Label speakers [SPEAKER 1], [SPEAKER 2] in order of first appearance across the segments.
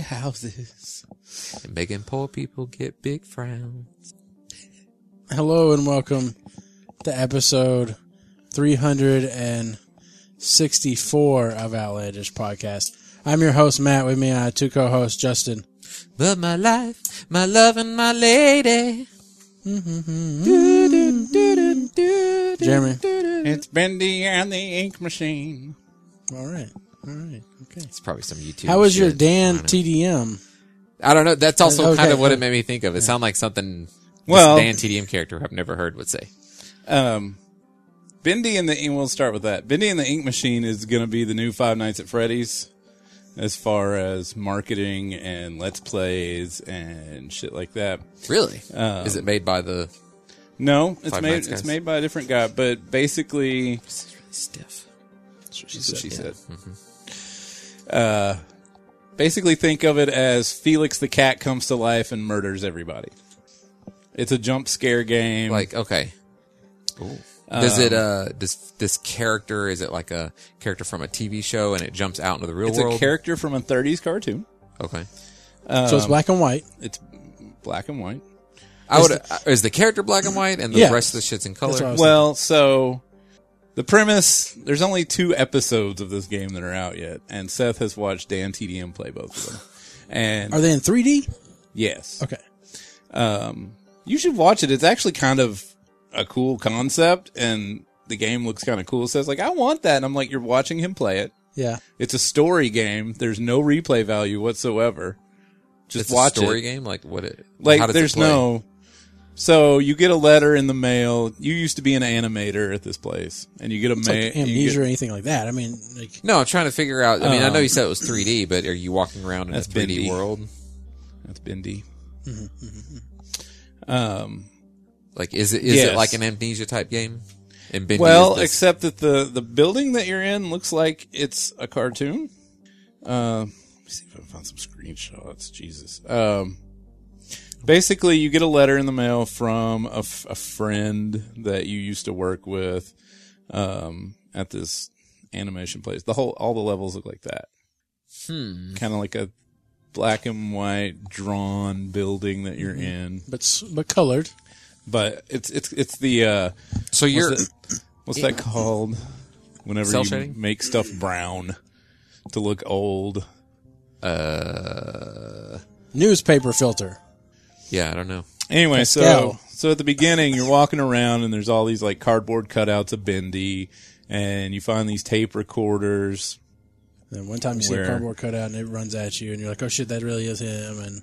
[SPEAKER 1] houses.
[SPEAKER 2] Making poor people get big frowns.
[SPEAKER 1] Hello and welcome to episode 364 of Outlandish Podcast. I'm your host, Matt. With me, I have two co hosts, Justin.
[SPEAKER 2] But my life, my love, and my lady.
[SPEAKER 1] Jeremy.
[SPEAKER 3] It's Bendy and the Ink Machine.
[SPEAKER 1] All right. All right. Okay.
[SPEAKER 2] It's probably some YouTube.
[SPEAKER 1] How was your
[SPEAKER 2] shit.
[SPEAKER 1] Dan TDM?
[SPEAKER 2] I don't know. That's also
[SPEAKER 1] Okay,
[SPEAKER 2] kind of what it
[SPEAKER 1] cool.
[SPEAKER 2] made me think of. It sounded like something this
[SPEAKER 3] Well-
[SPEAKER 2] Dan TDM character I've never heard would say.
[SPEAKER 3] Um, Bendy and the Ink. We'll start with that. Bendy and the Ink Machine is going to be the new Five Nights at Freddy's, as far as marketing and let's plays and shit like that.
[SPEAKER 2] Really? Is it made by the
[SPEAKER 3] No, it's
[SPEAKER 2] Five
[SPEAKER 3] made
[SPEAKER 2] Nights,
[SPEAKER 3] it's
[SPEAKER 2] guys.
[SPEAKER 3] made by a different guy, but basically,
[SPEAKER 2] stiff?
[SPEAKER 3] That's what she said. Uh, basically, think of it as Felix the cat comes to life and murders everybody. It's a jump scare game.
[SPEAKER 2] Like okay. Does
[SPEAKER 1] Um,
[SPEAKER 2] it uh does this character is it like a character from a TV show and it jumps out into the real
[SPEAKER 3] it's
[SPEAKER 2] world?
[SPEAKER 3] a character from a 30s cartoon.
[SPEAKER 2] Okay.
[SPEAKER 1] so
[SPEAKER 3] Um,
[SPEAKER 1] it's black and white.
[SPEAKER 3] It's black and white.
[SPEAKER 2] I would uh, is the character black and white and the
[SPEAKER 1] Yeah.
[SPEAKER 2] rest of the shit's in
[SPEAKER 1] That's what I
[SPEAKER 2] color.
[SPEAKER 1] was
[SPEAKER 3] Well, so the premise there's only two episodes of this game that are out yet, and Seth has watched Dan TDM play both of them. And
[SPEAKER 1] Are they in 3D?
[SPEAKER 3] yes,
[SPEAKER 1] Okay.
[SPEAKER 3] you should watch it. It's actually kind of a cool concept, and the game looks kind of cool. So it's like, I want that. And I'm like, you're watching him play it.
[SPEAKER 1] Yeah.
[SPEAKER 3] It's a story game. There's no replay value whatsoever. Just
[SPEAKER 2] It's
[SPEAKER 3] watch
[SPEAKER 2] a story
[SPEAKER 3] it.
[SPEAKER 2] game like what it how
[SPEAKER 3] Like
[SPEAKER 2] does it
[SPEAKER 3] there's
[SPEAKER 2] play?
[SPEAKER 3] no. So you get a letter in the mail. You used to be an animator at this place, and you get a
[SPEAKER 1] It's
[SPEAKER 3] mail.
[SPEAKER 1] like amnesia or anything like that. I mean, like,
[SPEAKER 2] No, I'm trying to figure out. I mean, I know you said it was 3D, but are you walking around in a
[SPEAKER 3] Um, That's
[SPEAKER 2] 3D
[SPEAKER 3] Bendy.
[SPEAKER 2] world?
[SPEAKER 3] That's Bendy.
[SPEAKER 2] Mm-hmm,
[SPEAKER 3] Um.
[SPEAKER 2] Like, is it is it
[SPEAKER 3] Yes.
[SPEAKER 2] like an amnesia type game? And Bendy
[SPEAKER 3] Well,
[SPEAKER 2] is this-
[SPEAKER 3] except that the the building that you're in looks like it's a cartoon. Uh, let me see if I can find some screenshots. Jesus. Um, basically, you get a letter in the mail from a, f- a friend that you used to work with um, at this animation place. The whole all the levels look like that.
[SPEAKER 2] Mm-hmm.
[SPEAKER 3] Hmm. Kind of like a black and white drawn building that you're in,
[SPEAKER 1] but s- but colored.
[SPEAKER 3] but it's it's it's the uh,
[SPEAKER 2] so you're
[SPEAKER 3] What's that, what's that called? Whenever
[SPEAKER 2] Cell
[SPEAKER 3] you
[SPEAKER 2] shading?
[SPEAKER 3] make stuff brown to look old.
[SPEAKER 1] Newspaper filter.
[SPEAKER 2] yeah, I don't know.
[SPEAKER 3] Anyway,
[SPEAKER 1] Pastel.
[SPEAKER 3] so so at the beginning you're walking around and there's all these like cardboard cutouts of Bendy, and you find these tape recorders.
[SPEAKER 1] And one time you see a
[SPEAKER 3] Where-
[SPEAKER 1] cardboard cutout and it runs at you, and you're like, "Oh shit, that really is him." And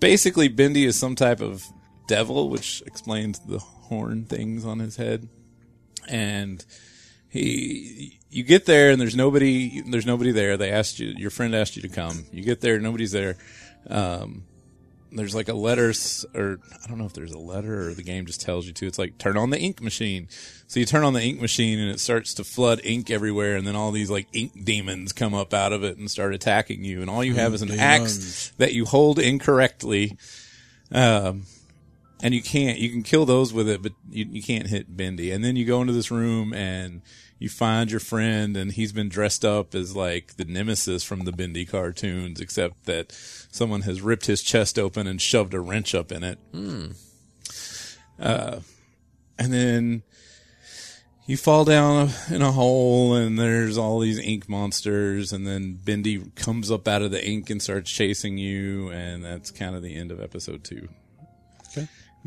[SPEAKER 3] Basically, Bendy is some type of devil, which explains the horn things on his head, and. He, you get there and there's nobody, there's nobody there. They asked you, your friend asked you to come. You get there, nobody's there. um, there's like a letter s- or I don't know if there's a letter or the game just tells you to. It's like turn on the ink machine. So you turn on the ink machine and it starts to flood ink everywhere and then all these like ink demons come up out of it and start attacking you and all you have is an axe that you hold incorrectly. Um and you can't you can kill those with it but you, you can't hit bendy and then you go into this room and you find your friend and he's been dressed up as like the nemesis from the bendy cartoons except that someone has ripped his chest open and shoved a wrench up in it uh, and then you fall down in a hole and there's all these ink monsters and then bendy comes up out of the ink and starts chasing you and that's kind of the end of episode two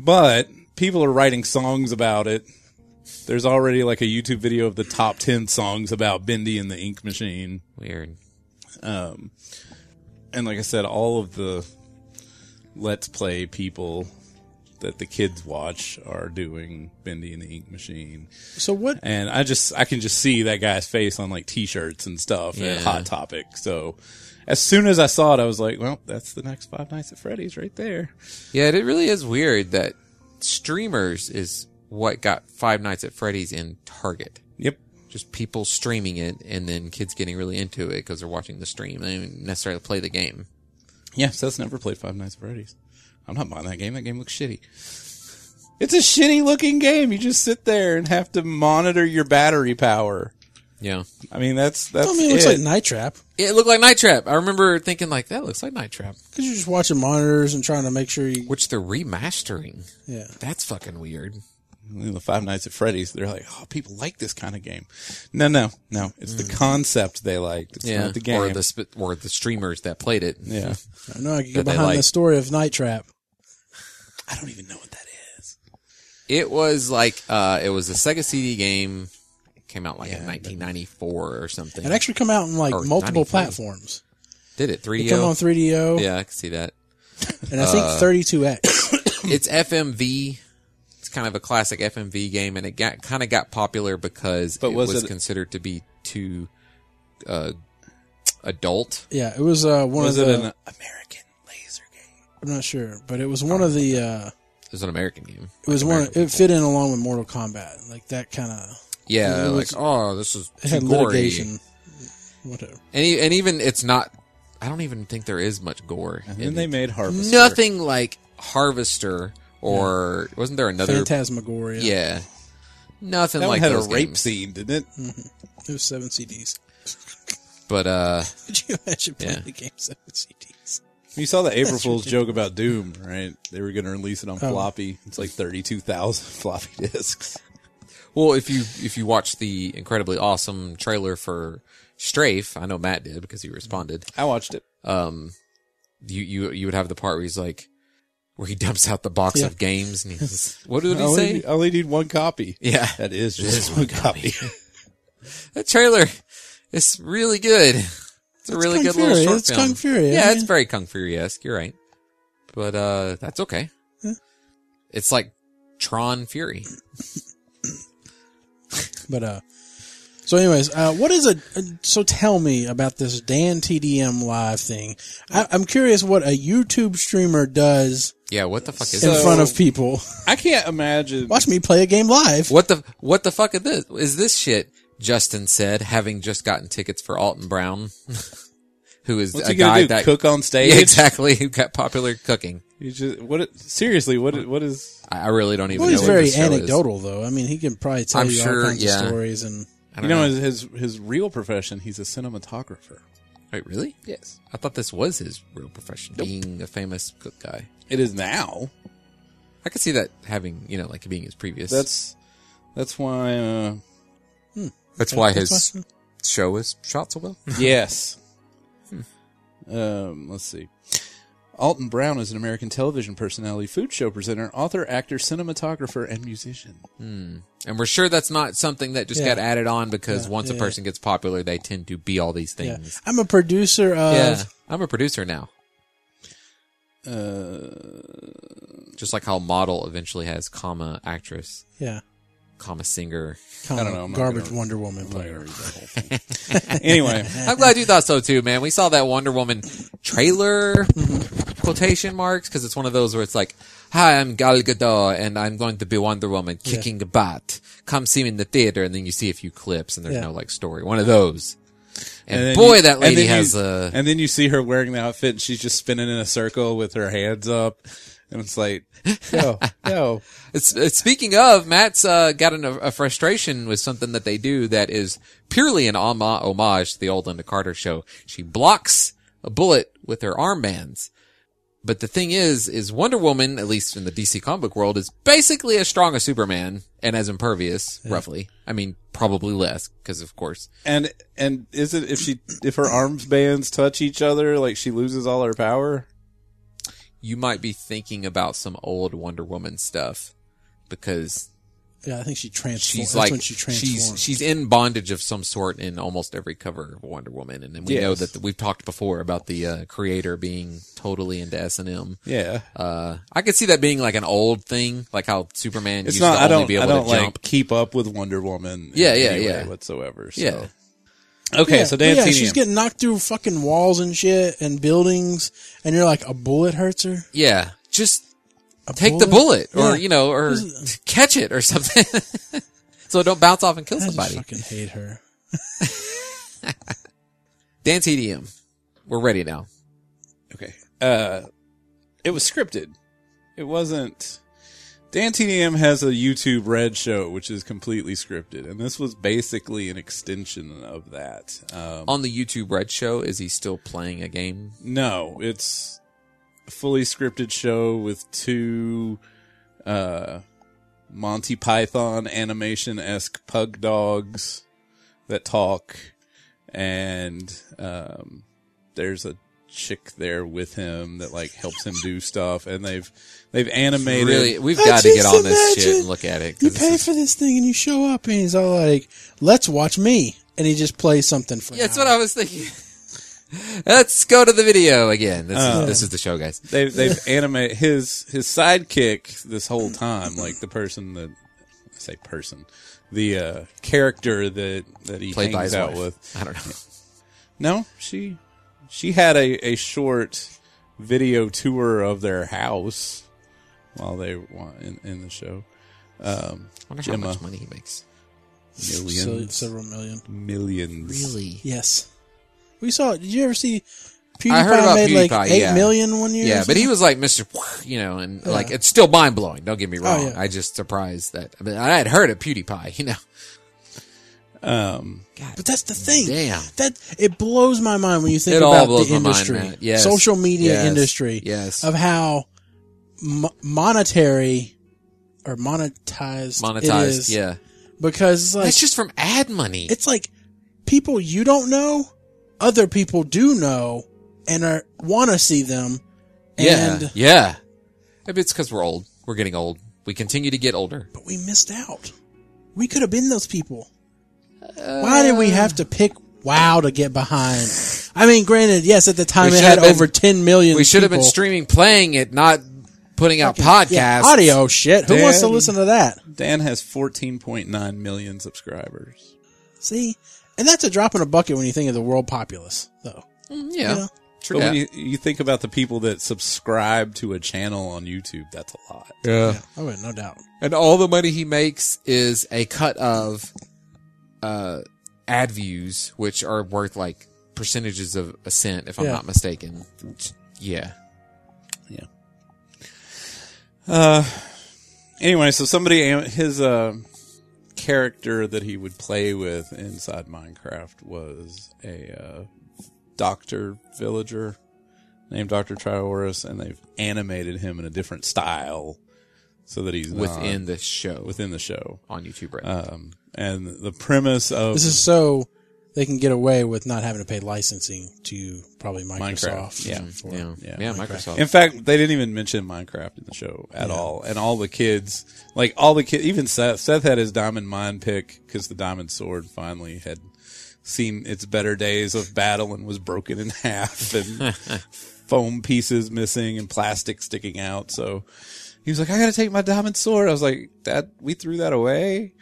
[SPEAKER 3] but people are writing songs about it. There's already like a YouTube video of the top 10 songs about Bendy and the Ink Machine.
[SPEAKER 2] Weird.
[SPEAKER 3] And like I said, all of the Let's Play people that the kids watch are doing Bendy and the Ink Machine.
[SPEAKER 1] so what?
[SPEAKER 3] And I just, I can just see that guy's face on like t shirts and stuff
[SPEAKER 2] Yeah.
[SPEAKER 3] at Hot Topic. So as soon as I saw it, I was like, well, that's the next Five Nights at Freddy's right there.
[SPEAKER 2] Yeah, it really is weird that streamers is what got Five Nights at Freddy's in Target.
[SPEAKER 3] Yep.
[SPEAKER 2] Just people streaming it, and then kids getting really into it because they're watching the stream. They don't even necessarily play the game.
[SPEAKER 3] Yeah, Seth's never played Five Nights at Freddy's. I'm not buying that game. That game looks shitty. It's a shitty looking game. You just sit there and have to monitor your battery power.
[SPEAKER 2] Yeah.
[SPEAKER 3] I mean, that's that's
[SPEAKER 1] I mean, it looks like Night Trap
[SPEAKER 2] It looked like Night Trap. I remember thinking like that looks like Night Trap,
[SPEAKER 1] because you're just watching monitors and trying to make sure you.
[SPEAKER 2] which they're remastering.
[SPEAKER 1] Yeah.
[SPEAKER 2] That's fucking weird.
[SPEAKER 3] you know, the Five Nights at Freddy's. They're like, oh, people like this kind of game. No, no, no. It's the concept they liked. It's not the game.
[SPEAKER 2] or the sp- or the streamers that played it.
[SPEAKER 3] yeah,
[SPEAKER 1] I know I could get
[SPEAKER 2] they
[SPEAKER 1] behind
[SPEAKER 2] like.
[SPEAKER 1] the story of Night Trap.
[SPEAKER 3] I don't even know what that is.
[SPEAKER 2] It was like uh, it was a Sega CD game. Came out like in 1994 or something.
[SPEAKER 1] It actually come out in like
[SPEAKER 2] Or
[SPEAKER 1] multiple
[SPEAKER 2] 93.
[SPEAKER 1] platforms.
[SPEAKER 2] Did it
[SPEAKER 1] It come on
[SPEAKER 2] 3DO?
[SPEAKER 1] 3DO
[SPEAKER 2] Yeah, Uh, I can see that.
[SPEAKER 1] and I think 32X.
[SPEAKER 2] It's FMV. It's kind of a classic FMV game, and it got kind of got popular because
[SPEAKER 3] But
[SPEAKER 2] it was,
[SPEAKER 3] was it-
[SPEAKER 2] considered to be too uh, adult.
[SPEAKER 1] Yeah, it was uh, one
[SPEAKER 3] Was
[SPEAKER 1] of
[SPEAKER 3] it
[SPEAKER 1] the.
[SPEAKER 3] an American laser game?
[SPEAKER 1] I'm not sure, but it was one of the. Uh,
[SPEAKER 2] It was an Oh, American game.
[SPEAKER 1] it was one. It fit in along with Mortal Kombat, like that kind of.
[SPEAKER 2] Yeah,
[SPEAKER 1] It
[SPEAKER 2] like
[SPEAKER 1] was-
[SPEAKER 2] oh, this is too
[SPEAKER 1] It had
[SPEAKER 2] gory.
[SPEAKER 1] litigation. Whatever.
[SPEAKER 2] and e- and even it's not. I don't even think there is much gore.
[SPEAKER 3] And
[SPEAKER 2] in
[SPEAKER 3] then they made Harvest.
[SPEAKER 2] nothing like Harvester or wasn't there another?
[SPEAKER 1] Phantasmagoria.
[SPEAKER 2] Yeah, nothing
[SPEAKER 3] That one
[SPEAKER 2] like
[SPEAKER 3] had a
[SPEAKER 2] those
[SPEAKER 3] rape
[SPEAKER 2] games.
[SPEAKER 3] scene, didn't it?
[SPEAKER 1] It was seven CDs.
[SPEAKER 2] But uh,
[SPEAKER 1] Could you imagine playing
[SPEAKER 2] Yeah.
[SPEAKER 1] the game seven CDs?
[SPEAKER 3] You saw the April Fool's joke about Doom, right? They were going to release it on floppy. It's like thirty-two thousand floppy disks.
[SPEAKER 2] well, if you if you watch the incredibly awesome trailer for Strafe, I know Matt did because he responded.
[SPEAKER 3] I watched it.
[SPEAKER 2] Um, you you you would have the part where he's like, where he dumps out the box
[SPEAKER 1] Yeah.
[SPEAKER 2] of games and he's what did
[SPEAKER 3] I
[SPEAKER 2] he
[SPEAKER 3] only,
[SPEAKER 2] say?
[SPEAKER 3] need- I only need one copy.
[SPEAKER 2] Yeah.
[SPEAKER 3] That is just one copy.
[SPEAKER 2] That trailer is really good. It's a really
[SPEAKER 1] Kung
[SPEAKER 2] good little
[SPEAKER 1] Fury,
[SPEAKER 2] short
[SPEAKER 1] it's
[SPEAKER 2] film.
[SPEAKER 1] Kung Fury, I
[SPEAKER 2] Yeah, it's
[SPEAKER 1] mean-
[SPEAKER 2] very Kung Fury esque. You're right, but uh, that's okay. It's like Tron Fury.
[SPEAKER 1] But uh, so anyways, uh, what is a? So tell me about this Dan TDM live thing. I, I'm curious what a YouTube streamer does
[SPEAKER 2] Yeah, what the fuck is
[SPEAKER 1] in
[SPEAKER 3] So-
[SPEAKER 2] this?
[SPEAKER 1] front of people.
[SPEAKER 3] I can't imagine.
[SPEAKER 1] Watch me play a game live.
[SPEAKER 2] What the what the fuck is this? Is this shit? Justin said, having just gotten tickets for Alton Brown, who is
[SPEAKER 3] What's
[SPEAKER 2] a
[SPEAKER 3] he going
[SPEAKER 2] guy
[SPEAKER 3] to do?
[SPEAKER 2] that
[SPEAKER 3] cook on stage?
[SPEAKER 2] yeah, exactly who got popular cooking.
[SPEAKER 3] You just what? it- Seriously, what? it- What is?
[SPEAKER 2] I, I really don't even
[SPEAKER 1] Well,
[SPEAKER 2] know.
[SPEAKER 1] he's
[SPEAKER 2] what
[SPEAKER 1] very
[SPEAKER 2] this show is.
[SPEAKER 1] anecdotal, though. I mean, he can probably tell
[SPEAKER 2] I'm
[SPEAKER 1] you
[SPEAKER 2] sure,
[SPEAKER 1] all kinds
[SPEAKER 2] yeah.
[SPEAKER 1] of stories and
[SPEAKER 2] I
[SPEAKER 3] You
[SPEAKER 2] don't
[SPEAKER 3] know,
[SPEAKER 2] know.
[SPEAKER 3] his, his his real profession. He's a cinematographer.
[SPEAKER 2] Wait, really?
[SPEAKER 3] Yes,
[SPEAKER 2] I thought this was his real profession, being a famous cook guy.
[SPEAKER 3] it is now.
[SPEAKER 2] I could see that having, you know, like being his previous.
[SPEAKER 3] That's that's why. Uh,
[SPEAKER 2] that's why
[SPEAKER 1] That's
[SPEAKER 2] his
[SPEAKER 1] why-
[SPEAKER 2] show is shot so well.
[SPEAKER 3] yes. um, let's see. Alton Brown is an American television personality, food show presenter, author, actor, cinematographer, and musician.
[SPEAKER 2] And we're sure that's not something that just
[SPEAKER 1] Yeah.
[SPEAKER 2] got added on because
[SPEAKER 1] Yeah,
[SPEAKER 2] once a
[SPEAKER 1] yeah,
[SPEAKER 2] person gets popular, they tend to be all these
[SPEAKER 1] yeah. Uh,
[SPEAKER 2] things.
[SPEAKER 1] I'm a producer of.
[SPEAKER 2] Yeah. I'm a producer now.
[SPEAKER 3] Uh,
[SPEAKER 2] Just like how model eventually has comma actress,
[SPEAKER 1] yeah.
[SPEAKER 2] comma singer.
[SPEAKER 1] Kind
[SPEAKER 3] know, I'm not
[SPEAKER 1] garbage
[SPEAKER 3] gonna-
[SPEAKER 1] Wonder Woman
[SPEAKER 3] I'm not gonna
[SPEAKER 1] player.
[SPEAKER 3] read that whole thing. anyway,
[SPEAKER 2] I'm glad you thought so too, man. We saw that Wonder Woman trailer
[SPEAKER 3] Mm-hmm.
[SPEAKER 2] quotation marks because it's one of those where it's like, "Hi, I'm Gal Gadot, and I'm going to be Wonder Woman kicking butt. Come see me in the theater." And then you see a few clips, and there's
[SPEAKER 1] Yeah.
[SPEAKER 2] no like story. One of those. And,
[SPEAKER 3] then
[SPEAKER 2] boy,
[SPEAKER 3] you-
[SPEAKER 2] that
[SPEAKER 3] and
[SPEAKER 2] lady
[SPEAKER 3] then you-
[SPEAKER 2] has a.
[SPEAKER 3] And then you see her wearing the outfit, and she's just spinning in a circle with her hands up, and it's like, yo, yo,
[SPEAKER 2] It's, it's speaking of Matt's uh, got an, a frustration with something that they do that is purely an homa- homage to the old Linda Carter show. She blocks a bullet with her armbands. But the thing is, is Wonder Woman, at least in the DC comic book world, is basically as strong as Superman and as impervious, roughly. I mean, probably less, because of course.
[SPEAKER 3] and and is it if she if her arms bands touch each other, like she loses all her power?
[SPEAKER 2] You might be thinking about some old Wonder Woman stuff because
[SPEAKER 1] Yeah, I think she transformed.
[SPEAKER 2] she's
[SPEAKER 1] That's
[SPEAKER 2] like
[SPEAKER 1] when she transformed.
[SPEAKER 2] she's she's in bondage of some sort in almost every cover of Wonder Woman, and then we know
[SPEAKER 3] Yes.
[SPEAKER 2] that we've talked before about the uh, creator being totally into S and M.
[SPEAKER 3] Yeah,
[SPEAKER 2] Uh, I could see that being like an old thing, like how Superman
[SPEAKER 3] it's
[SPEAKER 2] used
[SPEAKER 3] not.
[SPEAKER 2] to
[SPEAKER 3] I
[SPEAKER 2] only
[SPEAKER 3] don't.
[SPEAKER 2] be
[SPEAKER 3] I
[SPEAKER 2] able
[SPEAKER 3] don't
[SPEAKER 2] to
[SPEAKER 3] like
[SPEAKER 2] jump.
[SPEAKER 3] keep up with Wonder Woman. in
[SPEAKER 2] Yeah, yeah,
[SPEAKER 3] any way
[SPEAKER 2] yeah.
[SPEAKER 3] Whatsoever. So.
[SPEAKER 2] Yeah.
[SPEAKER 3] Okay,
[SPEAKER 1] Yeah,
[SPEAKER 3] so
[SPEAKER 1] but
[SPEAKER 3] Dan
[SPEAKER 1] yeah,
[SPEAKER 3] Tenium.
[SPEAKER 1] she's getting knocked through fucking walls and shit and buildings, and you're like, a bullet hurts her.
[SPEAKER 2] Yeah, just
[SPEAKER 1] A
[SPEAKER 2] take the bullet, or
[SPEAKER 1] Yeah.
[SPEAKER 2] you know, or catch it or something, so it don't bounce off and kill
[SPEAKER 1] I just
[SPEAKER 2] somebody.
[SPEAKER 1] fucking hate her.
[SPEAKER 2] Dan TDM, we're ready now.
[SPEAKER 3] okay. Uh, it was scripted. It wasn't. Dan TDM has a YouTube Red show, which is completely scripted, and this was basically an extension of that. Um,
[SPEAKER 2] On the YouTube Red Show, is he still playing a game?
[SPEAKER 3] no, it's a fully scripted show with two uh, Monty Python animation esque pug dogs that talk, and um, there's a chick there with him that like helps him do stuff, and they've they've animated
[SPEAKER 2] Really, we've
[SPEAKER 1] I
[SPEAKER 2] got to
[SPEAKER 1] just
[SPEAKER 2] get on this shit
[SPEAKER 1] imagine
[SPEAKER 2] and look at it.
[SPEAKER 1] You
[SPEAKER 2] 'cause this
[SPEAKER 1] pay
[SPEAKER 2] is-
[SPEAKER 1] for this thing and you show up and he's all like, "Let's watch me," and he just plays something for.
[SPEAKER 2] Yeah, that's
[SPEAKER 1] an
[SPEAKER 2] what
[SPEAKER 1] hour.
[SPEAKER 2] I was thinking. Let's go to the video again. This, is,
[SPEAKER 1] Oh.
[SPEAKER 2] this is the show, guys.
[SPEAKER 3] they've they've animated his his sidekick this whole time, like the person that I say person, the uh, character that that he
[SPEAKER 2] Played by
[SPEAKER 3] hangs
[SPEAKER 2] his
[SPEAKER 3] out
[SPEAKER 2] wife.
[SPEAKER 3] with.
[SPEAKER 2] I don't know.
[SPEAKER 3] No, she she had a a short video tour of their house while they were in in the show. Um,
[SPEAKER 2] I wonder
[SPEAKER 3] Gemma.
[SPEAKER 2] how much money he makes.
[SPEAKER 1] So,
[SPEAKER 3] millions,
[SPEAKER 1] several million.
[SPEAKER 3] millions.
[SPEAKER 2] Really?
[SPEAKER 1] Yes, we saw. it. Did you ever see? PewDiePie
[SPEAKER 2] I heard about
[SPEAKER 1] made like
[SPEAKER 2] PewDiePie,
[SPEAKER 1] eight
[SPEAKER 2] yeah.
[SPEAKER 1] million one year. or
[SPEAKER 2] Yeah, but he
[SPEAKER 1] something?
[SPEAKER 2] was like Mr. You know, and like it's still mind blowing. Don't get me wrong.
[SPEAKER 1] Oh, yeah.
[SPEAKER 2] I just surprised that. I mean, I had heard of PewDiePie. You know,
[SPEAKER 3] Um,
[SPEAKER 1] But that's the thing.
[SPEAKER 2] Damn.
[SPEAKER 1] That it blows my mind when you think
[SPEAKER 2] It all
[SPEAKER 1] about
[SPEAKER 2] blows
[SPEAKER 1] the
[SPEAKER 2] my mind,
[SPEAKER 1] industry,
[SPEAKER 2] Matt. Yes.
[SPEAKER 1] social media
[SPEAKER 2] Yes.
[SPEAKER 1] industry,
[SPEAKER 2] Yes.
[SPEAKER 1] of how mo- monetary or monetized,
[SPEAKER 2] monetized.
[SPEAKER 1] it is.
[SPEAKER 2] yeah,
[SPEAKER 1] Because it's like
[SPEAKER 2] that's just from ad money.
[SPEAKER 1] it's like people you don't know, other people do know, and are want to see them.
[SPEAKER 2] yeah,
[SPEAKER 1] And
[SPEAKER 2] yeah. Maybe it's because we're old. We're getting old. We continue to get older.
[SPEAKER 1] but we missed out. We could have been those people. Why did we have to pick WoW to get behind? I mean, granted, yes, at the time
[SPEAKER 2] We
[SPEAKER 1] it
[SPEAKER 2] should
[SPEAKER 1] had
[SPEAKER 2] have been-
[SPEAKER 1] over 10 million.
[SPEAKER 2] We should have been
[SPEAKER 1] people.
[SPEAKER 2] streaming, playing it, not putting out podcasts.
[SPEAKER 1] Yeah, audio shit. Who wants to
[SPEAKER 3] Daddy.
[SPEAKER 1] listen to that?
[SPEAKER 3] Dan has fourteen point nine million subscribers.
[SPEAKER 1] See, and that's a drop in a bucket when you think of the world populace, though.
[SPEAKER 2] Mm, Yeah,
[SPEAKER 1] Yeah.
[SPEAKER 2] true.
[SPEAKER 3] But when
[SPEAKER 2] Yeah.
[SPEAKER 3] you, you think about the people that subscribe to a channel on YouTube, that's a lot.
[SPEAKER 2] yeah.
[SPEAKER 1] Oh, no doubt.
[SPEAKER 2] and all the money he makes is a cut of uh ad views which are worth like percentages of a cent if i'm
[SPEAKER 1] Yeah.
[SPEAKER 2] not mistaken yeah
[SPEAKER 3] Uh, anyway, so somebody his uh character that he would play with inside Minecraft was a uh, doctor villager named Doctor Trioris, and they've animated him in a different style so that he's not
[SPEAKER 2] within the show
[SPEAKER 3] within the show.
[SPEAKER 2] on youtube right
[SPEAKER 3] Uh, Um, and the premise of
[SPEAKER 1] This is so they can get away with not having to pay licensing to probably Microsoft.
[SPEAKER 3] Minecraft, yeah.
[SPEAKER 1] for-
[SPEAKER 2] yeah yeah,
[SPEAKER 3] yeah,
[SPEAKER 2] microsoft
[SPEAKER 3] In fact, they didn't even mention Minecraft in the show at all, and all the kids, like all the kids, even Seth. Seth had his diamond mine pick because the diamond sword finally had seen its better days of battle and was broken in half, and foam pieces missing and plastic sticking out. So he was like, "I got to take my diamond sword." I was like, "That we threw that away,"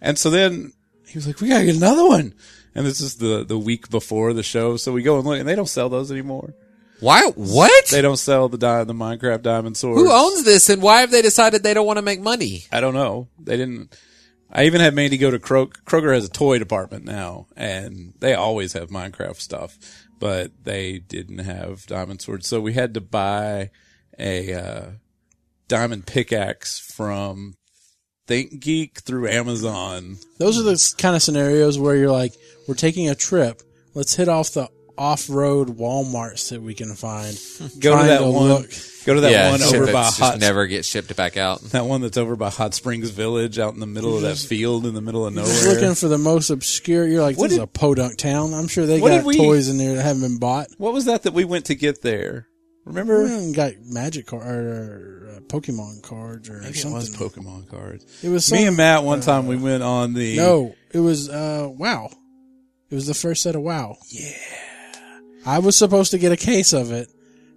[SPEAKER 3] and so then he was like, "We got to get another one." And this is the the week before the show, so we go and look, and they don't sell those anymore.
[SPEAKER 2] why what
[SPEAKER 3] They don't sell the di- the Minecraft diamond swords.
[SPEAKER 2] who owns this and why have they decided they don't want to make money
[SPEAKER 3] I don't know. They didn't. I even had Mandy go to Kroger. Kroger has a toy department now, and they always have Minecraft stuff, but they didn't have diamond swords, so we had to buy a uh, diamond pickaxe from Think Geek through Amazon.
[SPEAKER 1] Those are the s- kind of scenarios where you're like, we're taking a trip. Let's hit off the off-road Walmarts that we can find.
[SPEAKER 3] Go
[SPEAKER 1] Trying
[SPEAKER 3] to that
[SPEAKER 1] to
[SPEAKER 3] one.
[SPEAKER 1] look.
[SPEAKER 3] Go to that
[SPEAKER 2] yeah
[SPEAKER 3] one
[SPEAKER 2] shit
[SPEAKER 3] over
[SPEAKER 2] that's
[SPEAKER 3] by
[SPEAKER 2] just
[SPEAKER 3] Hot.
[SPEAKER 2] never get shipped back out
[SPEAKER 3] that one that's over by Hot Springs Village, out in the middle of that field, in the middle of nowhere.
[SPEAKER 1] Just looking for the most obscure. You're like, this
[SPEAKER 3] What
[SPEAKER 1] is
[SPEAKER 3] did-
[SPEAKER 1] a podunk town. I'm sure they
[SPEAKER 3] What
[SPEAKER 1] got
[SPEAKER 3] did we-
[SPEAKER 1] toys in there that haven't been bought.
[SPEAKER 3] What was that that we went to get there? Remember?
[SPEAKER 1] Mm, Got magic card or uh, Pokemon cards or
[SPEAKER 3] Maybe it
[SPEAKER 1] something.
[SPEAKER 3] was Pokemon cards.
[SPEAKER 1] It was
[SPEAKER 3] Me
[SPEAKER 1] some- uh,
[SPEAKER 3] and Matt one time we went on the
[SPEAKER 1] No, it was uh, Wow. It was the first set of Wow. Yeah. I was supposed to get a case of it.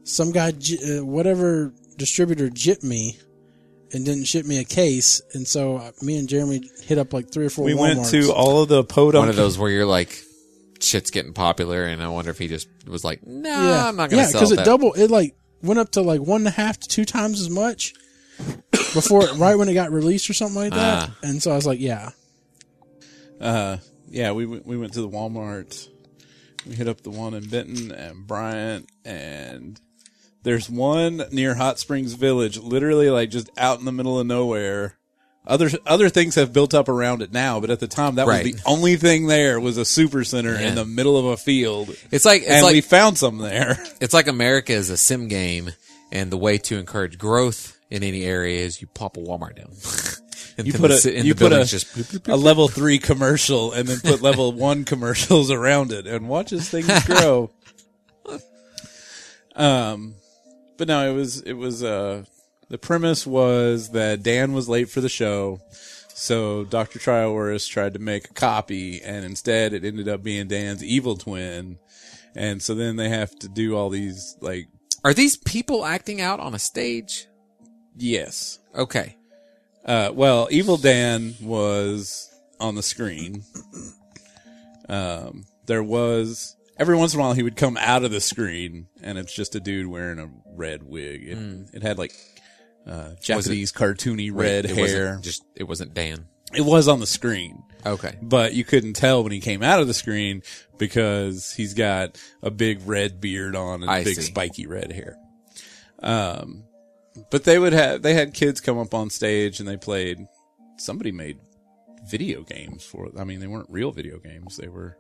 [SPEAKER 1] Some guy, j- uh, whatever distributor, jipped me and didn't ship me a case, and so uh, me and Jeremy hit up like three or four.
[SPEAKER 3] we went
[SPEAKER 1] Walmarts.
[SPEAKER 3] to all of the podunk
[SPEAKER 2] one of those where you're like shit's getting popular and i wonder if he just was like no
[SPEAKER 1] Yeah,
[SPEAKER 2] i'm not gonna
[SPEAKER 1] yeah,
[SPEAKER 2] sell
[SPEAKER 1] it
[SPEAKER 2] that
[SPEAKER 1] double. It like went up to like one and a half to two times as much before, right when it got released or something like that.
[SPEAKER 2] Ah.
[SPEAKER 1] And so I was like, yeah,
[SPEAKER 3] uh yeah, we went we went to the Walmart. We hit up the one in Benton and Bryant and There's one near Hot Springs Village, literally like just out in the middle of nowhere. Other other things have built up around it now, but at the time that
[SPEAKER 2] Right.
[SPEAKER 3] was the only thing there was a super center in the middle of a field.
[SPEAKER 2] It's like it's
[SPEAKER 3] and
[SPEAKER 2] like
[SPEAKER 3] we found some there.
[SPEAKER 2] it's like America is a sim game, and the way to encourage growth in any area is you pop a Walmart down. and
[SPEAKER 3] You
[SPEAKER 2] then
[SPEAKER 3] put
[SPEAKER 2] the,
[SPEAKER 3] a
[SPEAKER 2] ci- and
[SPEAKER 3] you
[SPEAKER 2] the
[SPEAKER 3] put a,
[SPEAKER 2] buildings just
[SPEAKER 3] a level three commercial and then put level one commercials around it and watches things grow. um, but no, it was it was uh the premise was that Dan was late for the show, so Doctor Trioris tried to make a copy, and instead it ended up being Dan's evil twin, and so then they have to do all these like
[SPEAKER 2] are these people acting out on a stage?
[SPEAKER 3] yes
[SPEAKER 2] Okay,
[SPEAKER 3] Uh, well, Evil Dan was on the screen. Um, there was every once in a while he would come out of the screen, and it's just a dude wearing a red wig. It,
[SPEAKER 2] Hmm.
[SPEAKER 3] it had like uh, Japanese cartoony red
[SPEAKER 2] It wasn't
[SPEAKER 3] hair.
[SPEAKER 2] Just it wasn't Dan.
[SPEAKER 3] It was on the screen,
[SPEAKER 2] Okay,
[SPEAKER 3] but you couldn't tell when he came out of the screen because he's got a big red beard on and
[SPEAKER 2] I
[SPEAKER 3] big
[SPEAKER 2] see.
[SPEAKER 3] spiky red hair. Um, but they would have they had kids come up on stage and they played. Somebody made video games for. I mean, they weren't real video games. They were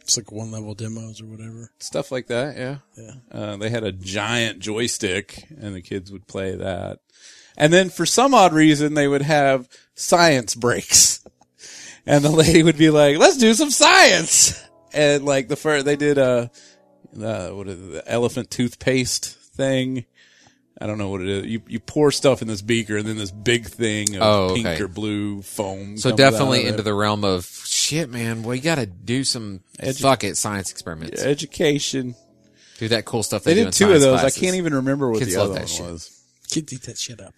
[SPEAKER 1] It's like one level demos or whatever.
[SPEAKER 3] stuff like that. Yeah.
[SPEAKER 1] Yeah.
[SPEAKER 3] Uh, they had a giant joystick and the kids would play that. And then for some odd reason, they would have science breaks and the lady would be like, let's do some science. And like the first, they did a, uh, what is it, the elephant toothpaste thing. I don't know what it is. You, you pour stuff in this beaker and then this big thing of
[SPEAKER 2] Oh,
[SPEAKER 3] pink
[SPEAKER 2] okay.
[SPEAKER 3] or blue foam.
[SPEAKER 2] so
[SPEAKER 3] comes out of
[SPEAKER 2] definitely
[SPEAKER 3] it.
[SPEAKER 2] into the realm of shit, man. Well, you got to do some fuck it science experiments.
[SPEAKER 3] education.
[SPEAKER 2] Do that cool stuff
[SPEAKER 3] They
[SPEAKER 2] they, do
[SPEAKER 3] did
[SPEAKER 2] in
[SPEAKER 3] two of
[SPEAKER 2] science
[SPEAKER 3] those.
[SPEAKER 2] classes.
[SPEAKER 3] I can't even remember what
[SPEAKER 2] Kids
[SPEAKER 3] the
[SPEAKER 2] love
[SPEAKER 3] other
[SPEAKER 2] that
[SPEAKER 3] one
[SPEAKER 2] shit. Um,
[SPEAKER 3] was. Um,
[SPEAKER 1] Kid, eat that shit up.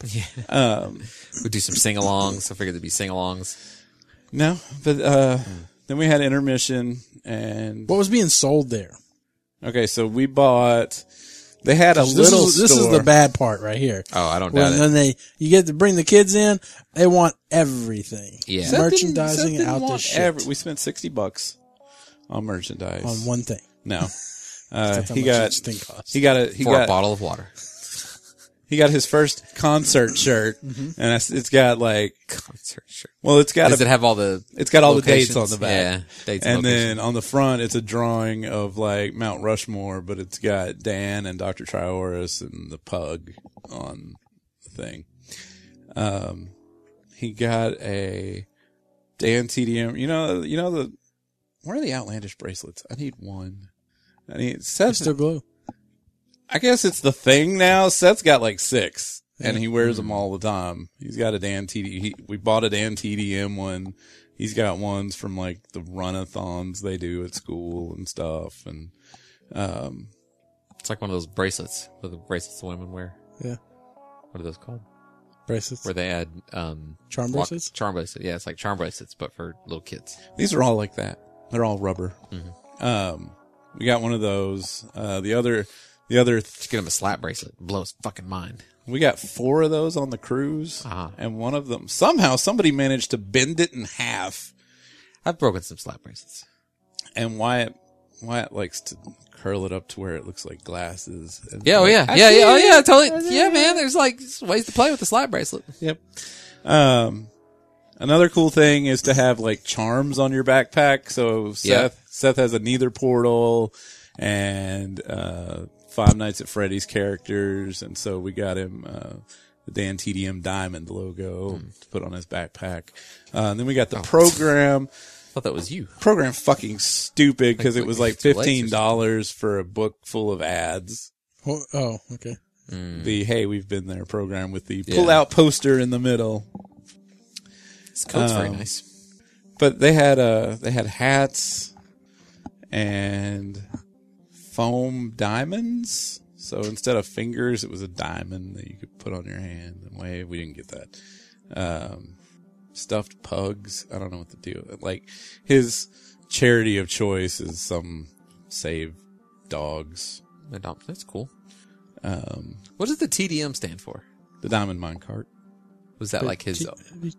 [SPEAKER 2] We do some sing-alongs. I figured there'd be sing-alongs.
[SPEAKER 3] No, but uh, then we had intermission, and
[SPEAKER 1] What was being sold there?
[SPEAKER 3] okay, so we bought. They had a
[SPEAKER 1] This
[SPEAKER 3] little.
[SPEAKER 1] is, this is
[SPEAKER 3] store.
[SPEAKER 1] the bad part right here.
[SPEAKER 2] Oh, I don't doubt
[SPEAKER 1] Well,
[SPEAKER 2] it.
[SPEAKER 1] then they you get to bring the kids in. They want everything.
[SPEAKER 2] Yeah.
[SPEAKER 3] Seth didn't-
[SPEAKER 2] Seth
[SPEAKER 3] Seth
[SPEAKER 1] merchandising
[SPEAKER 3] didn't
[SPEAKER 1] out the
[SPEAKER 3] want
[SPEAKER 1] shit
[SPEAKER 3] every- we spent sixty bucks on merchandise.
[SPEAKER 1] on one thing.
[SPEAKER 3] no, uh,
[SPEAKER 1] That's how
[SPEAKER 3] he
[SPEAKER 1] much
[SPEAKER 3] got.
[SPEAKER 1] each thing costs.
[SPEAKER 3] He got a he
[SPEAKER 2] for a
[SPEAKER 3] got
[SPEAKER 2] bottle of water.
[SPEAKER 3] he got his first concert shirt,
[SPEAKER 1] Mm-hmm.
[SPEAKER 3] and it's- it's got like
[SPEAKER 2] Concert shirt.
[SPEAKER 3] well, it's got
[SPEAKER 2] Does
[SPEAKER 3] a,
[SPEAKER 2] it have all the?
[SPEAKER 3] it's got all
[SPEAKER 2] locations?
[SPEAKER 3] the dates on the back,
[SPEAKER 2] Yeah, dates and
[SPEAKER 3] and then on the front it's a drawing of like Mount Rushmore, but it's got Dan and Doctor Trioris and the pug on the thing. Um, he got a Dan TDM. You know, you know the where are the outlandish bracelets? I need one. I need Seth.
[SPEAKER 1] It's still glue.
[SPEAKER 3] I guess it's the thing now. Seth's got like six, and he wears them all the time. He's got a Dan TD. He, we bought a Dan TDM one. He's got ones from like the runathons they do at school and stuff. And um,
[SPEAKER 2] It's like one of those bracelets, with the bracelets the women wear.
[SPEAKER 1] Yeah.
[SPEAKER 2] What are those called?
[SPEAKER 1] Bracelets.
[SPEAKER 2] Where they add um
[SPEAKER 1] Charm
[SPEAKER 2] lock-
[SPEAKER 1] bracelets?
[SPEAKER 2] Charm bracelets. Yeah, it's like charm bracelets, but for little kids.
[SPEAKER 3] these are all like that. They're all rubber. Um, we got one of those. Uh, the other, the other th-
[SPEAKER 2] Just get him a slap bracelet. Blow his fucking mind.
[SPEAKER 3] We got four of those on the cruise,
[SPEAKER 2] Uh-huh.
[SPEAKER 3] and one of them somehow somebody managed to bend it in half.
[SPEAKER 2] I've broken some slap bracelets.
[SPEAKER 3] And Wyatt, Wyatt likes to curl it up to where it looks like glasses. And
[SPEAKER 2] Yeah, oh
[SPEAKER 3] like,
[SPEAKER 2] yeah,
[SPEAKER 3] I
[SPEAKER 2] yeah,
[SPEAKER 3] see
[SPEAKER 2] yeah, oh
[SPEAKER 3] it.
[SPEAKER 2] yeah, totally. Yeah, man. There's like ways to play with the slap bracelet.
[SPEAKER 3] Yep. Um, another cool thing is to have like charms on your backpack. So Seth,
[SPEAKER 2] Yeah.
[SPEAKER 3] Seth has a neither portal and, uh, Five Nights at Freddy's characters. And so we got him, uh, the Dan TDM diamond logo
[SPEAKER 2] Hmm.
[SPEAKER 3] to put on his backpack. Uh, and then we got
[SPEAKER 2] Oh.
[SPEAKER 3] the program.
[SPEAKER 2] I thought that was you.
[SPEAKER 3] program fucking stupid because
[SPEAKER 2] Like,
[SPEAKER 3] it was
[SPEAKER 2] like,
[SPEAKER 3] like
[SPEAKER 2] it's related or
[SPEAKER 3] fifteen dollars for a book full of ads.
[SPEAKER 1] Oh, oh, okay.
[SPEAKER 3] The hey, we've been there program with the pull out poster in the middle.
[SPEAKER 2] This coat's very
[SPEAKER 3] Um,
[SPEAKER 2] nice.
[SPEAKER 3] But they had uh they had hats and foam diamonds. So instead of fingers, it was a diamond that you could put on your hand and wave. We didn't get that. Um, stuffed pugs. I don't know what to do. Like his charity of choice is some save dogs
[SPEAKER 2] Adopt- That's cool.
[SPEAKER 3] um,
[SPEAKER 2] What does the TDM stand for?
[SPEAKER 3] the Diamond Mine Cart.
[SPEAKER 2] Was that like his?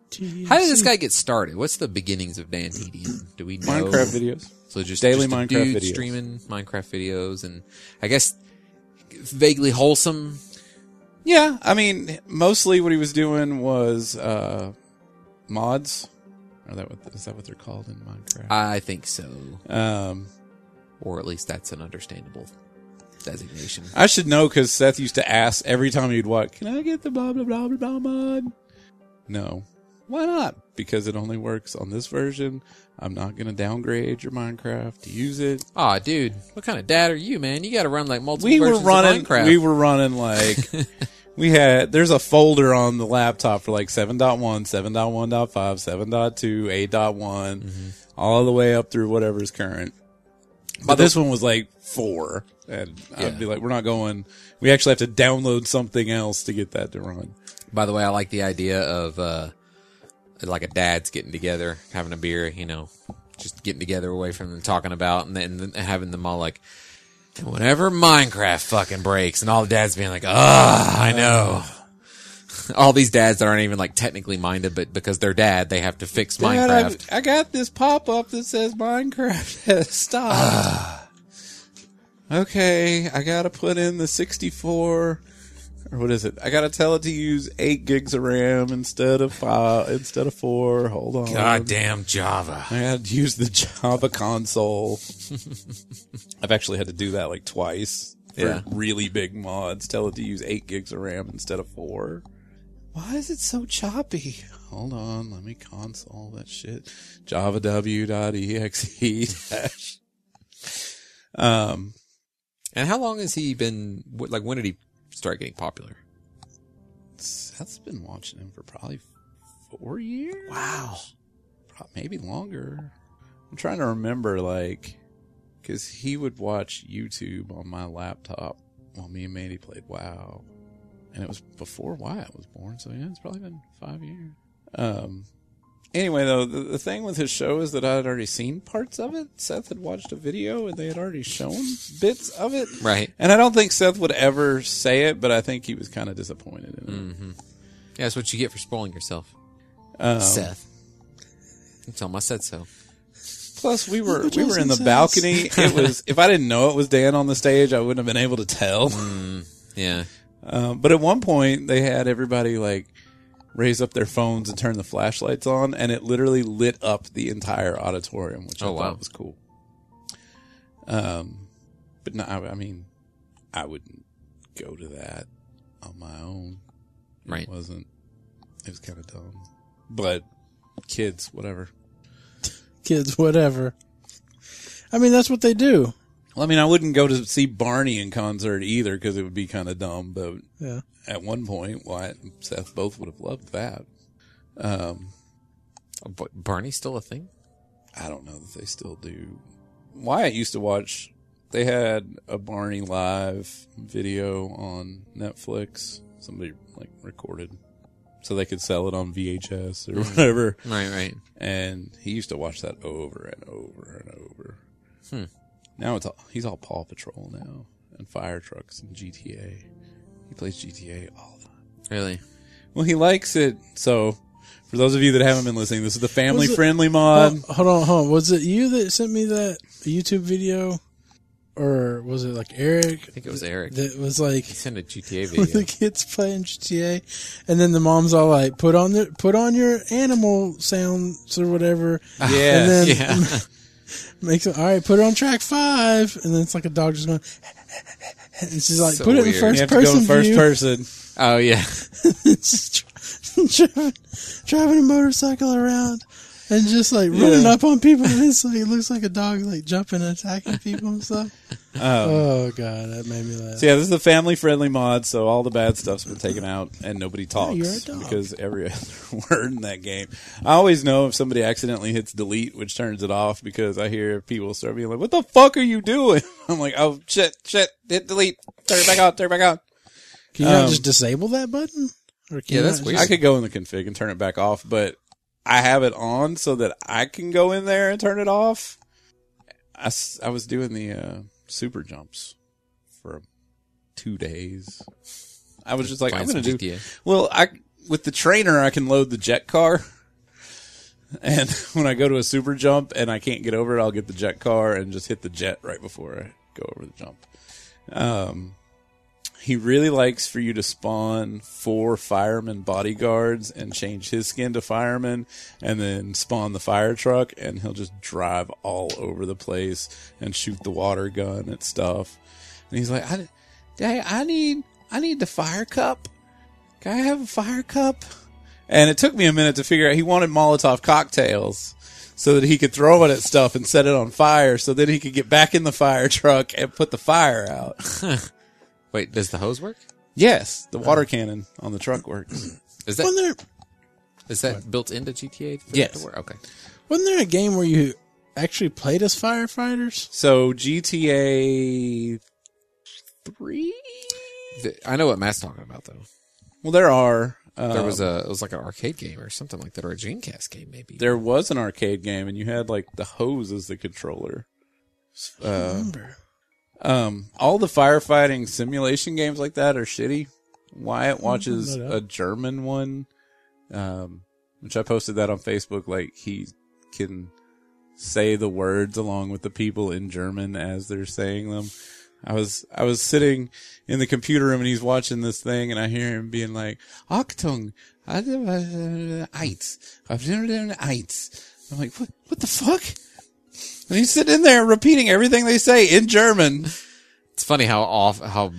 [SPEAKER 1] T-
[SPEAKER 2] How did this guy get started? What's the beginnings of Dan TDM? Do we know?
[SPEAKER 3] Minecraft videos.
[SPEAKER 2] So just
[SPEAKER 3] Daily
[SPEAKER 2] just a
[SPEAKER 3] Minecraft
[SPEAKER 2] dude
[SPEAKER 3] videos.
[SPEAKER 2] streaming Minecraft videos, and I guess vaguely wholesome.
[SPEAKER 3] Yeah, I mean, mostly what he was doing was uh, mods. Are that what is that what they're called in Minecraft?
[SPEAKER 2] I think so.
[SPEAKER 3] um,
[SPEAKER 2] Or at least that's an understandable designation.
[SPEAKER 3] I should know because Seth used to ask every time he'd walk, "Can I get the blah blah blah blah blah mod?" No, why not? Because it only works on this version. I'm not going to downgrade your Minecraft to use it.
[SPEAKER 2] Aw, dude, what kind of dad are you, man? You got to run like multiple
[SPEAKER 3] we were
[SPEAKER 2] versions
[SPEAKER 3] running
[SPEAKER 2] of Minecraft.
[SPEAKER 3] we were running like we had there's a folder on the laptop for like 7.1 7.1.5 7.2 8.1
[SPEAKER 2] Mm-hmm.
[SPEAKER 3] all the way up through whatever's current but this one was like four and
[SPEAKER 2] Yeah.
[SPEAKER 3] i'd be like we're not going we actually have to download something else to get that to run
[SPEAKER 2] By the way, I like the idea of uh, like a dad's getting together, having a beer, you know, just getting together away from them, talking about, and then and then having them all like, and whenever Minecraft fucking breaks, and all the dads being like, ah, I know. all these dads that aren't even like technically minded, but because they're dad, they have to fix Minecraft.
[SPEAKER 3] I, got this pop-up that says minecraft has stopped okay i gotta put in the 64 or what is it i gotta tell it to use 8 gigs of ram instead of 5 instead of 4 hold on
[SPEAKER 2] Goddamn Java.
[SPEAKER 3] i gotta use the java console i've actually had to do that like twice for
[SPEAKER 2] Yeah.
[SPEAKER 3] really big mods tell it to use 8 gigs of ram instead of 4 why is it so choppy? Hold on, let me console that shit. JavaW.exe E dash. um,
[SPEAKER 2] And how long has he been? wh- Like, when did he start getting popular?
[SPEAKER 3] Seth's been watching him for probably four years. Wow, maybe longer. I'm trying to remember, like, because he would watch YouTube on my laptop while me and Mandy played WoW, and it was before Wyatt was born. So yeah, it's probably been five years. Um. Anyway, though, the, the thing with his show is that I had already seen parts of it. Seth had watched a video and they had already shown bits of it.
[SPEAKER 2] Right.
[SPEAKER 3] And I don't think Seth would ever say it, but I think he was kind of disappointed in it.
[SPEAKER 2] Yeah, that's what you get for spoiling yourself,
[SPEAKER 3] Um,
[SPEAKER 2] Seth. Tell him I said so.
[SPEAKER 3] Plus, we were
[SPEAKER 1] at
[SPEAKER 3] we were in the
[SPEAKER 1] Jason's house.
[SPEAKER 3] balcony. It was if I didn't know it was Dan on the stage, I wouldn't have been able to tell.
[SPEAKER 2] Mm. Yeah.
[SPEAKER 3] Um, but at one point, they had everybody like raise up their phones and turn the flashlights on, and it literally lit up the entire auditorium, which I
[SPEAKER 2] Oh, wow.
[SPEAKER 3] thought was cool. Um, but no, I, I mean, I wouldn't go to that on my own.
[SPEAKER 2] Right.
[SPEAKER 3] It wasn't. It was kind of dumb, but kids, whatever.
[SPEAKER 1] kids, whatever. I mean, that's what they do.
[SPEAKER 3] Well, I mean, I wouldn't go to see Barney in concert either because it would be kind of dumb. But
[SPEAKER 1] Yeah.
[SPEAKER 3] at one point, Wyatt and Seth both would have loved that. Um,
[SPEAKER 2] Oh, Bar- Barney's still a thing?
[SPEAKER 3] I don't know that they still do. Wyatt used to watch. They had a Barney live video on Netflix. Somebody like recorded, so they could sell it on VHS or whatever.
[SPEAKER 2] Right, right.
[SPEAKER 3] And he used to watch that over and over and over.
[SPEAKER 2] Hmm.
[SPEAKER 3] Now it's all, he's all Paw Patrol now and fire trucks and GTA. He plays GTA all the time.
[SPEAKER 2] Really?
[SPEAKER 3] Well, he likes it. So, for those of you that haven't been listening, this is the family
[SPEAKER 1] it-
[SPEAKER 3] friendly mod.
[SPEAKER 1] Hold- hold on, hold on. Was it you that sent me that YouTube video, or was it like Eric
[SPEAKER 2] I think it was Eric.
[SPEAKER 1] that was like
[SPEAKER 2] he sent a GTA
[SPEAKER 1] with the
[SPEAKER 2] video.
[SPEAKER 1] kids playing GTA, and then the mom's all like, "Put on the put on your animal sounds or whatever,"
[SPEAKER 3] yeah.
[SPEAKER 1] and then
[SPEAKER 2] yeah.
[SPEAKER 1] makes it all right. Put it on track five, and then it's like a dog just going, and she's like,
[SPEAKER 2] So
[SPEAKER 1] "Put it in
[SPEAKER 2] weird.
[SPEAKER 1] first
[SPEAKER 3] you have to
[SPEAKER 1] person
[SPEAKER 3] go in first
[SPEAKER 1] view."
[SPEAKER 3] person.
[SPEAKER 2] oh, yeah.
[SPEAKER 1] Just dri- driving, driving a motorcycle around and just like running up on people. And it's like, it looks like a dog like jumping and attacking people and stuff. oh god, that made me laugh.
[SPEAKER 3] So yeah, this is the family friendly mod. So all the bad stuff's been taken out, and nobody talks
[SPEAKER 1] Oh, you're a dog.
[SPEAKER 3] because every other word in that game. I always know if somebody accidentally hits delete, which turns it off because I hear people start being like, "What the fuck are you doing?" I'm like, "Oh shit, shit, hit delete, turn it back on, turn it back on."
[SPEAKER 1] Can you not
[SPEAKER 3] Um,
[SPEAKER 1] just disable that button? Or
[SPEAKER 2] Yeah,
[SPEAKER 1] can you
[SPEAKER 2] that's
[SPEAKER 1] not
[SPEAKER 2] weird.
[SPEAKER 1] just-
[SPEAKER 3] I could go in the config and turn it back off, but I have it on so that I can go in there and turn it off. I, s- I was doing the uh, super jumps for two days. I was just like, I'm going
[SPEAKER 2] Playing some
[SPEAKER 3] to do.
[SPEAKER 2] GTA.
[SPEAKER 3] Well, I with the trainer, I can load the jet car. And when I go to a super jump and I can't get over it, I'll get the jet car and just hit the jet right before I go over the jump. Um, He really likes for you to spawn four fireman bodyguards and change his skin to fireman and then spawn the fire truck and he'll just drive all over the place and shoot the water gun at stuff. And he's like, I, Dad, I need, I need the fire cup. Can I have a fire cup? And it took me a minute to figure out he wanted Molotov cocktails so that he could throw it at stuff and set it on fire so then he could get back in the fire truck and put the fire out.
[SPEAKER 2] Wait, does the hose work?
[SPEAKER 3] Yes, the water cannon on the truck works.
[SPEAKER 2] Is
[SPEAKER 1] Wasn't
[SPEAKER 2] that
[SPEAKER 1] there
[SPEAKER 2] is that built into GTA? For
[SPEAKER 3] Yes.
[SPEAKER 2] It to work? Okay.
[SPEAKER 1] wasn't there a game where you actually played as firefighters?
[SPEAKER 3] So GTA three?
[SPEAKER 2] The- I know what Matt's talking about though.
[SPEAKER 3] Well, there are. Uh,
[SPEAKER 2] There was a it was like an arcade game or something like that, or a Dreamcast game maybe.
[SPEAKER 3] there was an arcade game, and you had like the hose as the controller. Uh,
[SPEAKER 1] I remember.
[SPEAKER 3] Um, all the firefighting simulation games like that are shitty. Wyatt watches
[SPEAKER 1] that
[SPEAKER 3] a German one, um, which I posted that on Facebook. Like he can say the words along with the people in German as they're saying them. I was I was sitting in the computer room and he's watching this thing and I hear him being like Achtung, äh, eins, eins. I'm like what what the fuck? And he's sitting in there repeating everything they say in German.
[SPEAKER 2] It's funny how off how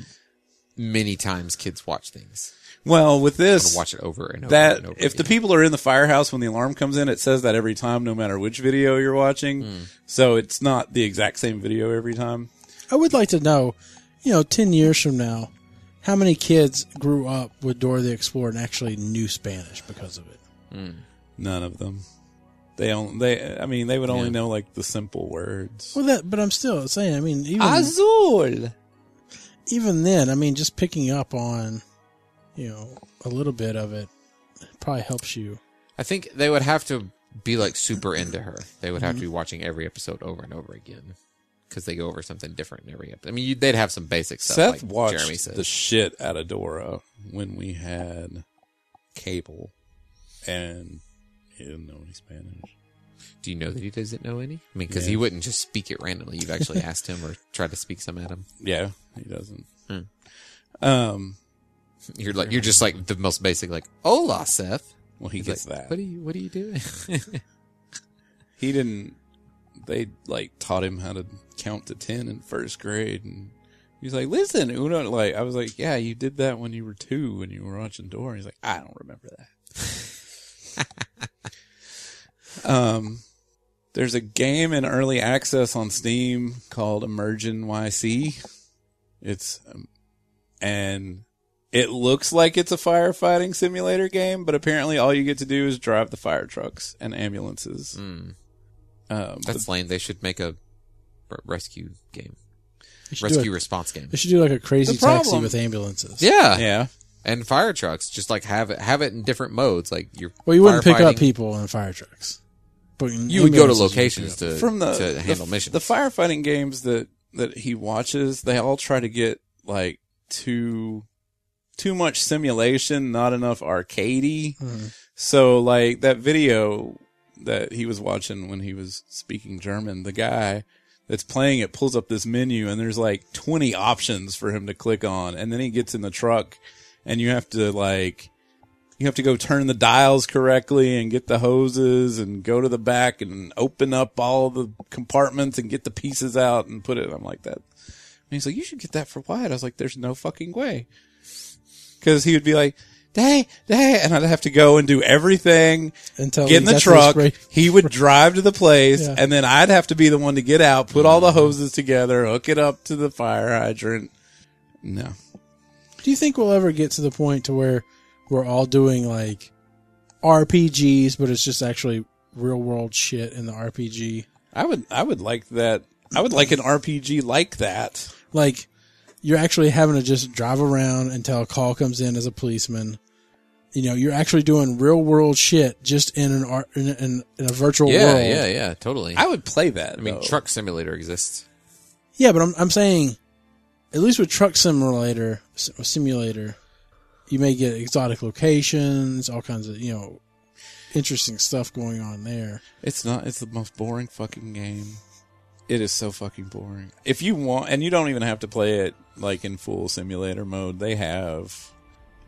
[SPEAKER 2] many times kids watch things.
[SPEAKER 3] Well, with
[SPEAKER 2] They
[SPEAKER 3] this,
[SPEAKER 2] watch it over and over.
[SPEAKER 3] that
[SPEAKER 2] and over
[SPEAKER 3] if the
[SPEAKER 2] again.
[SPEAKER 3] people are in the firehouse when the alarm comes in, it says that every time, no matter which video you're watching.
[SPEAKER 2] Hmm.
[SPEAKER 3] So it's not the exact same video every time.
[SPEAKER 1] I would like to know, you know, ten years from now, how many kids grew up with Dora the Explorer and actually knew Spanish because of it?
[SPEAKER 3] None of them. They don't. They. I mean, they would only know like the simple words.
[SPEAKER 1] Well, that, but I'm still saying. I mean, even
[SPEAKER 3] Azul.
[SPEAKER 1] even then, I mean, just picking up on, you know, a little bit of it probably helps you.
[SPEAKER 2] I think they would have to be like super into her. They would have to be watching every episode over and over again because they go over something different in every episode. I mean, you, they'd have some basic stuff.
[SPEAKER 3] Seth
[SPEAKER 2] like
[SPEAKER 3] watched
[SPEAKER 2] Jeremy said.
[SPEAKER 3] the shit out of Dora when we had cable, and he didn't know any Spanish.
[SPEAKER 2] Do you know that he doesn't know any? I mean, because he
[SPEAKER 3] Yeah.
[SPEAKER 2] wouldn't just speak it randomly. You've actually asked him or tried to speak some at him.
[SPEAKER 3] Yeah, he doesn't.
[SPEAKER 2] Hmm.
[SPEAKER 3] Um.
[SPEAKER 2] You're like you're just like the most basic, like "Hola, Seth."
[SPEAKER 3] Well, he
[SPEAKER 2] He's
[SPEAKER 3] gets
[SPEAKER 2] like,
[SPEAKER 3] that.
[SPEAKER 2] What are you What are you doing?
[SPEAKER 3] he didn't they like taught him how to count to 10 in first grade and he's like listen uno like i was like yeah you did that when you were two when you were watching door he's like i don't remember that um there's a game in early access on steam called Emergent yc it's um, and it looks like it's a firefighting simulator game but apparently all you get to do is drive the fire trucks and ambulances
[SPEAKER 2] Hmm.
[SPEAKER 3] um,
[SPEAKER 2] That's lame. They should make a r- rescue game,
[SPEAKER 1] They should,
[SPEAKER 2] rescue
[SPEAKER 1] do, a,
[SPEAKER 2] response game.
[SPEAKER 1] they should do like a crazy
[SPEAKER 3] The
[SPEAKER 1] taxi
[SPEAKER 3] problem-
[SPEAKER 1] with ambulances.
[SPEAKER 2] Yeah.
[SPEAKER 3] yeah
[SPEAKER 2] and fire trucks. Just like have it have it in different modes. Like you're
[SPEAKER 1] Well, you wouldn't pick up
[SPEAKER 2] firefighting-
[SPEAKER 1] people in fire trucks, but
[SPEAKER 2] You would go to locations to
[SPEAKER 3] from the
[SPEAKER 2] to
[SPEAKER 3] the-
[SPEAKER 2] handle missions.
[SPEAKER 3] The firefighting games that that he watches, they all try to get like too too much simulation, not enough arcadey.
[SPEAKER 1] Mm-hmm.
[SPEAKER 3] So like that video that he was watching when he was speaking German, the guy that's playing it pulls up this menu and there's like 20 options for him to click on and then he gets in the truck and you have to like you have to go turn the dials correctly and get the hoses and go to the back and open up all the compartments and get the pieces out and put it. I'm like that. And he's like, you should get that for Wyatt. I was like, there's no fucking way. Cause he would be like, day, day. And I'd have to go and do everything,
[SPEAKER 1] Until
[SPEAKER 3] get in
[SPEAKER 1] he
[SPEAKER 3] the
[SPEAKER 1] got to
[SPEAKER 3] truck.
[SPEAKER 1] spray-
[SPEAKER 3] He would drive to the place
[SPEAKER 1] Yeah.
[SPEAKER 3] and then I'd have to be the one to get out, put all the hoses together, hook it up to the fire hydrant. No.
[SPEAKER 1] Do you think we'll ever get to the point to where we're all doing like RPGs, but it's just actually real world shit in the RPG?
[SPEAKER 3] I would, I would like that. I would like an RPG like that.
[SPEAKER 1] Like you're actually having to just drive around until a call comes in as a policeman. You know, you're actually doing real world shit just in an art in, in, in a virtual
[SPEAKER 2] yeah,
[SPEAKER 1] world.
[SPEAKER 2] yeah, yeah, totally.
[SPEAKER 3] I would play that.
[SPEAKER 2] I mean, Truck Simulator exists.
[SPEAKER 1] Yeah, but I'm I'm saying, at least with Truck Simulator, s- Simulator, you may get exotic locations, all kinds of you know, interesting stuff going on there.
[SPEAKER 3] It's not. It's the most boring fucking game. It is so fucking boring. If you want, and you don't even have to play it like in full simulator mode. They have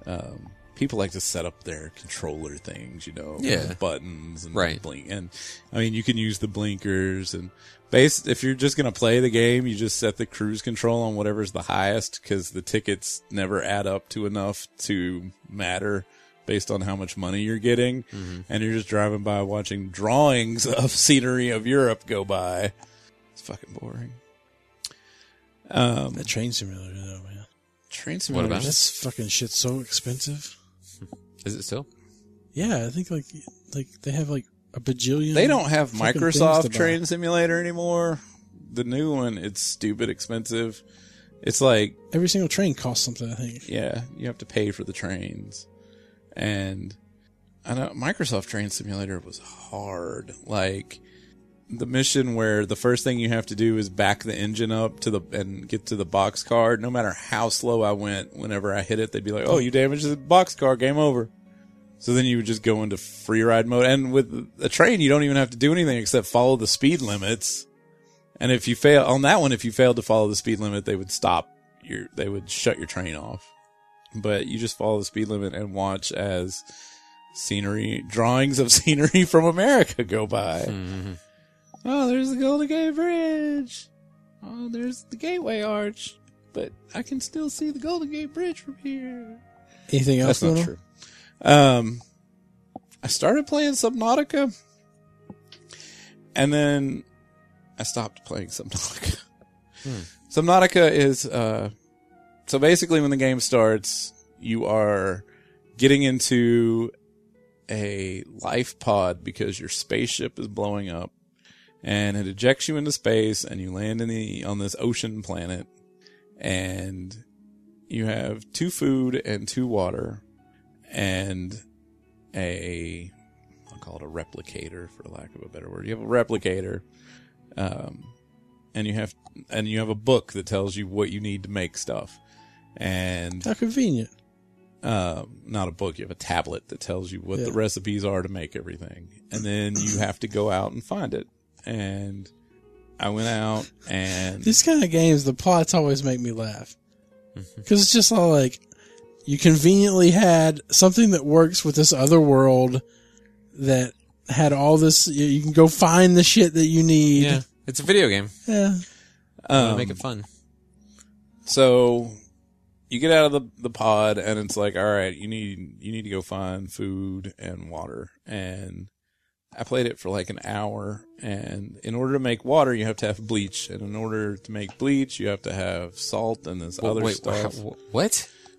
[SPEAKER 3] um, people like to set up their controller things, you know,
[SPEAKER 2] Yeah.
[SPEAKER 3] with buttons and
[SPEAKER 2] Right.
[SPEAKER 3] blink. And I mean, you can use the blinkers and base. If you're just gonna play the game, you just set the cruise control on whatever's the highest because the tickets never add up to enough to matter. Based on how much money you're getting, and you're just driving by watching drawings of scenery of Europe go by. It's fucking boring. Um,
[SPEAKER 1] That train simulator, though, man.
[SPEAKER 3] train
[SPEAKER 2] What
[SPEAKER 3] simulator.
[SPEAKER 2] about
[SPEAKER 1] That's fucking shit so expensive.
[SPEAKER 2] Is it still?
[SPEAKER 1] Yeah, I think like like they have like a bajillion.
[SPEAKER 3] They don't have
[SPEAKER 1] fucking things to
[SPEAKER 3] Microsoft
[SPEAKER 1] buy.
[SPEAKER 3] Train Simulator anymore. The new one, it's stupid expensive. It's like,
[SPEAKER 1] Every single train costs something. I think.
[SPEAKER 3] yeah, you have to pay for the trains, and I know Microsoft Train Simulator was hard. Like the mission where the first thing you have to do is back the engine up to the and get to the box card. No matter how slow I went, whenever I hit it, they'd be like, "Oh, you damaged the box car. Game over." So then you would just go into free ride mode. And with a train, you don't even have to do anything except follow the speed limits. And if you fail on that one, if you failed to follow the speed limit, they would stop your, they would shut your train off. But you just follow the speed limit and watch as scenery, drawings of scenery from America go by. Oh, there's the Golden Gate Bridge. Oh, there's the Gateway Arch. But I can still see the Golden Gate Bridge from here.
[SPEAKER 1] Anything else?
[SPEAKER 3] That's not
[SPEAKER 1] going
[SPEAKER 3] true. Um, I started playing Subnautica, and then I stopped playing Subnautica.
[SPEAKER 1] Hmm.
[SPEAKER 3] Subnautica is uh, so basically when the game starts, you are getting into a life pod because your spaceship is blowing up, and it ejects you into space, and you land in the on this ocean planet, and you have two food and two water and a I'll call it a replicator for lack of a better word. You have a replicator, um, and you have and you have a book that tells you what you need to make stuff, and
[SPEAKER 1] on? How convenient.
[SPEAKER 3] uh, not a book. You have a tablet that tells you what
[SPEAKER 1] Yeah.
[SPEAKER 3] the recipes are to make everything, and then you have to go out and find it. And I went out and
[SPEAKER 1] These kind of games, the plots always make me laugh
[SPEAKER 3] Mm-hmm.
[SPEAKER 1] because it's just all like you conveniently had something that works with this other world that had all this. You you can go find the shit that you need.
[SPEAKER 2] Yeah. It's a video game.
[SPEAKER 1] Yeah.
[SPEAKER 3] um,
[SPEAKER 2] Gotta make it fun.
[SPEAKER 3] So you get out of the, the pod and it's like, all right, you need you need to go find food and water. And I played it for like an hour and in order to make water you have to have bleach. And in order to make bleach you have to have salt and this other
[SPEAKER 2] Wait,
[SPEAKER 3] stuff.
[SPEAKER 2] wha- wha- what?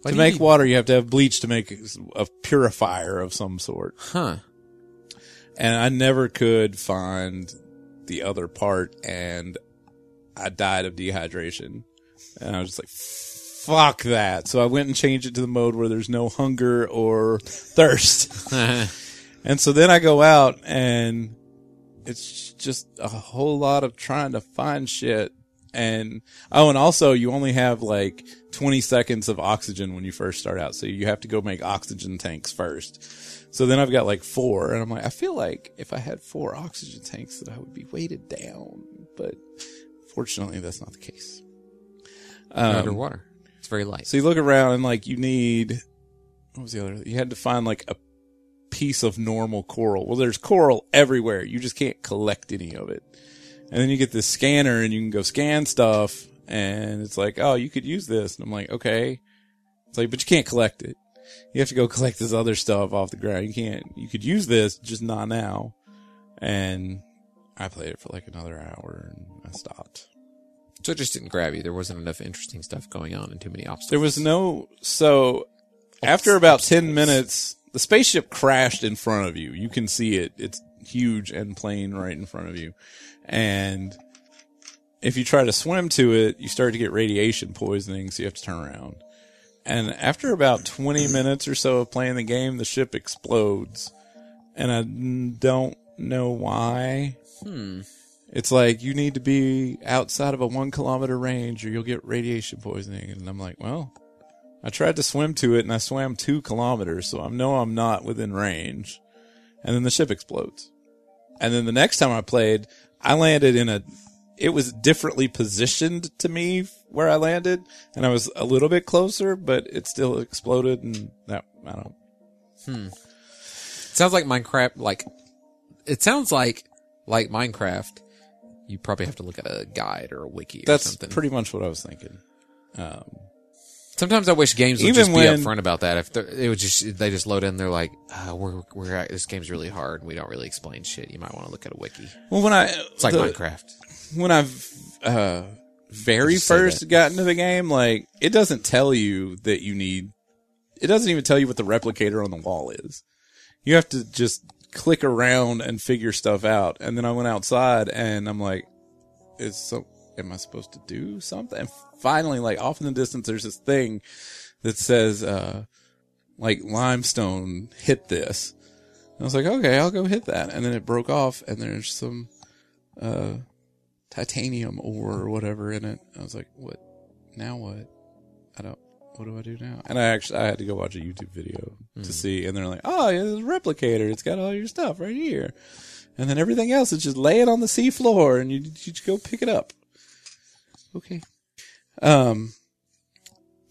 [SPEAKER 2] What
[SPEAKER 3] to
[SPEAKER 2] do you
[SPEAKER 3] make
[SPEAKER 2] mean?
[SPEAKER 3] water you have to have bleach to make a purifier of some sort
[SPEAKER 2] Huh.
[SPEAKER 3] and I never could find the other part, and I died of dehydration. And I was just like, fuck that. So I went and changed it to the mode where there's no hunger or thirst. and so then I go out, and it's just a whole lot of trying to find shit. And oh, and also you only have like 20 seconds of oxygen when you first start out. So you have to go make oxygen tanks first. So then I've got like four, and I'm like, I feel like if I had four oxygen tanks, that I would be weighted down. But fortunately, that's not the case.
[SPEAKER 2] They're
[SPEAKER 3] Um,
[SPEAKER 2] underwater. It's very light.
[SPEAKER 3] so you look around, and like you need what was the other? You had to find like a piece of normal coral. Well, there's coral everywhere. You just can't collect any of it. And then you get this scanner, and you can go scan stuff, and it's like, oh, you could use this. And I'm like, okay. It's like, but you can't collect it. You have to go collect this other stuff off the ground. You can't. You could use this, just not now. And I played it for like another hour, and I stopped.
[SPEAKER 2] So it just didn't grab you. There wasn't enough interesting stuff going on and too many obstacles.
[SPEAKER 3] There was no so after about ten minutes, the spaceship crashed in front of you. You can see it; it's huge and plain right in front of you. And if you try to swim to it, you start to get radiation poisoning, so you have to turn around. And after about twenty minutes or so of playing the game, the ship explodes, and I n- don't know why. It's like you need to be outside of a one kilometer range or you'll get radiation poisoning. And I'm like, well, I tried to swim to it and I swam two kilometers, so I know I'm not within range. And then the ship explodes. And then the next time I played, I landed in a it was differently positioned to me where I landed, and I was a little bit closer, but it still exploded, and that I don't.
[SPEAKER 2] It sounds like Minecraft. Like it sounds like like Minecraft. You probably have to look at a guide or a wiki or
[SPEAKER 3] That's
[SPEAKER 2] something.
[SPEAKER 3] pretty much what I was thinking. Um,
[SPEAKER 2] Sometimes I wish games would
[SPEAKER 3] Even
[SPEAKER 2] just be
[SPEAKER 3] when-
[SPEAKER 2] upfront about that. If they're- it would just they just load in, they're like, uh, "We're we're at, this game's really hard. and We don't really explain shit. You might want to look at a wiki.
[SPEAKER 3] well, when I
[SPEAKER 2] It's like
[SPEAKER 3] the-
[SPEAKER 2] Minecraft.
[SPEAKER 3] when I've uh, very
[SPEAKER 2] Just say
[SPEAKER 3] first
[SPEAKER 2] that.
[SPEAKER 3] got into the game, like it doesn't tell you that you need. It doesn't even tell you what the replicator on the wall is. You have to just click around and figure stuff out. And then I went outside and I'm like, "Is so? Am I supposed to do something?" And finally, like off in the distance, there's this thing that says, uh, "Like limestone, hit this." And I was like, "Okay, I'll go hit that." And then it broke off, and there's some. Uh, titanium ore or whatever in it. I was like, what? Now what? I don't. What do I do now? And I actually I had to go watch a YouTube video to see, and they're like, oh, yeah, this replicator. It's got all your stuff right here, and then everything else is just lay it on the sea floor, and you you just go pick it up. Okay. Um,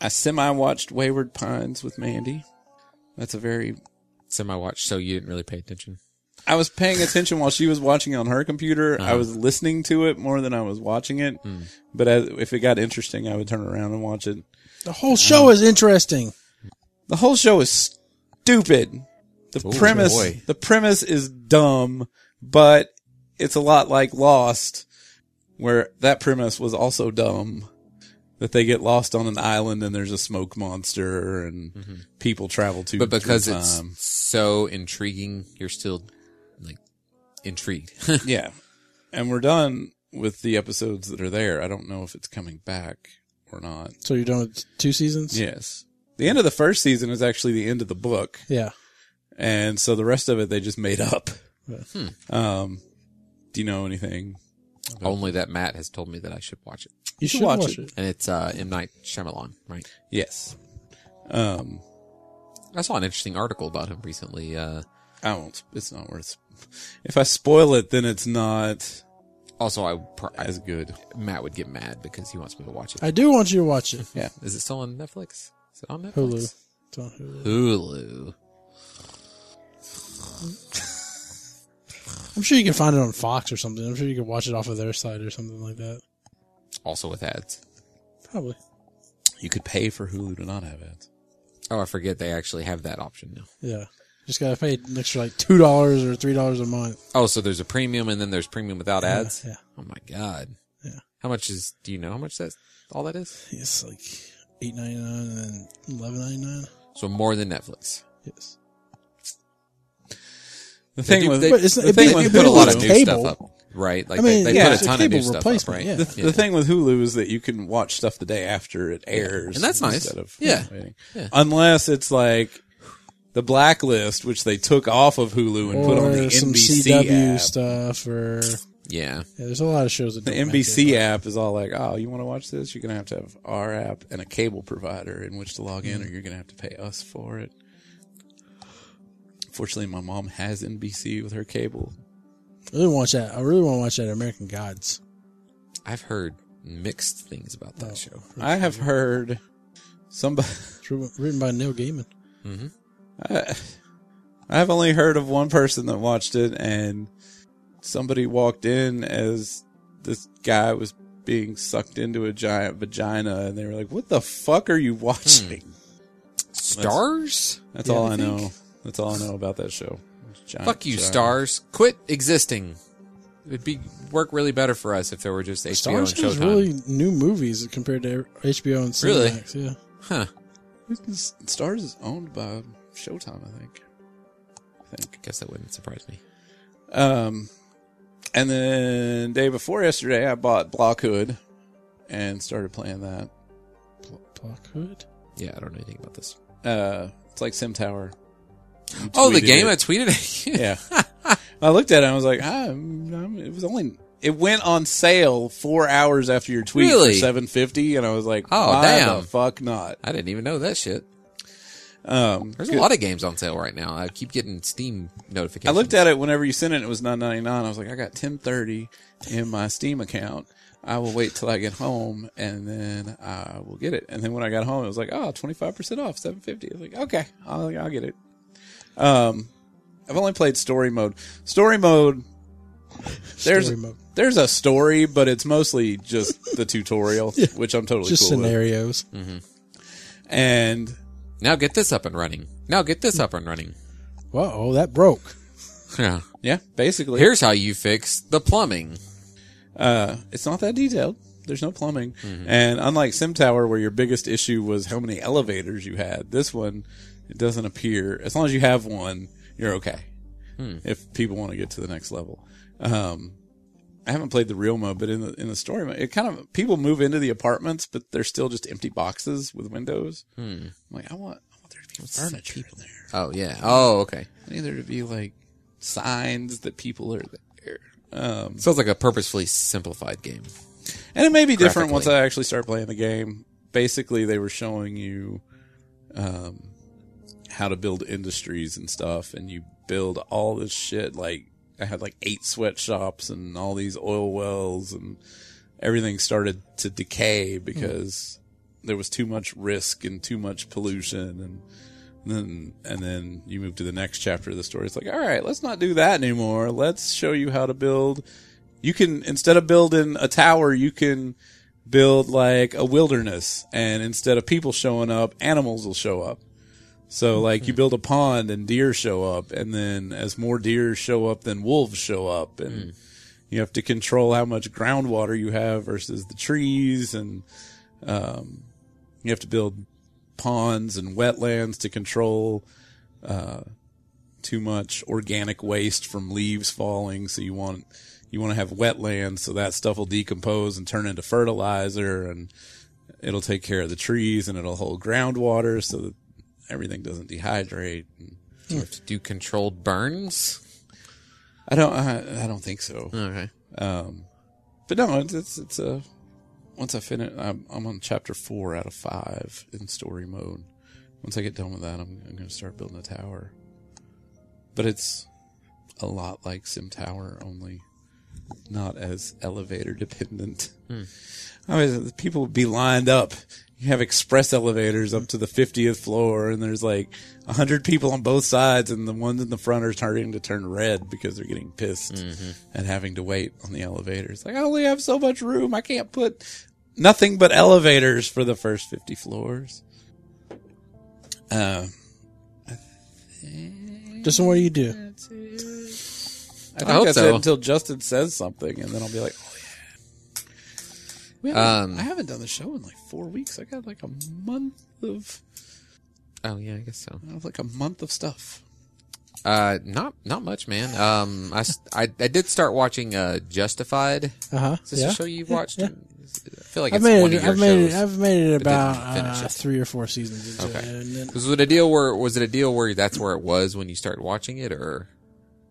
[SPEAKER 3] I semi watched Wayward Pines with Mandy. That's a very
[SPEAKER 2] Semi watch, so you didn't really pay attention.
[SPEAKER 3] I was paying attention while she was watching it on her computer. I
[SPEAKER 2] Uh-huh. Hmm.
[SPEAKER 3] was listening to it more than I was watching it. But as, if it got interesting, I would turn around and watch it.
[SPEAKER 1] The whole show is interesting.
[SPEAKER 3] The whole show is stupid. The
[SPEAKER 2] Ooh,
[SPEAKER 3] premise,
[SPEAKER 2] boy.
[SPEAKER 3] the premise is dumb, but it's a lot like Lost, where that premise was also dumb. That they get lost on an island and there's a smoke monster and people travel to.
[SPEAKER 2] Mm-hmm. But because
[SPEAKER 3] through
[SPEAKER 2] it's
[SPEAKER 3] time.
[SPEAKER 2] so intriguing, you're still like intrigued.
[SPEAKER 3] Yeah. And we're done with the episodes that are there. I don't know if it's coming back or not.
[SPEAKER 1] So you're done with two seasons?
[SPEAKER 3] Yes. The end of the first season is actually the end of the book.
[SPEAKER 1] Yeah.
[SPEAKER 3] And so the rest of it they just made up.
[SPEAKER 1] Yeah.
[SPEAKER 3] Um, do you know anything?
[SPEAKER 2] Only that Matt has told me that I should watch it,
[SPEAKER 1] You should
[SPEAKER 3] watch
[SPEAKER 1] watch,
[SPEAKER 3] it.
[SPEAKER 1] it.
[SPEAKER 2] and it's uh, M Night Shyamalan, right?
[SPEAKER 3] Yes. Um,
[SPEAKER 2] I saw an interesting article about him recently. Uh,
[SPEAKER 3] I won't. It's not worth. If I spoil it, then it's not
[SPEAKER 2] also, I, pr- I
[SPEAKER 3] as good.
[SPEAKER 2] Matt would get mad because he wants me to watch it.
[SPEAKER 1] I do want you to watch it.
[SPEAKER 2] Is it still on Netflix? Is it on Netflix?
[SPEAKER 1] Hulu. It's on
[SPEAKER 2] Hulu.
[SPEAKER 1] Hulu. I'm sure you can find it on Fox or something. I'm sure you can watch it off of their site or something like that.
[SPEAKER 2] Also with ads.
[SPEAKER 1] Probably.
[SPEAKER 3] You could pay for Hulu to not have ads.
[SPEAKER 2] Oh, I forget they actually have that option now.
[SPEAKER 1] Yeah. Just gotta pay an extra like two dollars or three dollars a month.
[SPEAKER 2] Oh, so there's a premium and then there's premium without ads?
[SPEAKER 1] Yeah.
[SPEAKER 2] Oh my god.
[SPEAKER 1] Yeah.
[SPEAKER 2] How much is, do you know how much that's, all that is?
[SPEAKER 1] yeah. It's like eight ninety nine and eleven ninety nine.
[SPEAKER 2] So more than Netflix.
[SPEAKER 1] Yes.
[SPEAKER 3] The thing
[SPEAKER 2] do-
[SPEAKER 3] with
[SPEAKER 2] they-
[SPEAKER 1] But it's
[SPEAKER 3] the
[SPEAKER 1] it,
[SPEAKER 3] thing
[SPEAKER 1] it,
[SPEAKER 3] with
[SPEAKER 1] it,
[SPEAKER 2] They put a lot of
[SPEAKER 1] it's
[SPEAKER 2] new
[SPEAKER 1] cable.
[SPEAKER 2] stuff up. Right? Like
[SPEAKER 1] I mean,
[SPEAKER 2] they, they
[SPEAKER 1] yeah,
[SPEAKER 2] put
[SPEAKER 1] it's
[SPEAKER 2] a
[SPEAKER 1] a
[SPEAKER 2] ton of new
[SPEAKER 1] cable
[SPEAKER 2] stuff up, right?
[SPEAKER 1] replacement, yeah.
[SPEAKER 3] The, the thing with Hulu is that you can watch stuff the day after it airs,
[SPEAKER 2] And that's nice.
[SPEAKER 3] instead Of
[SPEAKER 2] Yeah.
[SPEAKER 3] waiting.
[SPEAKER 2] Yeah.
[SPEAKER 3] Unless it's like the blacklist, which they took off of Hulu and put on the
[SPEAKER 1] Or some
[SPEAKER 3] NBC
[SPEAKER 1] CW
[SPEAKER 3] app.
[SPEAKER 1] stuff or
[SPEAKER 2] Yeah.
[SPEAKER 1] yeah, there's a lot of shows that
[SPEAKER 3] The
[SPEAKER 1] don't make
[SPEAKER 3] NBC
[SPEAKER 1] it.
[SPEAKER 3] app is all like, oh, you want to watch this? You're gonna have to have our app and a cable provider in which to log
[SPEAKER 2] Mm.
[SPEAKER 3] in, or you're gonna have to pay us for it. Fortunately, my mom has NBC with her cable.
[SPEAKER 1] I really want that. I really want to watch that American Gods.
[SPEAKER 2] I've heard mixed things about that
[SPEAKER 1] Oh.
[SPEAKER 2] show.
[SPEAKER 3] I have heard somebody.
[SPEAKER 1] It's written written by Neil Gaiman.
[SPEAKER 3] I, I've only heard of one person that watched it, and somebody walked in as this guy was being sucked into a giant vagina, and they were like, "What the fuck are you
[SPEAKER 2] Hmm.
[SPEAKER 3] watching?"
[SPEAKER 2] Stars?
[SPEAKER 3] That's
[SPEAKER 1] Yeah,
[SPEAKER 3] all
[SPEAKER 1] I
[SPEAKER 3] I, know.
[SPEAKER 1] think-
[SPEAKER 3] That's all I know about that show. Giant
[SPEAKER 2] Fuck you,
[SPEAKER 3] vagina.
[SPEAKER 2] Stars. Quit existing. It'd be work really better for us if there were just HBO
[SPEAKER 1] Stars
[SPEAKER 2] and
[SPEAKER 1] has
[SPEAKER 2] Showtime.
[SPEAKER 1] really new movies compared to HBO and
[SPEAKER 2] Really?
[SPEAKER 1] Cinemax. Yeah.
[SPEAKER 2] Huh.
[SPEAKER 3] Stars is owned by Showtime, I think. I think.
[SPEAKER 2] Guess that wouldn't surprise me.
[SPEAKER 3] Um, and then day before yesterday, I bought Blockhood and started playing that.
[SPEAKER 1] Pl- Block Hood.
[SPEAKER 2] Yeah, I don't know anything about this.
[SPEAKER 3] Uh, it's like Sim Tower. You
[SPEAKER 2] Oh, the
[SPEAKER 3] tweeted
[SPEAKER 2] game I
[SPEAKER 3] It.
[SPEAKER 2] tweeted at you.
[SPEAKER 3] Yeah. I looked at it. and I was like, ah, I'm, I'm- it was only. It went on sale four hours after your tweet
[SPEAKER 2] Really?
[SPEAKER 3] for seven fifty, and I was like,
[SPEAKER 2] Oh,
[SPEAKER 3] Why
[SPEAKER 2] damn.
[SPEAKER 3] the fuck not?"
[SPEAKER 2] I didn't even know that shit.
[SPEAKER 3] Um,
[SPEAKER 2] There's
[SPEAKER 3] good-
[SPEAKER 2] a lot of games on sale right now. I keep getting Steam
[SPEAKER 3] I
[SPEAKER 2] notifications.
[SPEAKER 3] looked at it whenever you sent it. It was nine ninety nine. I was like, I got ten thirty in my Steam account, I will wait till I get home and then I will get it. And then when I got home, it was like, oh, 25% off, 750. I was like, okay, I'll, I'll get it. Um, I've only played story mode. Story mode, there's,
[SPEAKER 1] Story mode.
[SPEAKER 3] there's a story, but it's mostly just the tutorial, which I'm totally
[SPEAKER 1] Just
[SPEAKER 3] cool with.
[SPEAKER 1] scenarios.
[SPEAKER 2] Hmm.
[SPEAKER 3] And
[SPEAKER 2] Now get this up and running. Now get this up and running.
[SPEAKER 1] Whoa, oh, that broke.
[SPEAKER 2] Yeah.
[SPEAKER 3] yeah, basically,
[SPEAKER 2] Here's how you fix the plumbing.
[SPEAKER 3] uh, it's not that detailed. There's no plumbing. And unlike SimTower, where your biggest issue was how many elevators you had, this one, it doesn't appear. As long as you have one, you're okay. If people want to get to the next level. Um, I haven't played the real mode, but in the, in the story mode, it kind of, people move into the apartments, but they're still just empty boxes with windows. I'm like, I want, I want there to be furniture in there.
[SPEAKER 2] Oh yeah. Oh okay.
[SPEAKER 3] I need there to be like signs that people are there. Um,
[SPEAKER 2] Sounds like a purposefully simplified game.
[SPEAKER 3] And it may be different once
[SPEAKER 2] Graphically.
[SPEAKER 3] I actually start playing the game. Basically, they were showing you um, how to build industries and stuff, and you build all this shit. Like I had like eight sweatshops and all these oil wells, and everything started to decay because there was too much risk and too much pollution and. Then and then you move to the next chapter of the story. It's like, all right, let's not do that anymore. Let's show you how to build you can instead of building a tower you can build like a wilderness and instead of people showing up animals will show up so like you build a pond and deer show up and then as more deer show up then wolves show up and you have to control how much groundwater you have versus the trees and um, you have to build ponds and wetlands to control too much organic waste from leaves falling. So you want you want to have wetlands so that stuff will decompose and turn into fertilizer, and it'll take care of the trees and it'll hold groundwater so that everything doesn't dehydrate.
[SPEAKER 2] You have to do controlled burns.
[SPEAKER 3] I don't I, I don't think so,
[SPEAKER 2] Okay.
[SPEAKER 3] Um, but no, it's it's, it's a once I finish, I'm, I'm on chapter four out of five in story mode. Once I get done with that, I'm, I'm going to start building a tower. But it's a lot like Sim Tower, only not as elevator dependent. I mean, the people would be lined up. You have express elevators up to the 50th floor, and there's like 100 people on both sides, and the ones in the front are starting to turn red because they're getting pissed
[SPEAKER 2] Mm-hmm.
[SPEAKER 3] and having to wait on the elevators. Like, I only have so much room. I can't put nothing but elevators for the first 50 floors. Uh,
[SPEAKER 1] Just what do you do?
[SPEAKER 3] I think
[SPEAKER 2] hope
[SPEAKER 3] that's
[SPEAKER 2] so.
[SPEAKER 3] it until Justin says something, and then I'll be like, oh, yeah. We haven't-
[SPEAKER 2] Um,
[SPEAKER 3] I haven't done the show in like four weeks. I got like a month of
[SPEAKER 2] Oh yeah, I guess so.
[SPEAKER 3] I have like a month of stuff.
[SPEAKER 2] Uh, not not much, man. Um, I, s- I, I did start watching uh Justified.
[SPEAKER 1] Uh huh.
[SPEAKER 2] Is this a show you've watched? I feel like
[SPEAKER 1] I've
[SPEAKER 2] it's one
[SPEAKER 1] made
[SPEAKER 2] of
[SPEAKER 1] it.
[SPEAKER 2] your
[SPEAKER 1] I've made
[SPEAKER 2] shows.
[SPEAKER 1] it. I've made it
[SPEAKER 2] but didn't
[SPEAKER 1] about
[SPEAKER 2] finish
[SPEAKER 1] uh,
[SPEAKER 2] it.
[SPEAKER 1] three or four seasons. Into
[SPEAKER 2] Okay.
[SPEAKER 1] it, and then
[SPEAKER 2] was it a deal where was it a deal where that's where it was when you started watching it, or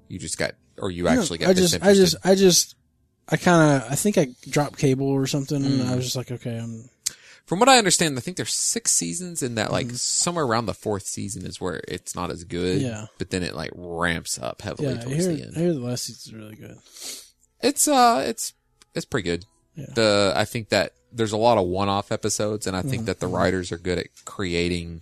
[SPEAKER 2] you just got or you actually got
[SPEAKER 1] I just, I
[SPEAKER 2] disinterested?
[SPEAKER 1] just, I just, I kind of, I think I dropped cable or something, and
[SPEAKER 2] Hmm.
[SPEAKER 1] I was just like, okay, I'm,
[SPEAKER 2] From what I understand, I think there's six seasons, and that
[SPEAKER 1] Mm-hmm.
[SPEAKER 2] like somewhere around the fourth season is where it's not as good.
[SPEAKER 1] Yeah.
[SPEAKER 2] But then it like ramps up heavily
[SPEAKER 1] yeah, I
[SPEAKER 2] towards
[SPEAKER 1] hear,
[SPEAKER 2] the end.
[SPEAKER 1] I hear the last season's really good.
[SPEAKER 2] It's uh, it's it's pretty good.
[SPEAKER 1] Yeah.
[SPEAKER 2] The I think that there's a lot of one-off episodes, and I
[SPEAKER 1] Mm-hmm.
[SPEAKER 2] think that the writers are good at creating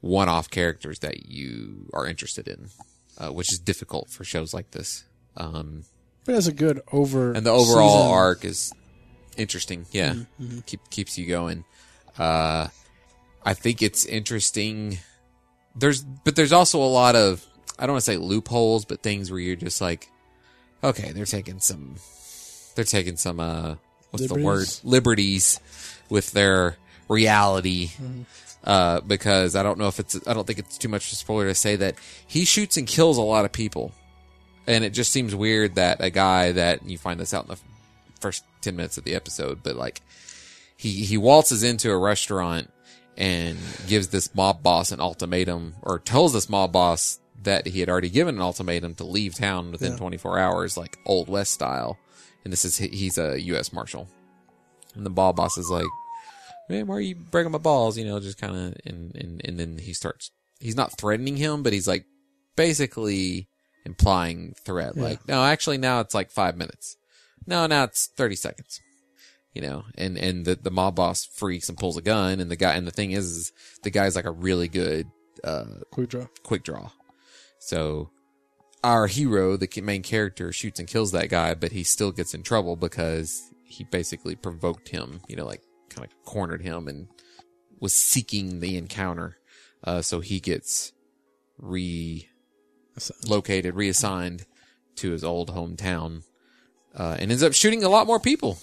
[SPEAKER 2] one-off characters that you are interested in, uh, which is difficult for shows like this. Um,
[SPEAKER 1] But it's a good over
[SPEAKER 2] and the overall
[SPEAKER 1] season. Mm-hmm.
[SPEAKER 2] arc is interesting. Yeah, keep keeps you going. Uh, I think it's interesting. There's, but there's also a lot of I don't want to say loopholes, but things where you're just like, okay, they're taking some, they're taking some uh, what's the word
[SPEAKER 1] Liberties?
[SPEAKER 2] liberties with their reality. Uh, because I don't know if it's, I don't think it's too much of a spoiler to say that he shoots and kills a lot of people and it just seems weird that a guy that you find this out in the f- first 10 minutes of the episode but like he he waltzes into a restaurant and gives this mob boss an ultimatum or tells this mob boss that he had already given an ultimatum to leave town within 24 hours like old west style and this is he- he's a US marshal and the mob boss is like man why are you breaking my balls you know just kind of and, and and then he starts he's not threatening him but he's like basically implying threat. Like, no, actually, now it's like five minutes. No, now it's 30 seconds. you know, and, and the, the mob boss freaks and pulls a gun and the guy, and the thing is, is the guy's like a really good, uh,
[SPEAKER 1] Quick draw.
[SPEAKER 2] quick draw. So our hero, the ki- main character, shoots and kills that guy, but he still gets in trouble because he basically provoked him, you know, like kind of cornered him and was seeking the encounter. Uh, so he gets relocated, reassigned to his old hometown, uh, and ends up shooting a lot more people.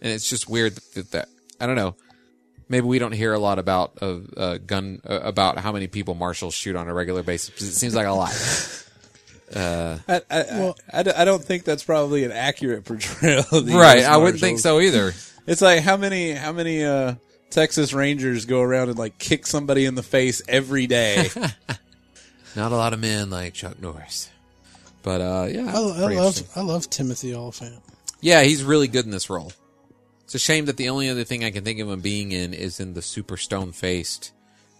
[SPEAKER 2] And it's just weird that, that, that I don't know maybe we don't hear a lot about of uh, gun uh, about how many people marshals shoot on a regular basis. 'cause It seems like a lot.
[SPEAKER 3] I, I, I, I d- I don't think that's probably an accurate portrayal. Of the
[SPEAKER 2] right,
[SPEAKER 3] U.S.
[SPEAKER 2] I wouldn't think
[SPEAKER 3] Marshals.
[SPEAKER 2] so either.
[SPEAKER 3] It's like how many how many uh, Texas Rangers go around and like kick somebody in the face every day.
[SPEAKER 2] Not a lot of men like Chuck Norris. But uh, yeah, pretty
[SPEAKER 1] I, I love
[SPEAKER 2] interesting.
[SPEAKER 1] I love Timothy Oliphant.
[SPEAKER 2] Yeah, he's really good in this role. It's a shame that the only other thing I can think of him being in is in the super stone faced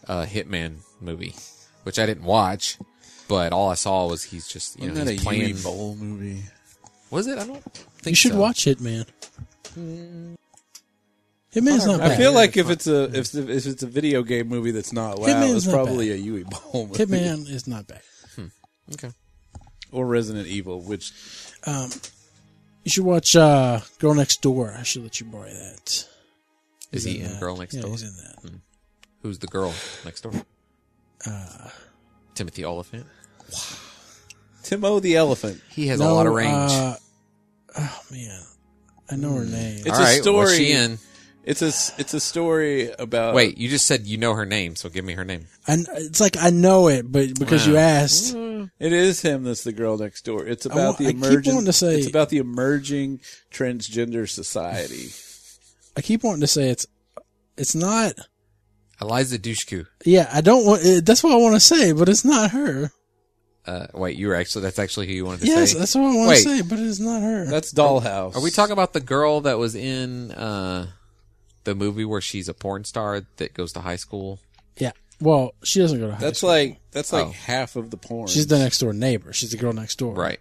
[SPEAKER 2] uh, Hitman movie, which I didn't watch. But all I saw was he's just you know he's playing.
[SPEAKER 3] bowl movie?
[SPEAKER 2] Was it? I don't think
[SPEAKER 1] You should
[SPEAKER 2] so. Hmm.
[SPEAKER 1] watch Hitman. Hitman's not
[SPEAKER 3] I
[SPEAKER 1] bad.
[SPEAKER 3] feel like if it's a if, if it's a video game movie that's not loud,
[SPEAKER 1] Hitman's
[SPEAKER 3] it's
[SPEAKER 1] not
[SPEAKER 3] probably a Yui Bowl movie
[SPEAKER 1] Hitman is not bad.
[SPEAKER 2] Okay.
[SPEAKER 3] or Resident Evil, which
[SPEAKER 1] You should watch uh, Girl Next Door. I should let you borrow that.
[SPEAKER 2] Is he in
[SPEAKER 1] that.
[SPEAKER 2] Girl Next
[SPEAKER 1] yeah,
[SPEAKER 2] Door?
[SPEAKER 1] He's in that.
[SPEAKER 2] Who's the girl next door? Uh, Timothy Oliphant.
[SPEAKER 3] Timo the Elephant.
[SPEAKER 2] He has a lot of
[SPEAKER 1] No,
[SPEAKER 2] range. Hmm.
[SPEAKER 1] uh, oh man, I know her name.
[SPEAKER 3] It's
[SPEAKER 2] All
[SPEAKER 3] a
[SPEAKER 2] right, what's she
[SPEAKER 3] story.
[SPEAKER 2] in?
[SPEAKER 3] It's a s- it's a story about
[SPEAKER 2] Wait, you just said you know her name, so give me her name.
[SPEAKER 1] I, it's like I know it, but because you asked,
[SPEAKER 3] It is him that's the girl next door. It's
[SPEAKER 1] wa-
[SPEAKER 3] about
[SPEAKER 1] I
[SPEAKER 3] the
[SPEAKER 1] keep
[SPEAKER 3] emerging.
[SPEAKER 1] wanting to say-
[SPEAKER 3] it's about the emerging transgender society.
[SPEAKER 1] I keep wanting to say it's it's not.
[SPEAKER 2] Eliza Dushku.
[SPEAKER 1] Yeah, I don't want. It, that's what I want to say, but it's not her.
[SPEAKER 2] Uh, wait, you were actually that's actually who you wanted to
[SPEAKER 1] Yes,
[SPEAKER 2] say.
[SPEAKER 1] that's what I want to
[SPEAKER 2] Wait.
[SPEAKER 1] say, but it's not her.
[SPEAKER 3] That's Dollhouse.
[SPEAKER 2] Are we talking about the girl that was in uh, the movie where she's a porn star that goes to high school?
[SPEAKER 1] yeah. Well, she doesn't go to high
[SPEAKER 3] That's
[SPEAKER 1] school.
[SPEAKER 3] like that's like
[SPEAKER 2] Oh.
[SPEAKER 3] half of the porn.
[SPEAKER 1] She's the next door neighbor. She's the girl next door,
[SPEAKER 2] Right.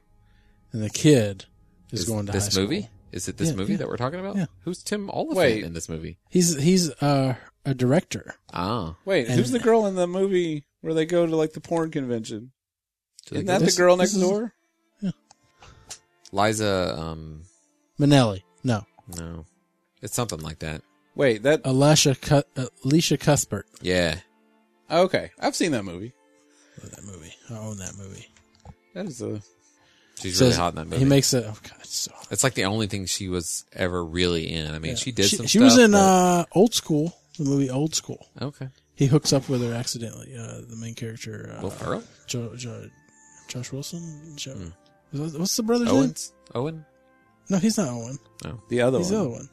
[SPEAKER 1] And the kid is,
[SPEAKER 2] Is
[SPEAKER 1] going to
[SPEAKER 2] this
[SPEAKER 1] high school.
[SPEAKER 2] movie? Is it this
[SPEAKER 1] Yeah,
[SPEAKER 2] movie
[SPEAKER 1] yeah.
[SPEAKER 2] that we're talking about?
[SPEAKER 1] Yeah.
[SPEAKER 2] Who's Tim Oliphant
[SPEAKER 3] Wait.
[SPEAKER 2] in this movie?
[SPEAKER 1] He's he's uh, a director.
[SPEAKER 2] Ah,
[SPEAKER 3] Wait,
[SPEAKER 1] And-
[SPEAKER 3] who's the girl in the movie where they go to like the porn convention? Isn't that
[SPEAKER 1] This-
[SPEAKER 3] the girl
[SPEAKER 1] this
[SPEAKER 3] next
[SPEAKER 1] is-
[SPEAKER 3] door?
[SPEAKER 2] Liza. Um,
[SPEAKER 1] Minnelli. No,
[SPEAKER 2] no, it's something like that.
[SPEAKER 3] Wait, that
[SPEAKER 1] Alicia Cu- Alicia Cuthbert.
[SPEAKER 2] Yeah,
[SPEAKER 3] oh, okay. I've seen that movie.
[SPEAKER 1] Love that movie. I own that movie.
[SPEAKER 3] That is a
[SPEAKER 2] she's
[SPEAKER 1] So
[SPEAKER 2] really hot in that movie.
[SPEAKER 1] He makes it. Oh god, it's so. hot.
[SPEAKER 2] It's like the only thing she was ever really in. I mean, she did
[SPEAKER 1] She,
[SPEAKER 2] some.
[SPEAKER 1] she
[SPEAKER 2] stuff,
[SPEAKER 1] was in
[SPEAKER 2] but-
[SPEAKER 1] uh, Old School, the movie Old School.
[SPEAKER 2] okay.
[SPEAKER 1] He hooks up with her accidentally. Uh, the main character, uh,
[SPEAKER 2] Will Ferrell,
[SPEAKER 1] jo, Jo- Josh Wilson. Jo, What's- What's the brother's name?
[SPEAKER 2] Owens, Hmm. Owen,
[SPEAKER 1] No, he's not Owen.
[SPEAKER 3] the other
[SPEAKER 1] he's
[SPEAKER 3] one.
[SPEAKER 1] the other one.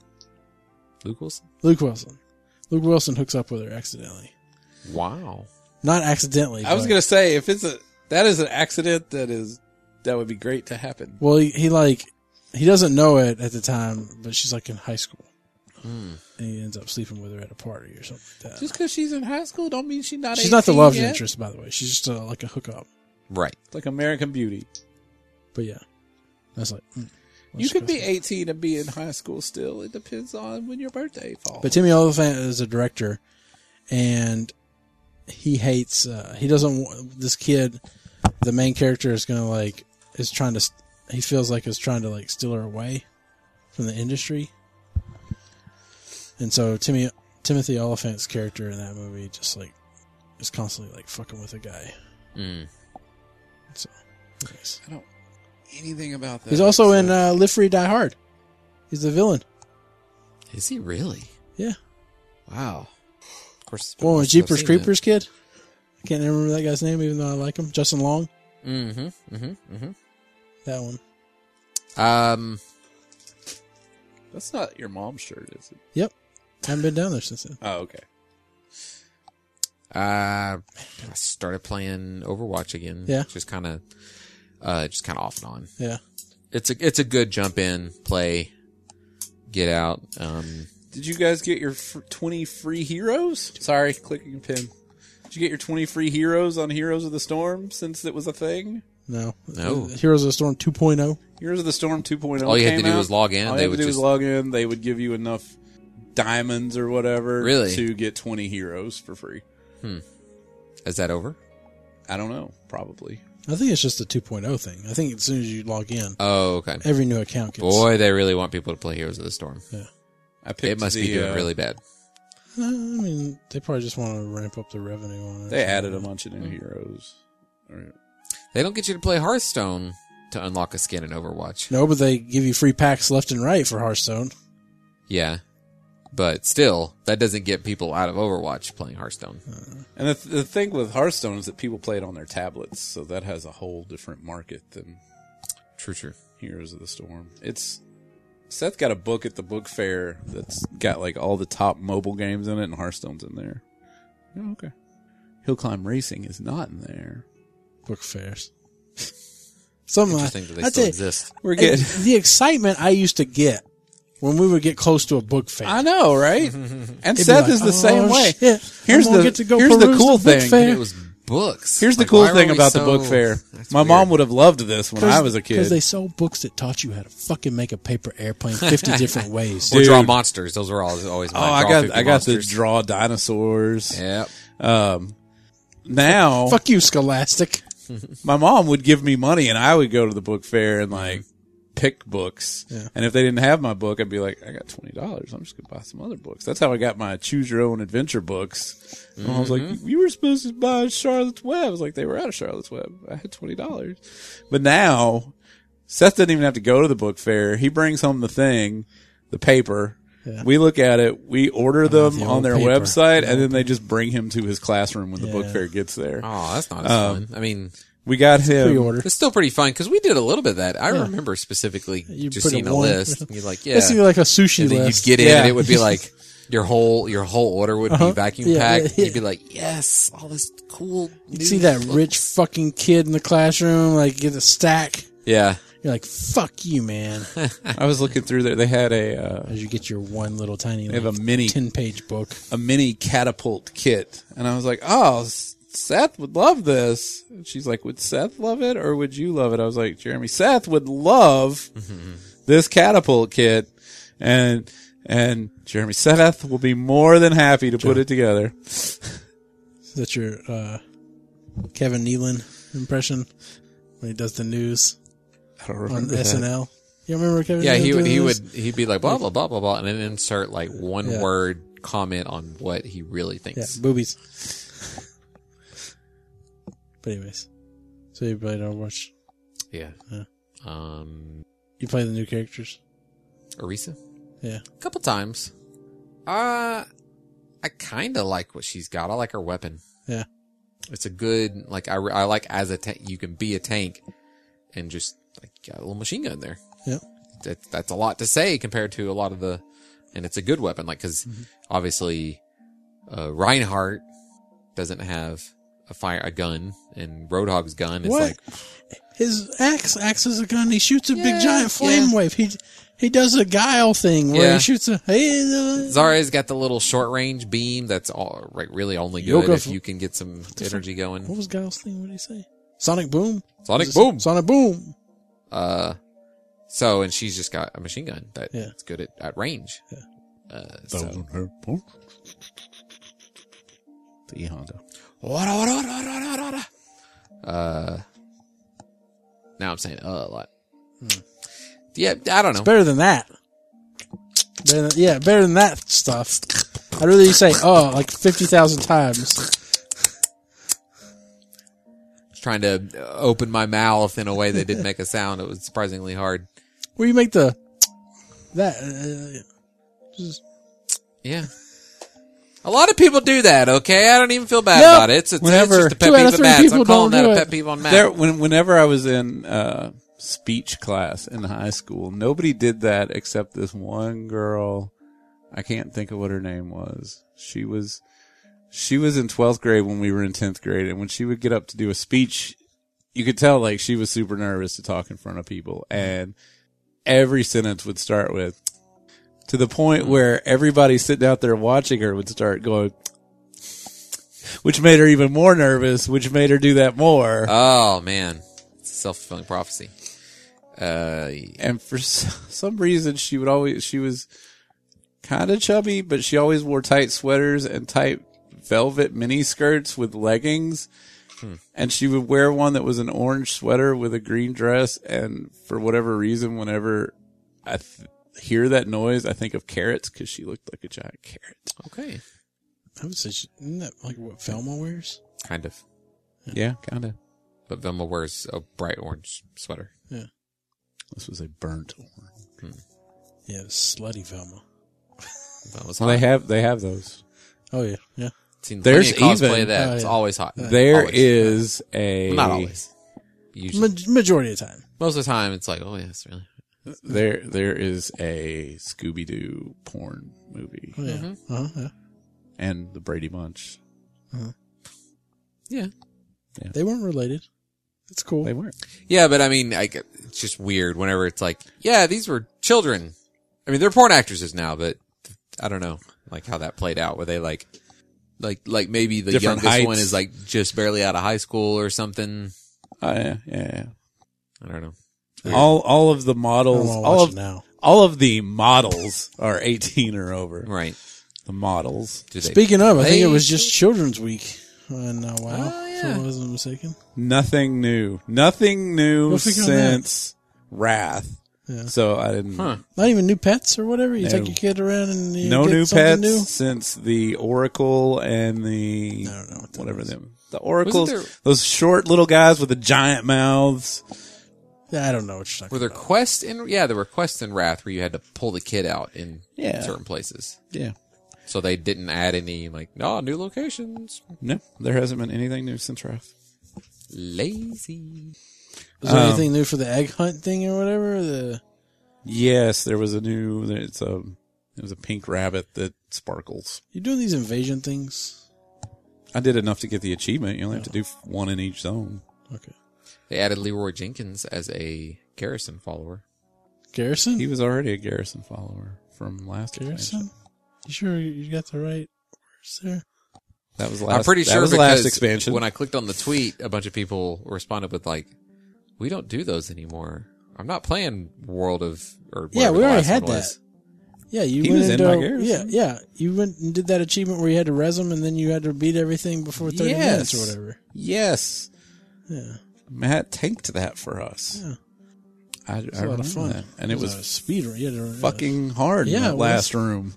[SPEAKER 2] Luke Wilson.
[SPEAKER 1] Luke Wilson. Luke Wilson hooks up with her accidentally.
[SPEAKER 2] Wow.
[SPEAKER 1] Not accidentally.
[SPEAKER 3] I was
[SPEAKER 1] but-
[SPEAKER 3] gonna say if it's a that is an accident that is that would be great to happen.
[SPEAKER 1] Well, he, he like he doesn't know it at the time, but she's like in high school, and he ends up sleeping with her at a party or something like that.
[SPEAKER 3] Just because she's in high school don't mean she's not.
[SPEAKER 1] she's not the
[SPEAKER 3] 18
[SPEAKER 1] love
[SPEAKER 3] yet.
[SPEAKER 1] interest, by the way. She's just uh, like a hookup.
[SPEAKER 2] Right.
[SPEAKER 3] It's like American Beauty.
[SPEAKER 1] But yeah, that's like mm,
[SPEAKER 3] You could be
[SPEAKER 1] Cuthbert.
[SPEAKER 3] 18 and be in high school still. It depends on when your birthday falls.
[SPEAKER 1] But Timmy Oliphant is a director, and he hates. Uh, he doesn't. want This kid, the main character, is gonna like is trying to. st- He feels like is trying to like steal her away from the industry, and so Timmy Timothy Oliphant's character in that movie just like is constantly like fucking with a guy.
[SPEAKER 2] Mm.
[SPEAKER 1] So anyways.
[SPEAKER 3] I don't anything about that.
[SPEAKER 1] he's also in uh, Live Free Die Hard. He's the villain.
[SPEAKER 2] Is he really?
[SPEAKER 1] Yeah.
[SPEAKER 2] Wow. Of course. it's been
[SPEAKER 1] Well,
[SPEAKER 2] much
[SPEAKER 1] when
[SPEAKER 2] since
[SPEAKER 1] Jeepers
[SPEAKER 2] I've seen
[SPEAKER 1] Creepers kid. I can't remember that guy's name, even though I like him. Justin Long,
[SPEAKER 2] it. Mhm. Mhm. Mhm.
[SPEAKER 1] that one.
[SPEAKER 2] Um. uh,
[SPEAKER 3] That's not your mom's shirt, is it?
[SPEAKER 1] Yep, haven't been down there since then.
[SPEAKER 3] Oh, okay.
[SPEAKER 2] Uh, I started playing Overwatch again.
[SPEAKER 1] Yeah.
[SPEAKER 2] Just kind of, uh, just kind of off and on.
[SPEAKER 1] Yeah,
[SPEAKER 2] It's a it's a good jump in play, get out. Um.
[SPEAKER 3] Did you guys get your f- 20 free heroes? Sorry, clicking a pin. Did you get your 20 free heroes on Heroes of the Storm since it was a thing?
[SPEAKER 1] No. Uh,
[SPEAKER 2] No.
[SPEAKER 1] Heroes of the Storm oh? 2.0.
[SPEAKER 3] Heroes of the Storm 2.0.
[SPEAKER 2] All you had
[SPEAKER 3] came
[SPEAKER 2] to do
[SPEAKER 3] out.
[SPEAKER 2] was log in.
[SPEAKER 3] All you
[SPEAKER 2] They
[SPEAKER 3] had to
[SPEAKER 2] would
[SPEAKER 3] do was
[SPEAKER 2] just-
[SPEAKER 3] log in. They would give you enough diamonds or whatever
[SPEAKER 2] Really?
[SPEAKER 3] to get 20 heroes for free.
[SPEAKER 2] Is that over?
[SPEAKER 3] I don't know. Probably.
[SPEAKER 1] I think it's just a 2.0 thing. I think as soon as you log in,
[SPEAKER 2] Oh, okay.
[SPEAKER 1] every new account gets.
[SPEAKER 2] Boy, they really want people to play Heroes of the Storm.
[SPEAKER 3] I picked
[SPEAKER 2] It must
[SPEAKER 3] the,
[SPEAKER 2] be doing
[SPEAKER 3] uh,
[SPEAKER 2] really bad.
[SPEAKER 1] Uh, I mean, they probably just want to ramp up the revenue on it.
[SPEAKER 3] They added a bunch of
[SPEAKER 2] Mm-hmm.
[SPEAKER 3] new heroes. Or-
[SPEAKER 2] They don't get you to play Hearthstone to unlock a skin in Overwatch.
[SPEAKER 1] No, but they give you free packs left and right for Hearthstone.
[SPEAKER 2] Yeah. But still, that doesn't get people out of Overwatch playing Hearthstone.
[SPEAKER 3] And the, the thing with Hearthstone is that people play it on their tablets, so that has a whole different market than
[SPEAKER 2] True, true.
[SPEAKER 3] Heroes of the Storm. It's Seth got a book at the book fair that's got like all the top mobile games in it, and Hearthstone's in there. Oh, okay. Hill Climb Racing is not in there.
[SPEAKER 1] Book fairs. Something
[SPEAKER 3] Uh,
[SPEAKER 1] like
[SPEAKER 2] Interesting that they
[SPEAKER 1] I
[SPEAKER 2] still
[SPEAKER 1] tell you,
[SPEAKER 2] exist.
[SPEAKER 3] We're
[SPEAKER 1] it-
[SPEAKER 3] good.
[SPEAKER 1] the excitement I used to get when we would get close to a book fair.
[SPEAKER 3] I know, right? And
[SPEAKER 1] It'd be
[SPEAKER 3] Seth
[SPEAKER 1] like,
[SPEAKER 3] is the
[SPEAKER 1] "Oh,
[SPEAKER 3] same way.
[SPEAKER 1] shit, I'm
[SPEAKER 3] Here's
[SPEAKER 1] gonna
[SPEAKER 3] the
[SPEAKER 1] get to go
[SPEAKER 3] here's the
[SPEAKER 1] peruse
[SPEAKER 3] cool
[SPEAKER 1] the book
[SPEAKER 3] thing.
[SPEAKER 1] fair.
[SPEAKER 2] It was books.
[SPEAKER 3] Here's the
[SPEAKER 2] Like,
[SPEAKER 3] cool
[SPEAKER 2] why were
[SPEAKER 3] thing
[SPEAKER 2] we
[SPEAKER 3] about
[SPEAKER 2] so-
[SPEAKER 3] the book fair.
[SPEAKER 2] That's
[SPEAKER 3] My
[SPEAKER 2] weird.
[SPEAKER 3] mom would have loved this when I was a kid.
[SPEAKER 1] Because they sold books that taught you how to fucking make a paper airplane 50 different ways.
[SPEAKER 2] Or
[SPEAKER 3] Dude.
[SPEAKER 2] draw monsters. Those were always, always
[SPEAKER 3] oh,
[SPEAKER 2] my
[SPEAKER 3] I
[SPEAKER 2] draw
[SPEAKER 3] got
[SPEAKER 2] 50
[SPEAKER 3] I got to
[SPEAKER 2] monsters.
[SPEAKER 3] draw dinosaurs.
[SPEAKER 2] Yep.
[SPEAKER 3] Um, now
[SPEAKER 1] Fuck you, Scholastic.
[SPEAKER 3] my mom would give me money and I would go to the book fair and like pick books.
[SPEAKER 1] Yeah.
[SPEAKER 3] And if they didn't have my book, I'd be like, I got twenty dollars. I'm just gonna buy some other books. That's how I got my choose your own adventure books. And I was like,
[SPEAKER 1] Mm-hmm.
[SPEAKER 3] you were supposed to buy Charlotte's Web. I was like, they were out of Charlotte's Web. I had twenty dollars, but now Seth doesn't even have to go to the book fair. He brings home the thing, the paper.
[SPEAKER 1] Yeah. Uh,
[SPEAKER 3] We look at it. We order them
[SPEAKER 1] the
[SPEAKER 3] on
[SPEAKER 1] old
[SPEAKER 3] their
[SPEAKER 1] paper.
[SPEAKER 3] website, and then they just bring him to his classroom when the book
[SPEAKER 1] Yeah. Uh,
[SPEAKER 3] fair gets there.
[SPEAKER 2] Oh, that's not as
[SPEAKER 3] Um,
[SPEAKER 2] fun. I mean,
[SPEAKER 3] We got him.
[SPEAKER 1] Pre-order.
[SPEAKER 2] it's still pretty fun because we did a little bit of that. I remember specifically
[SPEAKER 1] You
[SPEAKER 2] just
[SPEAKER 1] put a
[SPEAKER 2] seeing a
[SPEAKER 1] one-
[SPEAKER 2] list. And you're like, yeah.
[SPEAKER 1] Basically like a sushi
[SPEAKER 2] and then
[SPEAKER 1] list.
[SPEAKER 2] you'd get in, and
[SPEAKER 3] Yeah.
[SPEAKER 2] it would be like your whole your whole order would be vacuum
[SPEAKER 1] Uh-huh. Yeah,
[SPEAKER 2] packed.
[SPEAKER 1] yeah, yeah.
[SPEAKER 2] You'd be like, yes, all this cool.
[SPEAKER 1] You see that rich fucking kid in the classroom, like get a stack.
[SPEAKER 2] Yeah,
[SPEAKER 1] You're like, fuck you, man.
[SPEAKER 3] I was looking through there. They had a uh,
[SPEAKER 1] As you get your one little tiny
[SPEAKER 3] they have a mini
[SPEAKER 1] ten page book.
[SPEAKER 3] a mini catapult kit, and I was like, "Oh, S- Seth would love this." And she's like, "Would Seth love it, or would you love it?" I was like, "Jeremy, Seth would love this catapult kit," and and Jeremy Seth will be more than happy to put it together.
[SPEAKER 1] Is that your uh, Kevin Nealon impression when he does the news
[SPEAKER 3] I don't
[SPEAKER 1] on
[SPEAKER 3] remember that.
[SPEAKER 1] SNL? You remember Kevin?
[SPEAKER 2] yeah.
[SPEAKER 1] Nealon
[SPEAKER 2] He would
[SPEAKER 1] doing
[SPEAKER 2] he
[SPEAKER 1] the news?
[SPEAKER 2] would he'd be like blah blah blah blah blah, and then insert like one
[SPEAKER 1] Yeah.
[SPEAKER 2] word comment on what he really
[SPEAKER 1] Yeah,
[SPEAKER 2] thinks.
[SPEAKER 1] boobies. but anyways, so you played Overwatch.
[SPEAKER 2] Yeah.
[SPEAKER 1] Yeah.
[SPEAKER 2] Um,
[SPEAKER 1] You play the new characters.
[SPEAKER 2] Arisa,
[SPEAKER 1] Yeah,
[SPEAKER 2] a couple times. Uh, I kind of like what she's got. I like her weapon.
[SPEAKER 1] yeah.
[SPEAKER 2] It's a good like I, I like as a tank you can be a tank and just like got a little machine gun there.
[SPEAKER 1] Yeah.
[SPEAKER 2] That, that's a lot to say compared to a lot of the and it's a good weapon like because
[SPEAKER 1] Mm-hmm.
[SPEAKER 2] obviously uh, Reinhardt doesn't have a fire a gun and Roadhog's gun is
[SPEAKER 1] What?
[SPEAKER 2] like
[SPEAKER 1] His axe acts as a gun. He shoots a
[SPEAKER 2] Yeah,
[SPEAKER 1] big giant flame
[SPEAKER 2] yeah.
[SPEAKER 1] wave. He he does a guile thing where
[SPEAKER 2] Yeah.
[SPEAKER 1] he shoots a hey. uh,
[SPEAKER 2] Zara's got the little short range beam that's all right really only good
[SPEAKER 1] Yoga
[SPEAKER 2] if
[SPEAKER 1] fl-
[SPEAKER 2] you can get some energy going.
[SPEAKER 1] What was guile's thing? What did he say? Sonic boom.
[SPEAKER 2] Sonic
[SPEAKER 1] Was it-
[SPEAKER 2] boom.
[SPEAKER 1] Sonic boom.
[SPEAKER 2] Uh, so and she's just got a machine gun that's
[SPEAKER 1] Yeah.
[SPEAKER 2] good at, at range. Uh, so.
[SPEAKER 3] The E Honda.
[SPEAKER 2] Wada, wada, wada, wada, wada, wada. Uh, now I'm saying uh a lot.
[SPEAKER 1] Hmm.
[SPEAKER 2] Yeah, I don't know.
[SPEAKER 1] Better than that. Better than, yeah, better than that stuff. I'd rather you say oh like fifty thousand times.
[SPEAKER 2] Just trying to open my mouth in a way that didn't make a sound. It was surprisingly hard.
[SPEAKER 1] Where you make the that uh, just
[SPEAKER 2] Yeah. A lot of people do that, okay? I don't even feel bad
[SPEAKER 1] Nope.
[SPEAKER 2] about it. It's, it's,
[SPEAKER 3] Whenever-
[SPEAKER 2] it's just a pet
[SPEAKER 1] Two out
[SPEAKER 2] peeve
[SPEAKER 1] of
[SPEAKER 2] of
[SPEAKER 1] three
[SPEAKER 2] Matt's. I'm
[SPEAKER 1] people
[SPEAKER 2] calling
[SPEAKER 1] don't
[SPEAKER 2] that a
[SPEAKER 1] do it.
[SPEAKER 2] pet peeve on Matt.
[SPEAKER 3] There, when, whenever I was in uh, speech class in high school, nobody did that except this one girl. I can't think of what her name was. She was, she was in twelfth grade when we were in tenth grade, and when she would get up to do a speech, you could tell like she was super nervous to talk in front of people, and every sentence would start with, to the point where everybody sitting out there watching her would start going. Which made her even more nervous, which made her do that more.
[SPEAKER 2] oh, man. self fulfilling prophecy. Uh,
[SPEAKER 3] and for s- some reason she would always she was kind of chubby but she always wore tight sweaters and tight velvet mini skirts with leggings and she would wear one that was an orange sweater with a green dress and for whatever reason whenever i th- hear that noise i think of carrots because she looked like a giant carrot
[SPEAKER 2] okay,
[SPEAKER 1] I would say, she, isn't that like what Velma wears?
[SPEAKER 2] kind of.
[SPEAKER 3] yeah kind of
[SPEAKER 2] But Velma wears a bright orange sweater.
[SPEAKER 3] this was a burnt orange
[SPEAKER 1] Yeah, the slutty Velma.
[SPEAKER 2] Velma's
[SPEAKER 3] well, they
[SPEAKER 2] hot.
[SPEAKER 3] have they have those
[SPEAKER 1] Oh yeah, yeah.
[SPEAKER 2] Seen
[SPEAKER 3] There's
[SPEAKER 2] plenty of cosplay
[SPEAKER 3] even-
[SPEAKER 2] of that.
[SPEAKER 1] Oh,
[SPEAKER 2] It's
[SPEAKER 1] yeah.
[SPEAKER 2] always hot.
[SPEAKER 3] There is
[SPEAKER 2] Always.
[SPEAKER 3] a
[SPEAKER 2] not always. Usually,
[SPEAKER 1] Ma- majority of the time.
[SPEAKER 2] most of the time, it's like, oh yeah, it's really.
[SPEAKER 3] There, there is a Scooby Doo porn movie
[SPEAKER 1] Oh, yeah.
[SPEAKER 2] Mm-hmm.
[SPEAKER 1] Uh-huh, yeah.
[SPEAKER 3] and the Brady Bunch.
[SPEAKER 2] Yeah,
[SPEAKER 1] They weren't related. It's cool.
[SPEAKER 3] They weren't.
[SPEAKER 2] yeah, but I mean, I, get- it's just weird whenever it's like, yeah, these were children. I mean, they're porn actresses now, but I don't know, like how that played out. Were they like, like, like maybe the
[SPEAKER 3] Different
[SPEAKER 2] youngest one
[SPEAKER 3] heights.
[SPEAKER 2] is like just barely out of high school or something.
[SPEAKER 3] Oh yeah, yeah.
[SPEAKER 2] I don't know.
[SPEAKER 3] yeah. All, all of the
[SPEAKER 1] I don't
[SPEAKER 3] models,
[SPEAKER 1] wanna
[SPEAKER 3] all
[SPEAKER 1] watch it
[SPEAKER 3] of,
[SPEAKER 1] now.
[SPEAKER 3] all of the models are eighteen or over.
[SPEAKER 2] Right?
[SPEAKER 3] The models,
[SPEAKER 2] Do they-
[SPEAKER 1] Speaking of, I think it
[SPEAKER 2] They-
[SPEAKER 1] was just Children's Week. And uh, wow,
[SPEAKER 2] Oh,
[SPEAKER 1] if
[SPEAKER 2] yeah.
[SPEAKER 1] I wasn't mistaken.
[SPEAKER 3] nothing new, nothing new
[SPEAKER 1] Nothing on that.
[SPEAKER 3] since Wrath.
[SPEAKER 1] Yeah.
[SPEAKER 3] So I didn't.
[SPEAKER 2] Huh.
[SPEAKER 1] Not even new pets or whatever. You
[SPEAKER 3] No.
[SPEAKER 1] take your kid around and you
[SPEAKER 3] No
[SPEAKER 1] get
[SPEAKER 3] new
[SPEAKER 1] something
[SPEAKER 3] pets
[SPEAKER 1] new?
[SPEAKER 3] since the Oracle and the
[SPEAKER 1] I don't know what that
[SPEAKER 3] whatever
[SPEAKER 1] was.
[SPEAKER 3] them. The Oracles,
[SPEAKER 2] there-
[SPEAKER 3] those short little guys with the giant mouths.
[SPEAKER 1] I don't know what you're
[SPEAKER 2] Were
[SPEAKER 1] talking
[SPEAKER 2] there quests in? Yeah, there were quests in Wrath where you had to pull the kid out in
[SPEAKER 3] Yeah.
[SPEAKER 2] certain places.
[SPEAKER 3] Yeah.
[SPEAKER 2] So they didn't add any like no new locations.
[SPEAKER 3] No, there hasn't been anything new since Wrath.
[SPEAKER 2] Lazy.
[SPEAKER 1] about. Is there
[SPEAKER 3] um,
[SPEAKER 1] anything new for the egg hunt thing or whatever? The
[SPEAKER 3] Yes, there was a new. It's a. It was a pink rabbit that sparkles.
[SPEAKER 1] You're doing these invasion things?
[SPEAKER 3] I did enough to get the achievement. You only have to do f- one in each zone.
[SPEAKER 1] Okay.
[SPEAKER 2] They added Leroy Jenkins as a Garrison follower.
[SPEAKER 1] Garrison?
[SPEAKER 3] He was already a Garrison follower from last
[SPEAKER 1] Garrison?
[SPEAKER 3] expansion.
[SPEAKER 1] You sure you got the right words there?
[SPEAKER 3] That was last.
[SPEAKER 2] I'm pretty
[SPEAKER 3] that
[SPEAKER 2] sure
[SPEAKER 3] was
[SPEAKER 2] because
[SPEAKER 3] last expansion.
[SPEAKER 2] when I clicked on the tweet, a bunch of people responded with like, "We don't do those anymore. I'm not playing World of or
[SPEAKER 1] Yeah,
[SPEAKER 2] whatever
[SPEAKER 1] we
[SPEAKER 2] the
[SPEAKER 1] already
[SPEAKER 2] last
[SPEAKER 1] had
[SPEAKER 2] one
[SPEAKER 1] that.
[SPEAKER 2] was.
[SPEAKER 1] Yeah, you
[SPEAKER 3] He
[SPEAKER 1] went
[SPEAKER 3] was in
[SPEAKER 1] into-
[SPEAKER 3] my Garrison.
[SPEAKER 1] Yeah, yeah. You went and did that achievement where you had to res them and then you had to beat everything before 30 minutes or
[SPEAKER 3] Yes.
[SPEAKER 1] whatever.
[SPEAKER 3] yes,
[SPEAKER 1] Yeah.
[SPEAKER 3] Matt tanked that for us.
[SPEAKER 1] Yeah.
[SPEAKER 3] I,
[SPEAKER 1] It was a lot of fun.
[SPEAKER 3] that, and it was
[SPEAKER 1] a speed run. You had to, yeah.
[SPEAKER 3] fucking hard
[SPEAKER 1] Yeah,
[SPEAKER 3] in
[SPEAKER 1] it
[SPEAKER 3] that
[SPEAKER 1] was.
[SPEAKER 3] last room.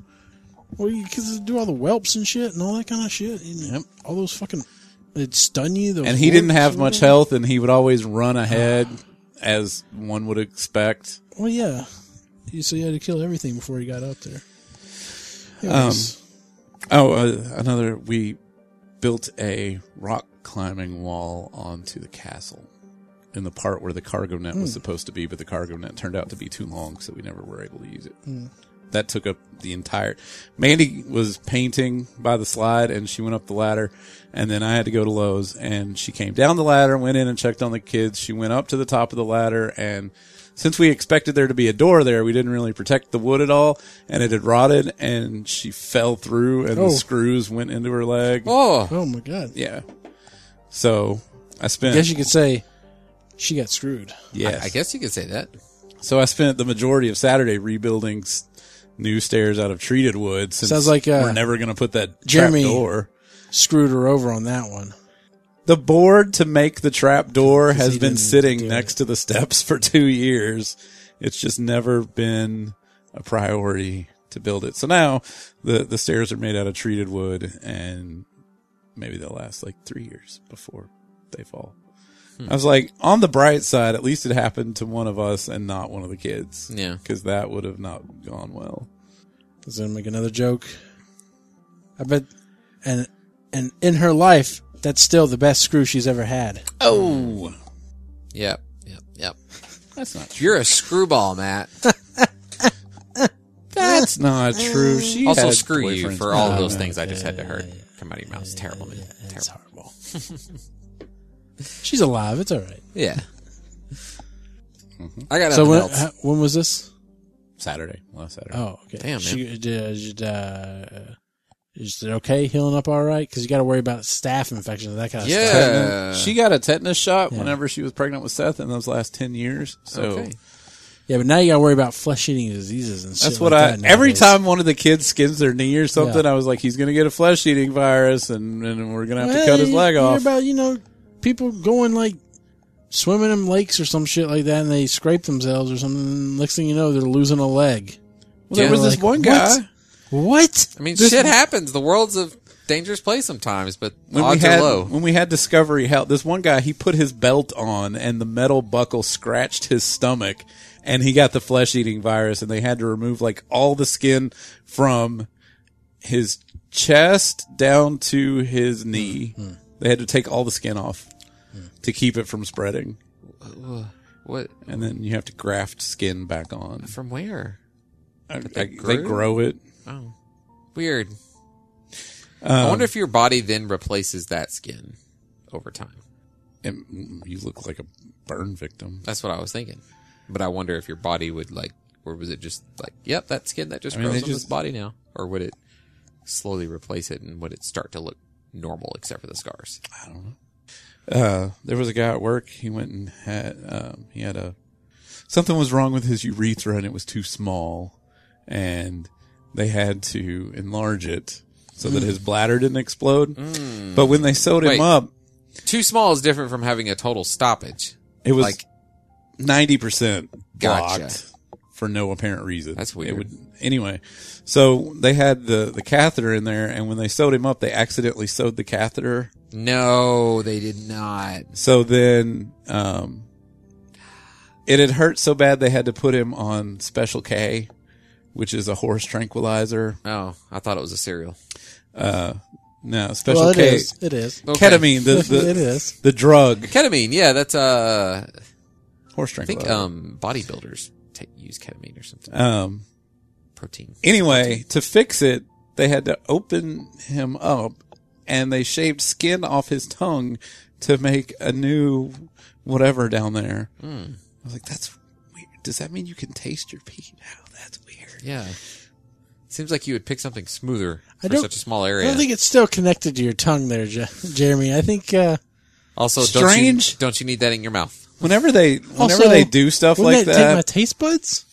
[SPEAKER 1] Well, you cause do all the whelps and shit and all that kind of shit. And
[SPEAKER 3] Yep.
[SPEAKER 1] All those fucking. It'd stun you. Those
[SPEAKER 3] And he didn't
[SPEAKER 1] warps
[SPEAKER 3] have
[SPEAKER 1] and
[SPEAKER 3] much
[SPEAKER 1] whatever.
[SPEAKER 3] health, and he would always run ahead, as one would expect.
[SPEAKER 1] Well, yeah. You, so you had to kill everything before he got out there.
[SPEAKER 3] Um,
[SPEAKER 1] Anyways,
[SPEAKER 3] Oh, uh, another. We built a rock climbing wall onto the castle in the part where the cargo net was supposed to be, but the cargo net turned out to be too long, so we never were able to use it. That took up the entire. Mandy was painting by the slide, and she went up the ladder, and then I had to go to Lowe's, and she came down the ladder, went in and checked on the kids. She went up to the top of the ladder, and since we expected there to be a door there, we didn't really protect the wood at all, and it had rotted, and she fell through, and
[SPEAKER 1] Oh.
[SPEAKER 3] the screws went into her leg.
[SPEAKER 2] Oh,
[SPEAKER 1] oh my god.
[SPEAKER 3] Yeah. So I
[SPEAKER 1] I
[SPEAKER 3] spent.
[SPEAKER 1] guess you could say she got screwed.
[SPEAKER 3] yes.
[SPEAKER 2] I guess you could say that.
[SPEAKER 3] So I spent the majority of Saturday rebuilding s- new stairs out of treated wood. Since
[SPEAKER 1] Sounds like, uh,
[SPEAKER 3] we're never going to put that
[SPEAKER 1] Jeremy-
[SPEAKER 3] trap door.
[SPEAKER 1] Screwed her over on that one.
[SPEAKER 3] The board to make the trap door has
[SPEAKER 1] he
[SPEAKER 3] been
[SPEAKER 1] didn't do
[SPEAKER 3] sitting
[SPEAKER 1] it.
[SPEAKER 3] next to the steps for two years. It's just never been a priority to build it. So now the the stairs are made out of treated wood, and maybe they'll last like three years before they fall.
[SPEAKER 2] Hmm.
[SPEAKER 3] I was like, on the bright side, at least it happened to one of us and not one of the kids.
[SPEAKER 2] Yeah.
[SPEAKER 3] because that would have not gone well.
[SPEAKER 1] Is gonna make another joke. I bet, and and in her life, that's still the best screw she's ever had.
[SPEAKER 3] Oh,
[SPEAKER 2] Yep. Yep. Yep.
[SPEAKER 3] that's not true.
[SPEAKER 2] You're a screwball, Matt.
[SPEAKER 3] That's not true. She
[SPEAKER 2] also,
[SPEAKER 3] had
[SPEAKER 2] screw you
[SPEAKER 3] boyfriends. Uh,
[SPEAKER 2] for all
[SPEAKER 3] No,
[SPEAKER 2] those
[SPEAKER 3] no.
[SPEAKER 2] things I just had to heard come out of your mouth. It's terrible, man.
[SPEAKER 1] It's
[SPEAKER 2] Terrible.
[SPEAKER 1] horrible. she's alive. It's all right.
[SPEAKER 2] Yeah. I got
[SPEAKER 1] so
[SPEAKER 2] nothing
[SPEAKER 1] when
[SPEAKER 2] else.
[SPEAKER 1] ha- when was this?
[SPEAKER 3] Saturday, last Saturday.
[SPEAKER 1] Oh, okay.
[SPEAKER 2] Damn,
[SPEAKER 1] She, did, uh, Is it okay? Healing up all right? Because you got to worry about staph infections and that kind of
[SPEAKER 2] Yeah.
[SPEAKER 1] stuff.
[SPEAKER 3] Tetanus- She got a tetanus shot whenever she was pregnant with Seth in those last 10 years. So
[SPEAKER 2] Okay.
[SPEAKER 1] Yeah, but now you got to worry about flesh eating diseases and shit.
[SPEAKER 3] that's what
[SPEAKER 1] like
[SPEAKER 3] I,
[SPEAKER 1] that
[SPEAKER 3] every
[SPEAKER 1] nowadays.
[SPEAKER 3] time one of the kids skins their knee or something,
[SPEAKER 1] Yeah.
[SPEAKER 3] I was like, he's going to get a flesh eating virus and, and we're going to have
[SPEAKER 1] Well,
[SPEAKER 3] to cut his
[SPEAKER 1] you
[SPEAKER 3] leg
[SPEAKER 1] hear
[SPEAKER 3] off.
[SPEAKER 1] About you know people going like swimming in lakes or some shit like that, and they scrape themselves or something. And next thing you know, they're losing a leg.
[SPEAKER 3] Well, there
[SPEAKER 2] Yeah.
[SPEAKER 3] was this
[SPEAKER 1] Like,
[SPEAKER 3] one guy.
[SPEAKER 1] what? What?
[SPEAKER 2] I mean,
[SPEAKER 3] This-
[SPEAKER 2] shit happens. The world's a dangerous place sometimes, but
[SPEAKER 3] when
[SPEAKER 2] odds
[SPEAKER 3] we had
[SPEAKER 2] are low.
[SPEAKER 3] when we had Discovery Health, this one guy he put his belt on and the metal buckle scratched his stomach, and he got the flesh eating virus, and they had to remove like all the skin from his chest down to his knee.
[SPEAKER 2] Hmm.
[SPEAKER 3] They had to take all the skin off to keep it from spreading,
[SPEAKER 2] What?
[SPEAKER 3] and then you have to graft skin back on.
[SPEAKER 2] From where?
[SPEAKER 3] I-
[SPEAKER 2] they
[SPEAKER 3] I- they
[SPEAKER 2] grew?
[SPEAKER 3] grow it.
[SPEAKER 2] Oh, weird.
[SPEAKER 1] Um,
[SPEAKER 2] I wonder if your body then replaces that skin over time.
[SPEAKER 3] And you look like a burn victim.
[SPEAKER 2] That's what I was thinking. But I wonder if your body would like, or was it just like, yep, that skin that just
[SPEAKER 3] I mean,
[SPEAKER 2] grows
[SPEAKER 3] they
[SPEAKER 2] on this
[SPEAKER 3] just-
[SPEAKER 2] body now, or would it slowly replace it and would it start to look normal except for the scars?
[SPEAKER 3] uh, there was a guy at work. He went and had um, he had a something was wrong with his urethra and it was too small, and they had to enlarge it so that his bladder didn't explode. But when they sewed
[SPEAKER 2] Hmm. Wait.
[SPEAKER 3] him up,
[SPEAKER 2] Too small is different from having a total stoppage.
[SPEAKER 3] it was
[SPEAKER 2] Like-
[SPEAKER 3] ninety percent blocked
[SPEAKER 2] Gotcha.
[SPEAKER 3] for no apparent reason.
[SPEAKER 2] That's
[SPEAKER 3] It
[SPEAKER 2] weird.
[SPEAKER 3] would, anyway, so they had the the catheter in there, and when they sewed him up, they accidentally sewed the catheter.
[SPEAKER 2] No, they did not.
[SPEAKER 3] So then, um, it had hurt so bad they had to put him on Special K, which is a horse tranquilizer.
[SPEAKER 2] Oh, I thought it was a cereal.
[SPEAKER 3] Uh, no, Special
[SPEAKER 1] Well, it
[SPEAKER 3] K,
[SPEAKER 1] is. It is.
[SPEAKER 2] Okay.
[SPEAKER 3] ketamine, the
[SPEAKER 1] it
[SPEAKER 3] the,
[SPEAKER 1] is.
[SPEAKER 3] the drug
[SPEAKER 2] Ketamine, yeah, that's uh,
[SPEAKER 3] horse
[SPEAKER 2] I think
[SPEAKER 3] tranquilizer.
[SPEAKER 2] um, bodybuilders take, use ketamine or something.
[SPEAKER 3] um,
[SPEAKER 2] Protein.
[SPEAKER 3] anyway, to fix it, they had to open him up, and they shaved skin off his tongue to make a new whatever down there.
[SPEAKER 2] Hmm.
[SPEAKER 3] I was like, that's weird. Does that mean you can taste your pee now? That's weird.
[SPEAKER 2] Yeah. Seems like you would pick something smoother
[SPEAKER 1] I
[SPEAKER 2] for
[SPEAKER 1] don't-
[SPEAKER 2] such a small
[SPEAKER 1] I
[SPEAKER 2] area.
[SPEAKER 1] don't think it's still connected to your tongue there, Je- Jeremy. I think uh,
[SPEAKER 2] also, Don't you,
[SPEAKER 3] Strange.
[SPEAKER 2] don't you need that in your mouth?
[SPEAKER 3] Whenever they whenever
[SPEAKER 1] Also,
[SPEAKER 3] they do stuff
[SPEAKER 1] wouldn't
[SPEAKER 3] like
[SPEAKER 1] that,
[SPEAKER 3] that,
[SPEAKER 1] take my taste buds?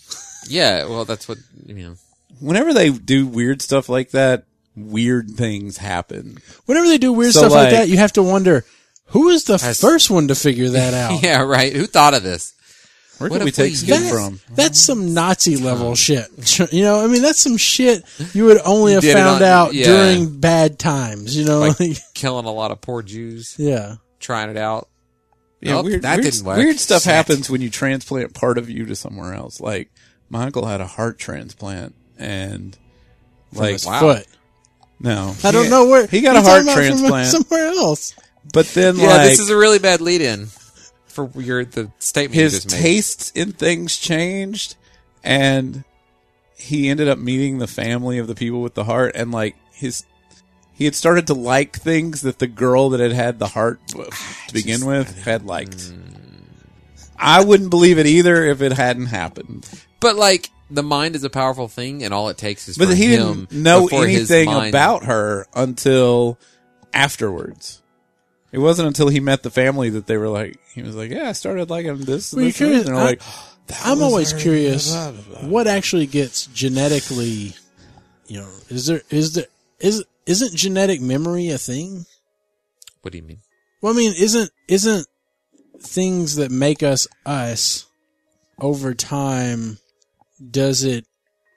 [SPEAKER 2] Yeah. Well, that's what you know.
[SPEAKER 3] whenever they do weird stuff like that, weird things happen.
[SPEAKER 1] Whenever they do weird
[SPEAKER 3] So,
[SPEAKER 1] stuff like,
[SPEAKER 3] like-
[SPEAKER 1] that, you have to wonder who is the
[SPEAKER 2] Has-
[SPEAKER 1] first one to figure that out.
[SPEAKER 2] Yeah. Right. Who thought of this?
[SPEAKER 3] Where
[SPEAKER 2] What
[SPEAKER 3] can we
[SPEAKER 2] if we
[SPEAKER 3] take skin
[SPEAKER 2] use-
[SPEAKER 3] from?
[SPEAKER 1] That's some Nazi level shit. You know, I mean, that's some shit you would only have
[SPEAKER 2] did it
[SPEAKER 1] found
[SPEAKER 2] on-
[SPEAKER 1] out
[SPEAKER 2] yeah.
[SPEAKER 1] during bad times. You know,
[SPEAKER 2] Like-
[SPEAKER 1] like,
[SPEAKER 2] Killing a lot of poor Jews,
[SPEAKER 1] yeah.
[SPEAKER 2] trying it out.
[SPEAKER 3] Yeah,
[SPEAKER 2] Nope,
[SPEAKER 3] weird,
[SPEAKER 2] Oh, that
[SPEAKER 3] weird,
[SPEAKER 2] didn't work.
[SPEAKER 3] weird stuff
[SPEAKER 2] Shit.
[SPEAKER 3] happens when you transplant part of you to somewhere else. Like my uncle had a heart transplant, and like
[SPEAKER 1] his
[SPEAKER 2] wow.
[SPEAKER 1] foot.
[SPEAKER 3] no,
[SPEAKER 1] I don't
[SPEAKER 3] He-
[SPEAKER 1] know where
[SPEAKER 3] he got a
[SPEAKER 1] you're
[SPEAKER 3] heart
[SPEAKER 1] talking about from
[SPEAKER 3] transplant.
[SPEAKER 1] somewhere else.
[SPEAKER 3] But then
[SPEAKER 2] Yeah.
[SPEAKER 3] like
[SPEAKER 2] this is a really bad lead-in for your the statement you
[SPEAKER 3] his
[SPEAKER 2] just made.
[SPEAKER 3] tastes in things changed, and he ended up meeting the family of the people with the heart, and like his. He had started to like things that the girl that had had the heart w-
[SPEAKER 2] Ah,
[SPEAKER 3] to begin with had liked.
[SPEAKER 2] Hmm.
[SPEAKER 3] I wouldn't believe it either if it hadn't happened.
[SPEAKER 2] But like the mind is a powerful thing, and all it takes is.
[SPEAKER 3] But
[SPEAKER 2] for
[SPEAKER 3] he
[SPEAKER 2] him
[SPEAKER 3] didn't know
[SPEAKER 2] before his
[SPEAKER 3] anything
[SPEAKER 2] mind-
[SPEAKER 3] about her until afterwards. It wasn't until he met the family that they were like, he was like, yeah, I started liking this. And
[SPEAKER 1] Well,
[SPEAKER 3] this
[SPEAKER 1] you're
[SPEAKER 3] and this." And they're like,
[SPEAKER 1] curious- I'm always curious what actually gets genetically. You know, is there is there is isn't genetic memory a thing?
[SPEAKER 2] What do you mean?
[SPEAKER 1] Well, I mean, isn't isn't things that make us us over time? Does it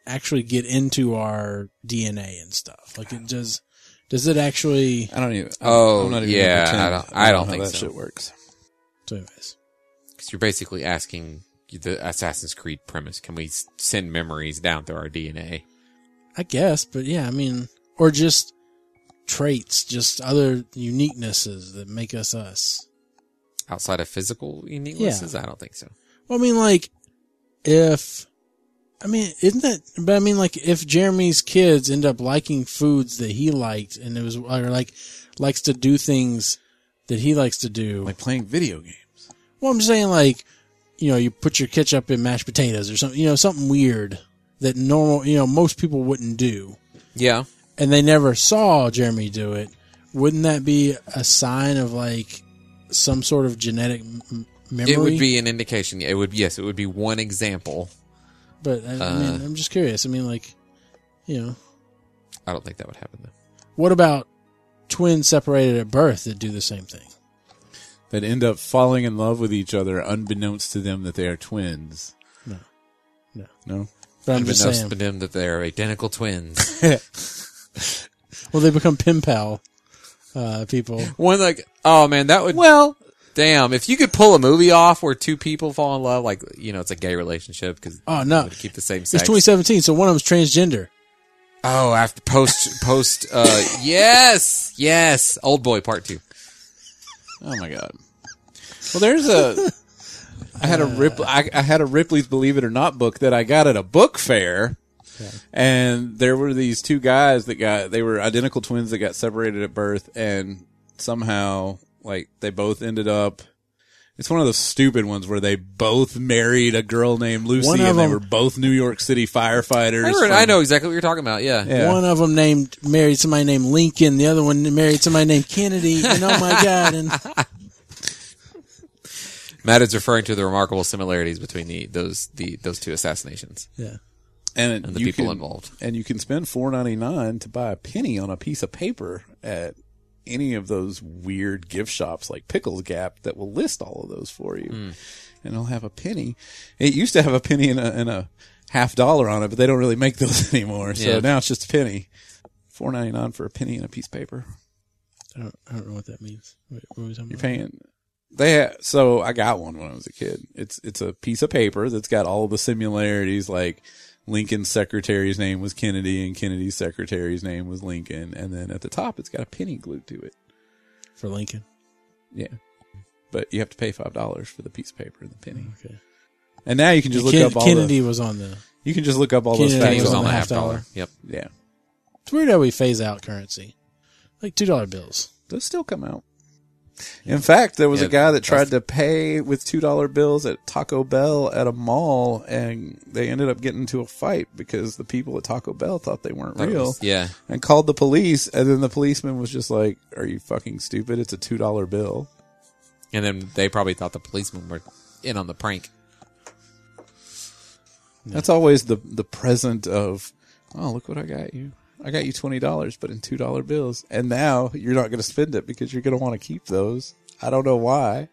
[SPEAKER 1] actually get into our DNA and stuff? Like it does? Does it actually?
[SPEAKER 3] I don't even.
[SPEAKER 2] Oh,
[SPEAKER 3] I'm not even
[SPEAKER 2] yeah,
[SPEAKER 3] pretend.
[SPEAKER 2] I don't- I don't
[SPEAKER 3] know
[SPEAKER 2] think
[SPEAKER 3] how that
[SPEAKER 2] so.
[SPEAKER 3] shit works.
[SPEAKER 1] So anyways,
[SPEAKER 2] Because you're basically asking the Assassin's Creed premise: Can we s- send memories down through our DNA?
[SPEAKER 1] I guess, but yeah, I mean, or just traits, just other uniquenesses that make us us.
[SPEAKER 2] outside of physical uniquenesses? I don't think so.
[SPEAKER 1] Well, I mean, like, if, I mean, isn't that, but I mean, like, if Jeremy's kids end up liking foods that he liked and it was, or like, likes to do things that he likes to do.
[SPEAKER 3] Like playing video games.
[SPEAKER 1] well, I'm just saying, like, you know, you put your ketchup in mashed potatoes or something, you know, something weird that normal, you know, most people wouldn't do.
[SPEAKER 2] Yeah.
[SPEAKER 1] and they never saw Jeremy do it, wouldn't that be a sign of like some sort of genetic m- m- memory?
[SPEAKER 2] It would be an indication. It would yes, it would be one example.
[SPEAKER 1] But I, I
[SPEAKER 3] Uh.
[SPEAKER 1] mean, I'm just curious. I mean, like, you know,
[SPEAKER 2] I don't think that would happen though.
[SPEAKER 1] what about twins separated at birth that do the same thing?
[SPEAKER 3] that end up falling in love with each other, unbeknownst to them that they are twins.
[SPEAKER 1] No. No.
[SPEAKER 3] no.
[SPEAKER 1] But I'm
[SPEAKER 2] Even
[SPEAKER 1] just
[SPEAKER 2] though
[SPEAKER 1] saying.
[SPEAKER 2] them that they're identical twins.
[SPEAKER 1] Well, they become pen pal uh, people.
[SPEAKER 2] one like, oh man, that would well, damn. If you could pull a movie off where two people fall in love, like you know, it's a gay relationship because
[SPEAKER 1] Oh no,
[SPEAKER 2] would keep the same
[SPEAKER 1] it's
[SPEAKER 2] sex.
[SPEAKER 1] 2017, so one of them's transgender.
[SPEAKER 2] oh, after post post, uh, yes, yes, old boy part two.
[SPEAKER 3] Oh my god. Well, there's a. I had a Rip. I, I had a Ripley's Believe It or Not book that I got at a book fair, and there were these two guys that got. They were identical twins that got separated at birth, and somehow, like, they both ended up. It's one of those stupid ones where they both married a girl named Lucy,
[SPEAKER 1] One
[SPEAKER 3] and
[SPEAKER 1] of
[SPEAKER 3] they
[SPEAKER 1] them-
[SPEAKER 3] were both New York City firefighters.
[SPEAKER 2] I, remember-
[SPEAKER 3] from-
[SPEAKER 2] I know exactly what you're talking about. Yeah,
[SPEAKER 3] Yeah.
[SPEAKER 1] One of them named married somebody named Lincoln. The other one married somebody named Kennedy. And oh my god! And
[SPEAKER 2] Matt is referring to the remarkable similarities between the those the those two assassinations.
[SPEAKER 1] yeah,
[SPEAKER 3] and,
[SPEAKER 2] and the
[SPEAKER 3] you
[SPEAKER 2] people
[SPEAKER 3] can-
[SPEAKER 2] involved.
[SPEAKER 3] And you can spend four ninety nine to buy a penny on a piece of paper at any of those weird gift shops like Pickles Gap that will list all of those for you, and they'll have a penny. It used to have a penny and a, and a half dollar on it, but they don't really make those anymore. So
[SPEAKER 2] Yeah.
[SPEAKER 3] now it's just a penny, four ninety nine for a penny and a piece of paper.
[SPEAKER 1] I don't, I don't know what that means. What, what were we talking
[SPEAKER 3] You're
[SPEAKER 1] about?
[SPEAKER 3] paying. They ha- so I got one when I was a kid. It's it's a piece of paper that's got all the similarities, like Lincoln's secretary's name was Kennedy and Kennedy's secretary's name was Lincoln, and then at the top it's got a penny glued to it.
[SPEAKER 1] for Lincoln.
[SPEAKER 3] Yeah, but you have to pay five dollars for the piece of paper and the penny.
[SPEAKER 1] Okay.
[SPEAKER 3] And now you can just look
[SPEAKER 1] Ken-
[SPEAKER 3] up all
[SPEAKER 1] Kennedy
[SPEAKER 3] the,
[SPEAKER 1] was on the.
[SPEAKER 3] you can just look up all those
[SPEAKER 1] Kennedy
[SPEAKER 2] Penny
[SPEAKER 3] facts.
[SPEAKER 2] was
[SPEAKER 1] on
[SPEAKER 2] on
[SPEAKER 1] the
[SPEAKER 2] the
[SPEAKER 1] half
[SPEAKER 2] half dollar.
[SPEAKER 1] dollar.
[SPEAKER 2] Yep.
[SPEAKER 3] yeah,
[SPEAKER 1] It's weird how we phase out currency, like two dollar bills.
[SPEAKER 3] those still come out. In fact, there was
[SPEAKER 2] Yeah,
[SPEAKER 3] a guy that
[SPEAKER 2] that's-
[SPEAKER 3] tried to pay with two dollar bills at Taco Bell at a mall, and they ended up getting into a fight because the people at Taco Bell thought they weren't
[SPEAKER 2] Thought it
[SPEAKER 3] real
[SPEAKER 2] was- yeah.
[SPEAKER 3] and called the police. And then the policeman was just like, "Are you fucking stupid? It's a two dollar bill."
[SPEAKER 2] And then they probably thought the policemen were in on the prank.
[SPEAKER 3] That's always the the present of, "Oh, look what I got you." I got you twenty dollars, but in two dollar bills, and now you're not going to spend it because you're going to want to keep those. I don't know why.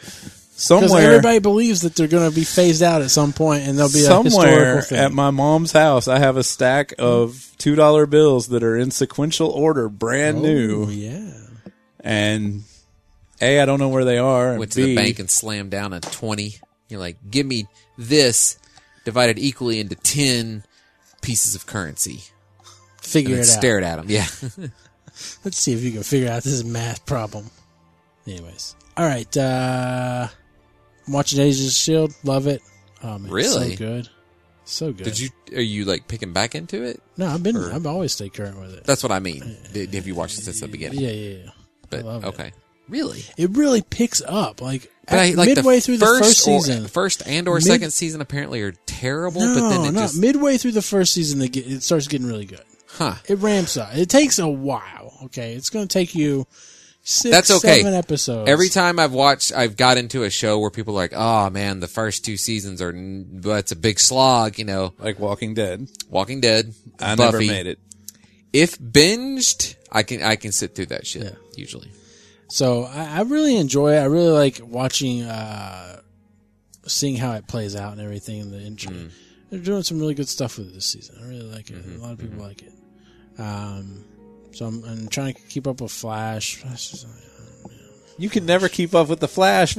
[SPEAKER 1] Because
[SPEAKER 3] Somewhere,
[SPEAKER 1] everybody believes that they're going to be phased out at some point, and there'll be a historical
[SPEAKER 3] somewhere
[SPEAKER 1] thing.
[SPEAKER 3] at my mom's house i have a stack of two dollar bills that are in sequential order brand
[SPEAKER 1] Oh,
[SPEAKER 3] new
[SPEAKER 1] yeah.
[SPEAKER 3] and a i don't know where they are and
[SPEAKER 2] Went to
[SPEAKER 3] B,
[SPEAKER 2] the bank and slammed down a 20. You're like, give me this divided equally into 10 pieces of currency. And
[SPEAKER 1] Figure
[SPEAKER 2] then
[SPEAKER 1] it out.
[SPEAKER 2] stared at him. Yeah.
[SPEAKER 1] Let's see if you can figure out this math problem. Anyways, all right. Uh, I'm watching Agents of Shield. Love it. Um, it's
[SPEAKER 2] Really?
[SPEAKER 1] so good, so good.
[SPEAKER 2] Did you, are you like picking back into it?
[SPEAKER 1] No, I've been. I've always stayed current with it.
[SPEAKER 2] That's what I mean. Did, have you watched it since the beginning?
[SPEAKER 1] Yeah, yeah, yeah.
[SPEAKER 2] but,
[SPEAKER 1] love it.
[SPEAKER 2] okay. Really?
[SPEAKER 1] It really picks up like,
[SPEAKER 2] But I,
[SPEAKER 1] at-
[SPEAKER 2] like
[SPEAKER 1] midway
[SPEAKER 2] the
[SPEAKER 1] through the
[SPEAKER 2] first
[SPEAKER 1] first
[SPEAKER 2] or-
[SPEAKER 1] season.
[SPEAKER 2] first and or
[SPEAKER 1] Mid-
[SPEAKER 2] second season apparently are terrible,
[SPEAKER 1] no,
[SPEAKER 2] but then it
[SPEAKER 1] no.
[SPEAKER 2] just,
[SPEAKER 1] midway through the first season, they get, it starts getting really good.
[SPEAKER 2] huh.
[SPEAKER 1] It ramps up. It takes a while. Okay, it's going to take you six,
[SPEAKER 2] That's okay.
[SPEAKER 1] seven episodes.
[SPEAKER 2] Every time I've watched, I've got into a show where people are like, "Oh man, the first two seasons are n- that's a big slog," you know.
[SPEAKER 3] like walking dead
[SPEAKER 2] Walking Dead,
[SPEAKER 3] i
[SPEAKER 2] Buffy.
[SPEAKER 3] never made it
[SPEAKER 2] If binged, I can I can sit through that shit
[SPEAKER 1] Yeah.
[SPEAKER 2] usually.
[SPEAKER 1] So I, I really enjoy it. I really like watching, uh, seeing how it plays out and everything in the intro.
[SPEAKER 2] Mm.
[SPEAKER 1] They're doing some really good stuff with it this season. I really like it.
[SPEAKER 2] Mm-hmm.
[SPEAKER 1] A lot of people like it. Um, so I'm, I'm trying to keep up with Flash. Flash is-
[SPEAKER 3] you can never keep up with the flash
[SPEAKER 1] Ah!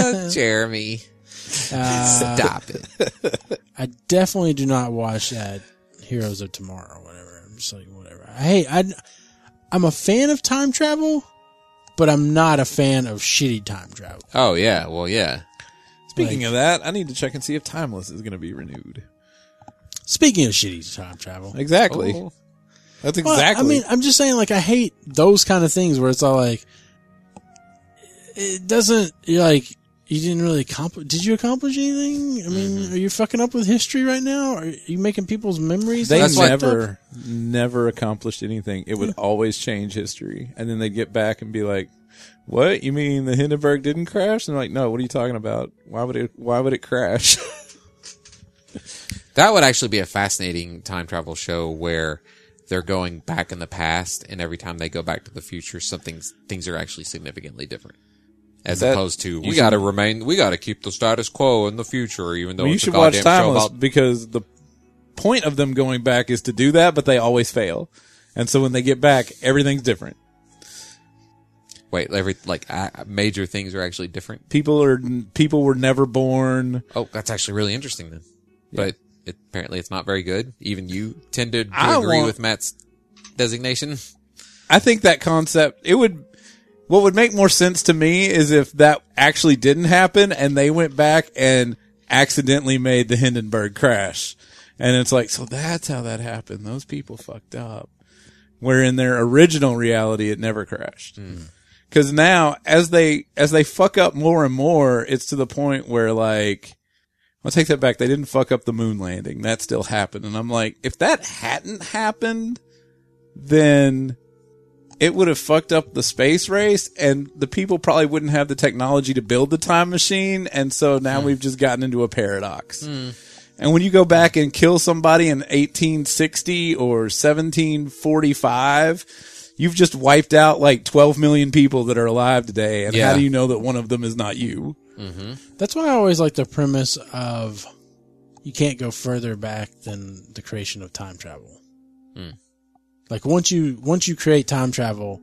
[SPEAKER 3] man
[SPEAKER 2] Jeremy, stop it.
[SPEAKER 1] I definitely do not watch that Heroes of Tomorrow or whatever. I'm just like whatever. I hate. I, I'm a fan of time travel, but I'm not a fan of shitty time travel.
[SPEAKER 2] Oh yeah, well yeah.
[SPEAKER 3] speaking of that i need to check and see if timeless is going to be renewed
[SPEAKER 1] Speaking of shitty time travel,
[SPEAKER 3] exactly
[SPEAKER 2] Oh.
[SPEAKER 3] that's
[SPEAKER 1] Well,
[SPEAKER 3] exactly
[SPEAKER 1] I mean, I'm just saying, like, I hate those kind of things where it's all like, it doesn't, you're like, You didn't really accomplish. Did you accomplish anything? I mean,
[SPEAKER 3] Mm-hmm.
[SPEAKER 1] are you fucking up with history right now? Are you making people's memories?
[SPEAKER 3] They
[SPEAKER 1] all fucked up?
[SPEAKER 3] never, never accomplished anything. It would always change history, and then they'd get back and be like, "What? You mean the Hindenburg didn't crash?" And they're like, "No. What are you talking about? Why would it? Why would it crash?"
[SPEAKER 2] That would actually be a fascinating time travel show where they're going back in the past, and every time they go back to the future, something things are actually significantly different. As
[SPEAKER 3] That-
[SPEAKER 2] opposed to, we
[SPEAKER 3] should-
[SPEAKER 2] got to remain, we got to keep the status quo in the future, even though
[SPEAKER 3] you
[SPEAKER 2] it's a
[SPEAKER 3] should watch
[SPEAKER 2] goddamn show
[SPEAKER 3] Timeless
[SPEAKER 2] about
[SPEAKER 3] because the point of them going back is to do that, but they always fail. And so when they get back, everything's different.
[SPEAKER 2] wait, every like uh, major things are actually different.
[SPEAKER 3] People are people were never born.
[SPEAKER 2] Oh, that's actually really interesting then. But it, apparently, it's not very good. Even you tend to, to
[SPEAKER 3] I
[SPEAKER 2] agree
[SPEAKER 3] want-
[SPEAKER 2] with Matt's designation.
[SPEAKER 3] I think that concept it would what would make more sense to me is if that actually didn't happen and they went back and accidentally made the Hindenburg crash. And it's like, so that's how that happened. Those people fucked up. Where in their original reality it never crashed. Cause now as they as they fuck up more and more, it's to the point where like I'll take that back. They didn't fuck up the moon landing. That still happened. And I'm like, if that hadn't happened, then it would have fucked up the space race and the people probably wouldn't have the technology to build the time machine and so now we've just gotten into a paradox and when you go back and kill somebody in 1860 or 1745 you've just wiped out like 12 million people that are alive today and
[SPEAKER 2] Yeah.
[SPEAKER 3] how do you know that one of them is not you Mm-hmm.
[SPEAKER 1] That's why I always like the premise of you can't go further back than the creation of time travel. Like once you once you create time travel,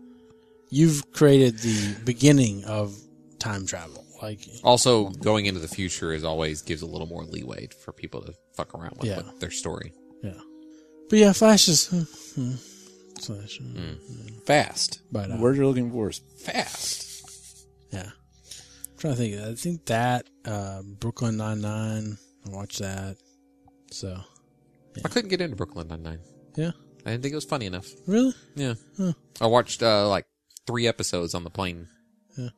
[SPEAKER 1] you've created the beginning of time travel. Like
[SPEAKER 2] Also, going into the future is always gives a little more leeway for people to fuck around with,
[SPEAKER 1] Yeah.
[SPEAKER 2] with their story.
[SPEAKER 1] yeah, but yeah, Flash is hmm, hmm, Flash. hmm.
[SPEAKER 3] fast
[SPEAKER 1] But, uh,
[SPEAKER 3] the word you're looking for is fast
[SPEAKER 1] Yeah. I'm trying to think. I think that, uh, Brooklyn Nine-Nine. I watched that. So,
[SPEAKER 2] I couldn't get into Brooklyn Nine Nine.
[SPEAKER 1] yeah.
[SPEAKER 2] I didn't think it was funny enough.
[SPEAKER 1] Really?
[SPEAKER 2] Yeah. I watched uh, like three episodes on the plane.
[SPEAKER 1] Yeah.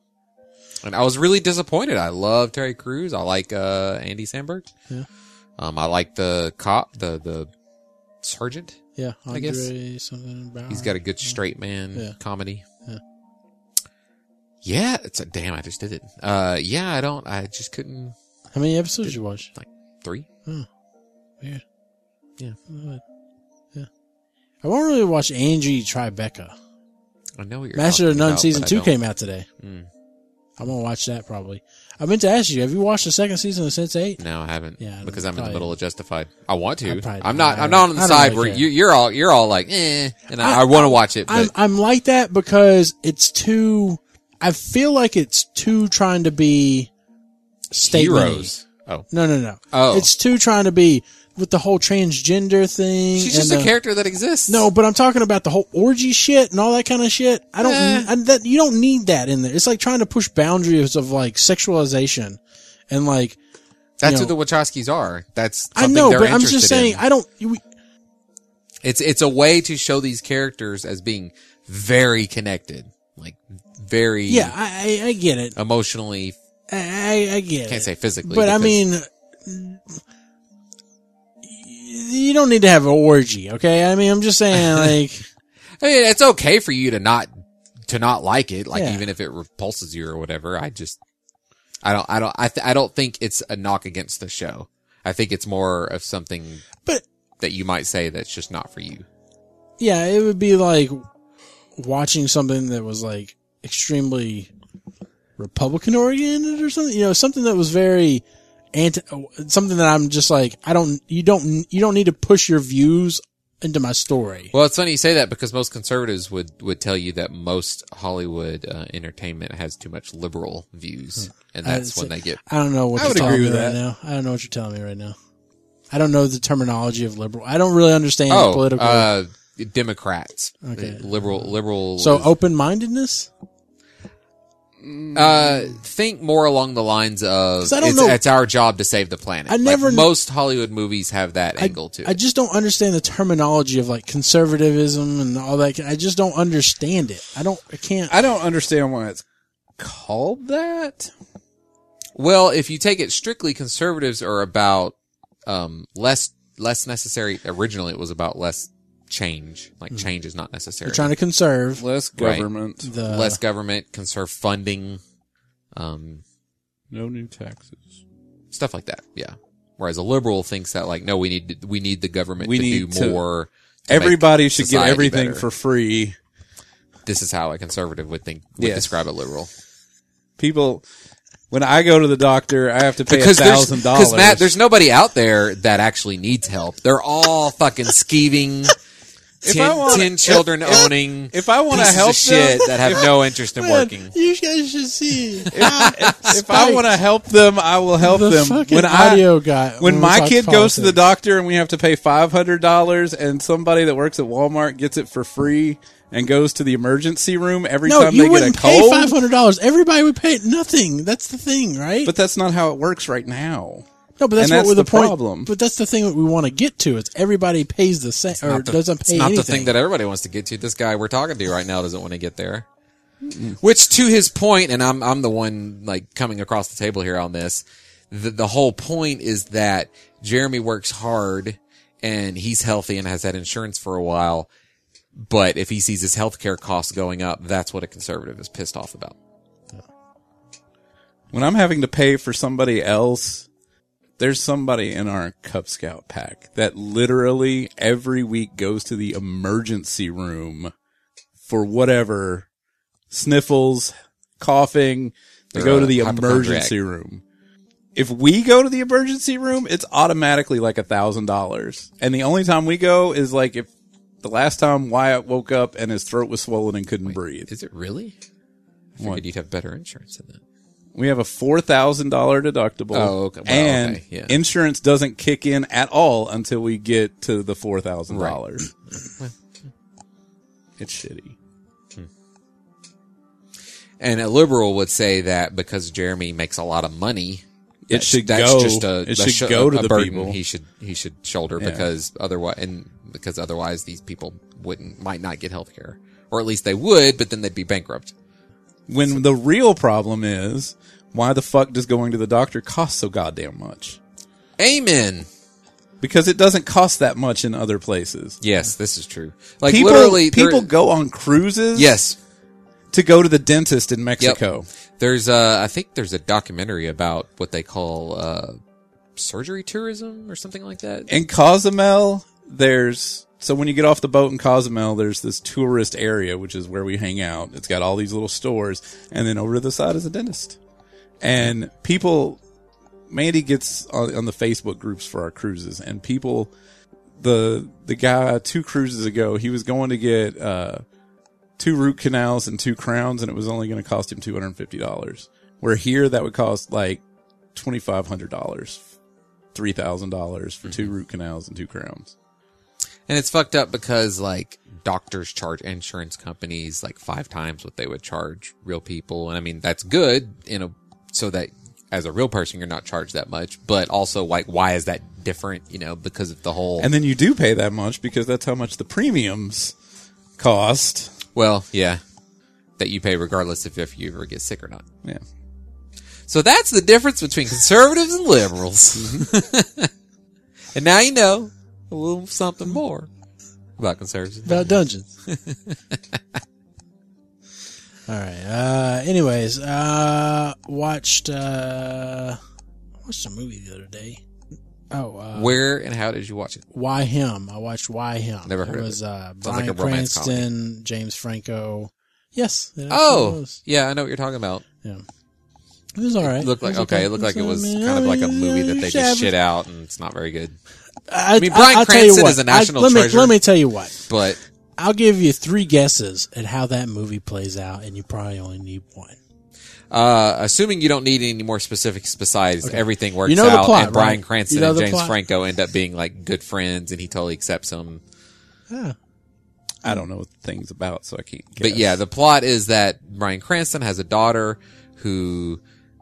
[SPEAKER 2] And I was really disappointed. I love Terry Crews. I like uh, Andy Samberg.
[SPEAKER 1] Yeah.
[SPEAKER 2] Um, I like the cop, the the sergeant.
[SPEAKER 1] Yeah.
[SPEAKER 2] I guess.
[SPEAKER 1] Andre something about
[SPEAKER 2] He's got a good straight man
[SPEAKER 1] Uh-huh. Yeah.
[SPEAKER 2] comedy.
[SPEAKER 1] Yeah.
[SPEAKER 2] Yeah, it's a damn. I just did it. Uh, yeah, I don't. I just couldn't.
[SPEAKER 1] How many episodes did you watch?
[SPEAKER 2] Like three.
[SPEAKER 1] Weird.
[SPEAKER 2] Yeah.
[SPEAKER 1] Alright. Yeah. I won't really watch Angie Tribeca.
[SPEAKER 2] I know what you're.
[SPEAKER 1] Master of
[SPEAKER 2] talking
[SPEAKER 1] None
[SPEAKER 2] about,
[SPEAKER 1] season
[SPEAKER 2] but I
[SPEAKER 1] two
[SPEAKER 2] don't.
[SPEAKER 1] came out today.
[SPEAKER 2] Mm.
[SPEAKER 1] I'm gonna watch that probably. I meant to ask you, have you watched the second season of Sense Eight?
[SPEAKER 2] No, I haven't.
[SPEAKER 1] Yeah, I
[SPEAKER 2] because
[SPEAKER 1] don't-
[SPEAKER 2] I'm in the
[SPEAKER 1] probably-
[SPEAKER 2] middle of Justified. I want
[SPEAKER 1] I
[SPEAKER 2] to.
[SPEAKER 1] probably-
[SPEAKER 2] I'm not.
[SPEAKER 1] I-
[SPEAKER 2] I'm not on
[SPEAKER 1] I
[SPEAKER 2] the
[SPEAKER 1] don't
[SPEAKER 2] side
[SPEAKER 1] really
[SPEAKER 2] where
[SPEAKER 1] care.
[SPEAKER 2] you, you're all. You're all like, eh, and I,
[SPEAKER 1] I-
[SPEAKER 2] I want to watch it, but
[SPEAKER 1] I'm I'm like that because it's too. I feel like it's too trying to be statement-y.
[SPEAKER 2] heroes. Oh,
[SPEAKER 1] No, no, no.
[SPEAKER 2] Oh.
[SPEAKER 1] it's too trying to be with the whole transgender thing.
[SPEAKER 2] she's just
[SPEAKER 1] and
[SPEAKER 2] a
[SPEAKER 1] the-
[SPEAKER 2] character that exists.
[SPEAKER 1] No, but I'm talking about the whole orgy shit and all that kind of shit. I don't.
[SPEAKER 2] Eh.
[SPEAKER 1] I, that you don't need that in there. It's like trying to push boundaries of like sexualization, and like
[SPEAKER 2] that's
[SPEAKER 1] you
[SPEAKER 2] who
[SPEAKER 1] know.
[SPEAKER 2] the Wachowskis are. That's
[SPEAKER 1] I
[SPEAKER 2] something
[SPEAKER 1] know,
[SPEAKER 2] they're
[SPEAKER 1] but I'm
[SPEAKER 2] interested
[SPEAKER 1] just saying
[SPEAKER 2] in. E.
[SPEAKER 1] I don't. You,
[SPEAKER 2] It's it's a way to show these characters as being very connected, like very
[SPEAKER 1] yeah, I, I, I get it.
[SPEAKER 2] emotionally.
[SPEAKER 1] I, I- I get it.
[SPEAKER 2] Can't say physically,
[SPEAKER 1] but I
[SPEAKER 2] because-
[SPEAKER 1] mean, you don't need to have an orgy, okay? I mean, I'm just saying, like,
[SPEAKER 2] I mean, it's okay for you to not to not like it, like
[SPEAKER 1] Yeah.
[SPEAKER 2] even if it repulses you or whatever. I just, I don't, I don't, I, th- I don't think it's a knock against the show. I think it's more of something
[SPEAKER 1] but
[SPEAKER 2] that you might say that's just not for you.
[SPEAKER 1] yeah, it would be like watching something that was like extremely Republican oriented or something, you know, something that was very anti, something that I'm just like, I don't, you don't, you don't need to push your views into my story.
[SPEAKER 2] Well, it's funny you say that because most conservatives would would tell you that most Hollywood uh, entertainment has too much liberal views, and that's
[SPEAKER 1] I'd
[SPEAKER 2] when
[SPEAKER 1] say-
[SPEAKER 2] they get.
[SPEAKER 1] Hmm. I don't know what
[SPEAKER 3] I
[SPEAKER 1] you're
[SPEAKER 3] would
[SPEAKER 1] telling
[SPEAKER 3] agree
[SPEAKER 1] me
[SPEAKER 3] with that.
[SPEAKER 1] right now. I don't know what you're telling me right now. I don't know the terminology of liberal. I don't really understand
[SPEAKER 2] Oh,
[SPEAKER 1] political.
[SPEAKER 2] uh, Democrats,
[SPEAKER 1] Okay.
[SPEAKER 2] liberal, liberal.
[SPEAKER 1] so open mindedness.
[SPEAKER 2] Uh, think more along the lines of
[SPEAKER 1] 'Cause I don't
[SPEAKER 2] it's,
[SPEAKER 1] know-
[SPEAKER 2] it's our job to save the planet.
[SPEAKER 1] I
[SPEAKER 2] Like,
[SPEAKER 1] never-
[SPEAKER 2] most Hollywood movies have that angle to
[SPEAKER 1] I
[SPEAKER 2] it.
[SPEAKER 1] just don't understand the terminology of like conservatism and all that. I just don't understand it. I don't. I can't.
[SPEAKER 3] i don't understand why it's called that
[SPEAKER 2] Well, if you take it strictly, conservatives are about um, less less necessary. Originally, it was about less change. Like change is not necessary.
[SPEAKER 1] Hmm. They're trying to conserve
[SPEAKER 4] Less
[SPEAKER 2] Right.
[SPEAKER 4] government.
[SPEAKER 3] uh,
[SPEAKER 1] the
[SPEAKER 2] less government, conserve funding, um,
[SPEAKER 3] No new taxes.
[SPEAKER 2] stuff like that. Yeah. Whereas a liberal thinks that like, no, we need we need the government
[SPEAKER 3] We
[SPEAKER 2] to
[SPEAKER 3] need
[SPEAKER 2] do
[SPEAKER 3] to-
[SPEAKER 2] more. to make
[SPEAKER 3] Everybody should get
[SPEAKER 2] society
[SPEAKER 3] everything
[SPEAKER 2] better.
[SPEAKER 3] for free.
[SPEAKER 2] This is how a conservative would think would
[SPEAKER 3] Yes.
[SPEAKER 2] describe a liberal.
[SPEAKER 3] People, when I go to the doctor, I have to pay a
[SPEAKER 2] Because there's,
[SPEAKER 3] thousand dollars.
[SPEAKER 2] because Matt, there's nobody out there that actually needs help. They're all fucking skeeving,
[SPEAKER 3] I
[SPEAKER 2] ten,
[SPEAKER 3] wanna-
[SPEAKER 2] 10 children owning
[SPEAKER 3] if I want to
[SPEAKER 2] pieces
[SPEAKER 3] help them,
[SPEAKER 2] of shit that have no interest in
[SPEAKER 1] Man,
[SPEAKER 2] working.
[SPEAKER 1] You guys should see Ah,
[SPEAKER 3] if I want to help them, I will help
[SPEAKER 1] the
[SPEAKER 3] them.
[SPEAKER 1] fucking
[SPEAKER 3] When I
[SPEAKER 1] audio guy.
[SPEAKER 3] when
[SPEAKER 1] we
[SPEAKER 3] my
[SPEAKER 1] talk
[SPEAKER 3] kid goes to the
[SPEAKER 1] politics.
[SPEAKER 3] doctor and we have to pay five hundred dollars, and somebody that works at Walmart gets it for free and goes to the emergency room every
[SPEAKER 1] No,
[SPEAKER 3] time
[SPEAKER 1] you
[SPEAKER 3] they get a
[SPEAKER 1] wouldn't pay
[SPEAKER 3] cold.
[SPEAKER 1] five hundred dollars. Everybody would pay nothing. That's the thing, right?
[SPEAKER 3] but that's not how it works right now.
[SPEAKER 1] no, but that's,
[SPEAKER 3] and
[SPEAKER 1] what
[SPEAKER 3] that's
[SPEAKER 1] we're the,
[SPEAKER 3] the
[SPEAKER 1] point-
[SPEAKER 3] problem.
[SPEAKER 1] But that's the thing that we want to get to. It's everybody pays the same or
[SPEAKER 2] not the-
[SPEAKER 1] doesn't
[SPEAKER 2] it's
[SPEAKER 1] pay
[SPEAKER 2] not
[SPEAKER 1] anything.
[SPEAKER 2] the thing that everybody wants to get to. This guy we're talking to right now doesn't want to get there. Which, to his point, and I'm I'm the one like coming across the table here on this. The, the whole point is that Jeremy works hard and he's healthy and has had insurance for a while. But if he sees his healthcare costs going up, that's what a conservative is pissed off about.
[SPEAKER 3] When I'm having to pay for somebody else, there's somebody in our Cub Scout pack that literally every week goes to the emergency room for whatever sniffles, coughing. They
[SPEAKER 2] They're
[SPEAKER 3] go
[SPEAKER 2] a
[SPEAKER 3] to the
[SPEAKER 2] hypochondriac.
[SPEAKER 3] emergency room. If we go to the emergency room, it's automatically like a thousand dollars. And the only time we go is like if the last time Wyatt woke up and his throat was swollen and couldn't breathe.
[SPEAKER 2] Is it really? I figured you'd have better insurance than that.
[SPEAKER 3] We have a four thousand dollar deductible.
[SPEAKER 2] Oh, okay. Well,
[SPEAKER 3] and
[SPEAKER 2] okay, yeah.
[SPEAKER 3] insurance doesn't kick in at all until we get to the four thousand dollars. it's shitty.
[SPEAKER 2] And a liberal would say that because Jeremy makes a lot of money,
[SPEAKER 3] It should
[SPEAKER 2] that's
[SPEAKER 3] go.
[SPEAKER 2] just a,
[SPEAKER 3] it
[SPEAKER 2] a
[SPEAKER 3] should
[SPEAKER 2] sho-
[SPEAKER 3] go to
[SPEAKER 2] a
[SPEAKER 3] the
[SPEAKER 2] burden
[SPEAKER 3] people.
[SPEAKER 2] he should he should shoulder
[SPEAKER 3] Yeah.
[SPEAKER 2] because otherwise and because otherwise these people wouldn't might not get health care or at least they would but then they'd be bankrupt
[SPEAKER 3] when the real problem is why the fuck does going to the doctor cost so goddamn much?
[SPEAKER 2] amen
[SPEAKER 3] Because it doesn't cost that much in other places.
[SPEAKER 2] yes this is true like
[SPEAKER 3] people
[SPEAKER 2] literally there-
[SPEAKER 3] people go on cruises
[SPEAKER 2] yes
[SPEAKER 3] to go to the dentist in Mexico.
[SPEAKER 2] there's uh i think there's a documentary about what they call uh surgery tourism or something like that
[SPEAKER 3] in Cozumel, there's so when you get off the boat in Cozumel, there's this tourist area which is where we hang out. It's got all these little stores, and then over to the side is a dentist. And people, Mandy gets on, on the Facebook groups for our cruises, and people, the the guy two cruises ago, he was going to get uh, two root canals and two crowns, and it was only going to cost him two hundred and fifty dollars. Where here, that would cost like twenty five hundred dollars three thousand dollars for
[SPEAKER 2] Mm-hmm.
[SPEAKER 3] two root canals and two crowns.
[SPEAKER 2] And it's fucked up because like doctors charge insurance companies like five times what they would charge real people. And I mean, that's good, you know, so that as a real person, you're not charged that much, but also like, why is that different? You know, because of the whole,
[SPEAKER 3] And then you do pay that much because that's how much the premiums cost.
[SPEAKER 2] well, yeah, that you pay regardless of if you ever get sick or not.
[SPEAKER 3] Yeah.
[SPEAKER 2] So that's the difference between conservatives and liberals. and now you know a little something more about conservatives.
[SPEAKER 1] about dungeons. All right. Uh, anyways, uh, watched uh, watched a movie the other day. Oh, uh,
[SPEAKER 2] Where and how did you watch it?
[SPEAKER 1] Why Him? I watched Why Him.
[SPEAKER 2] Never heard
[SPEAKER 1] it
[SPEAKER 2] of
[SPEAKER 1] was,
[SPEAKER 2] it.
[SPEAKER 1] Uh,
[SPEAKER 2] Sounds like
[SPEAKER 1] Brian
[SPEAKER 2] a romance
[SPEAKER 1] Cranston, James Franco. Yes. it actually
[SPEAKER 2] Oh,
[SPEAKER 1] was.
[SPEAKER 2] yeah, I know what you're talking about.
[SPEAKER 1] yeah. It was all right.
[SPEAKER 2] It looked like
[SPEAKER 1] was
[SPEAKER 2] okay. It looked like it was kind of like a movie that they just shit out, and it's not very good.
[SPEAKER 1] I
[SPEAKER 2] mean, Bryan
[SPEAKER 1] I'll tell you
[SPEAKER 2] Cranston
[SPEAKER 1] what.
[SPEAKER 2] is a national
[SPEAKER 1] I, let
[SPEAKER 2] treasure.
[SPEAKER 1] Me, let me tell you what.
[SPEAKER 2] But
[SPEAKER 1] I'll give you three guesses at how that movie plays out, and you probably only need one.
[SPEAKER 2] uh, assuming you don't need any more specifics besides everything works
[SPEAKER 1] You know the
[SPEAKER 2] out,
[SPEAKER 1] plot,
[SPEAKER 2] and Brian
[SPEAKER 1] right?
[SPEAKER 2] Cranston
[SPEAKER 1] You know
[SPEAKER 2] and
[SPEAKER 1] the
[SPEAKER 2] James
[SPEAKER 1] plot.
[SPEAKER 2] Franco end up being like good friends, and he totally accepts them.
[SPEAKER 1] Ah.
[SPEAKER 3] I don't know what the thing's about, so I can't guess.
[SPEAKER 2] But yeah, the plot is that Brian Cranston has a daughter who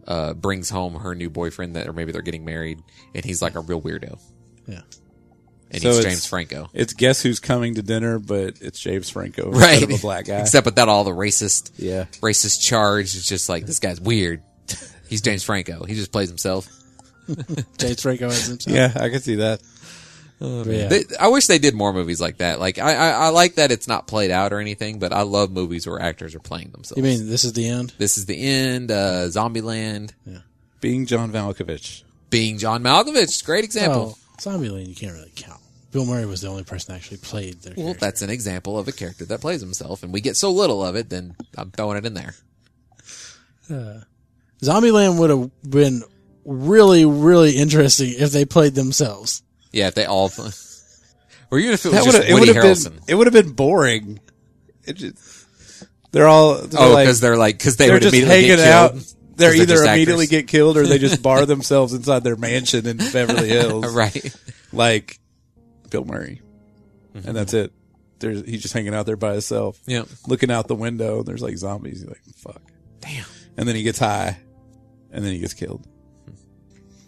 [SPEAKER 2] uh, brings home her new boyfriend that, or maybe they're getting married, and he's like a real weirdo,
[SPEAKER 1] Yeah.
[SPEAKER 2] and
[SPEAKER 3] So
[SPEAKER 2] he's
[SPEAKER 3] it's-
[SPEAKER 2] James Franco.
[SPEAKER 3] it's guess who's coming to dinner, but it's James Franco
[SPEAKER 2] Right,
[SPEAKER 3] instead of a black guy.
[SPEAKER 2] Except without all the racist
[SPEAKER 3] yeah.
[SPEAKER 2] racist charge. It's just like this guy's weird. He's James Franco. He just plays himself.
[SPEAKER 1] James Franco as himself.
[SPEAKER 3] Yeah, I could see that.
[SPEAKER 1] Yeah.
[SPEAKER 2] They, I wish they did more movies like that. Like I, I, I like that it's not played out or anything, but I love movies where actors are playing themselves.
[SPEAKER 1] you mean this is the end?
[SPEAKER 2] this is the end? Uh, Zombieland,
[SPEAKER 3] Being John Malkovich.
[SPEAKER 2] being John Malkovich, great
[SPEAKER 1] Oh,
[SPEAKER 2] example.
[SPEAKER 1] Zombieland, you can't really count. Bill Murray was the only person that actually played their
[SPEAKER 2] Well,
[SPEAKER 1] character.
[SPEAKER 2] that's an example of a character that plays himself, and we get so little of it. Then I'm throwing it in there.
[SPEAKER 1] Zombieland would have been really, really interesting if they played themselves.
[SPEAKER 2] Yeah, if they all. or even if it
[SPEAKER 3] That
[SPEAKER 2] was
[SPEAKER 3] would
[SPEAKER 2] just
[SPEAKER 3] have it
[SPEAKER 2] Woody
[SPEAKER 3] would have
[SPEAKER 2] Harrelson.
[SPEAKER 3] been it would have been boring. It just, they're all they're
[SPEAKER 2] oh,
[SPEAKER 3] like,
[SPEAKER 2] because they're like because they
[SPEAKER 3] they're
[SPEAKER 2] would
[SPEAKER 3] just
[SPEAKER 2] immediately
[SPEAKER 3] hanging
[SPEAKER 2] get
[SPEAKER 3] out.
[SPEAKER 2] killed.
[SPEAKER 3] They're
[SPEAKER 2] 'Cause they're
[SPEAKER 3] either
[SPEAKER 2] just
[SPEAKER 3] immediately
[SPEAKER 2] actors.
[SPEAKER 3] get killed or they just bar themselves inside their mansion in Beverly Hills,
[SPEAKER 2] right.
[SPEAKER 3] like Bill Murray, and that's it. There's he's just hanging out there by himself,
[SPEAKER 2] Yeah.
[SPEAKER 3] looking out the window. And there's like zombies. He's like, "Fuck!"
[SPEAKER 2] Damn.
[SPEAKER 3] And then he gets high, and then he gets killed.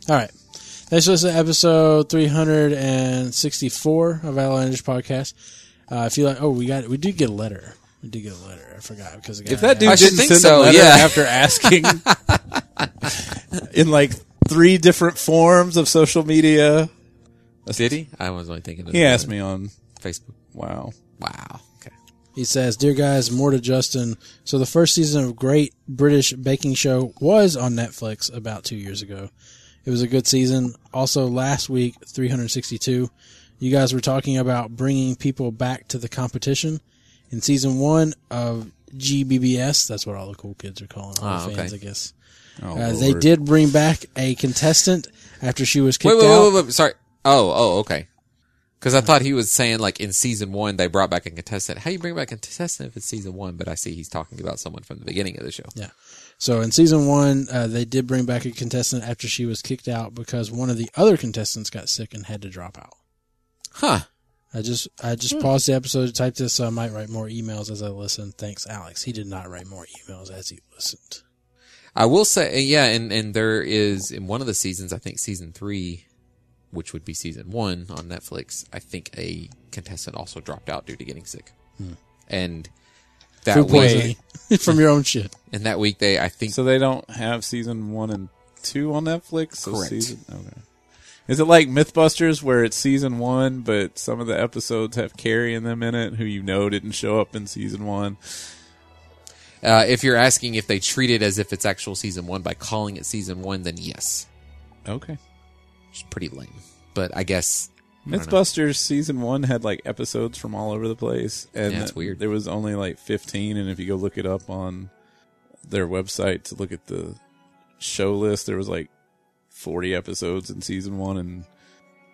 [SPEAKER 1] All right. This was episode 364 of Outlanders Podcast. Uh, if you like, oh, we got, we did get a letter. We did get a letter. I forgot because
[SPEAKER 3] If that dude
[SPEAKER 2] I should
[SPEAKER 3] didn't
[SPEAKER 2] think
[SPEAKER 3] send
[SPEAKER 2] so,
[SPEAKER 3] a letter
[SPEAKER 2] yeah.
[SPEAKER 3] after asking in like three different forms of social media,
[SPEAKER 2] Did he? I was only thinking. Of
[SPEAKER 3] he asked me on
[SPEAKER 2] Facebook.
[SPEAKER 3] Wow.
[SPEAKER 2] Wow. Okay.
[SPEAKER 1] He says, Dear guys, more to Justin. So the first season of Great British Baking Show was on Netflix about two years ago. It was a good season. Also, last week, 362, you guys were talking about bringing people back to the competition. In season one of GBBS, that's what all the cool kids are calling all
[SPEAKER 2] Ah,
[SPEAKER 1] the
[SPEAKER 2] okay.
[SPEAKER 1] fans, I guess.
[SPEAKER 3] Oh,
[SPEAKER 1] Uh, they did bring back a contestant after she was kicked
[SPEAKER 2] Wait, wait,
[SPEAKER 1] out.
[SPEAKER 2] wait, wait, wait. Sorry. Oh, oh, okay. Because I thought he was saying like in season one they brought back a contestant. How you bring back a contestant if it's season one? But I see he's talking about someone from the beginning of the show.
[SPEAKER 1] Yeah. So in season one, uh, they did bring back a contestant after she was kicked out because one of the other contestants got sick and had to drop out.
[SPEAKER 2] Huh.
[SPEAKER 1] I just I just paused the episode to type this, so I might write more emails as I listen. Thanks, Alex. He did not write more emails as he listened.
[SPEAKER 2] I will say, yeah, and and there is in one of the seasons, I think season three, which would be season one on Netflix. I think a contestant also dropped out due to getting sick, and that
[SPEAKER 1] Food
[SPEAKER 2] week,
[SPEAKER 1] poisoning from your own shit.
[SPEAKER 2] and that week they, I think,
[SPEAKER 3] So they don't have season one and two on Netflix? So
[SPEAKER 2] Correct.
[SPEAKER 3] Season, okay. Is it like Mythbusters where it's season one, but some of the episodes have Carrie in them in it, who you know didn't show up in season one?
[SPEAKER 2] uh, if you're asking if they treat it as if it's actual season one by calling it season one, then yes,
[SPEAKER 3] Okay.
[SPEAKER 2] which is pretty lame. But I guess
[SPEAKER 3] Mythbusters season one had like episodes from all over the place, and
[SPEAKER 2] Yeah, it's weird.
[SPEAKER 3] There was only like fifteen, and if you go look it up on their website to look at the show list, there was like forty episodes in season one, and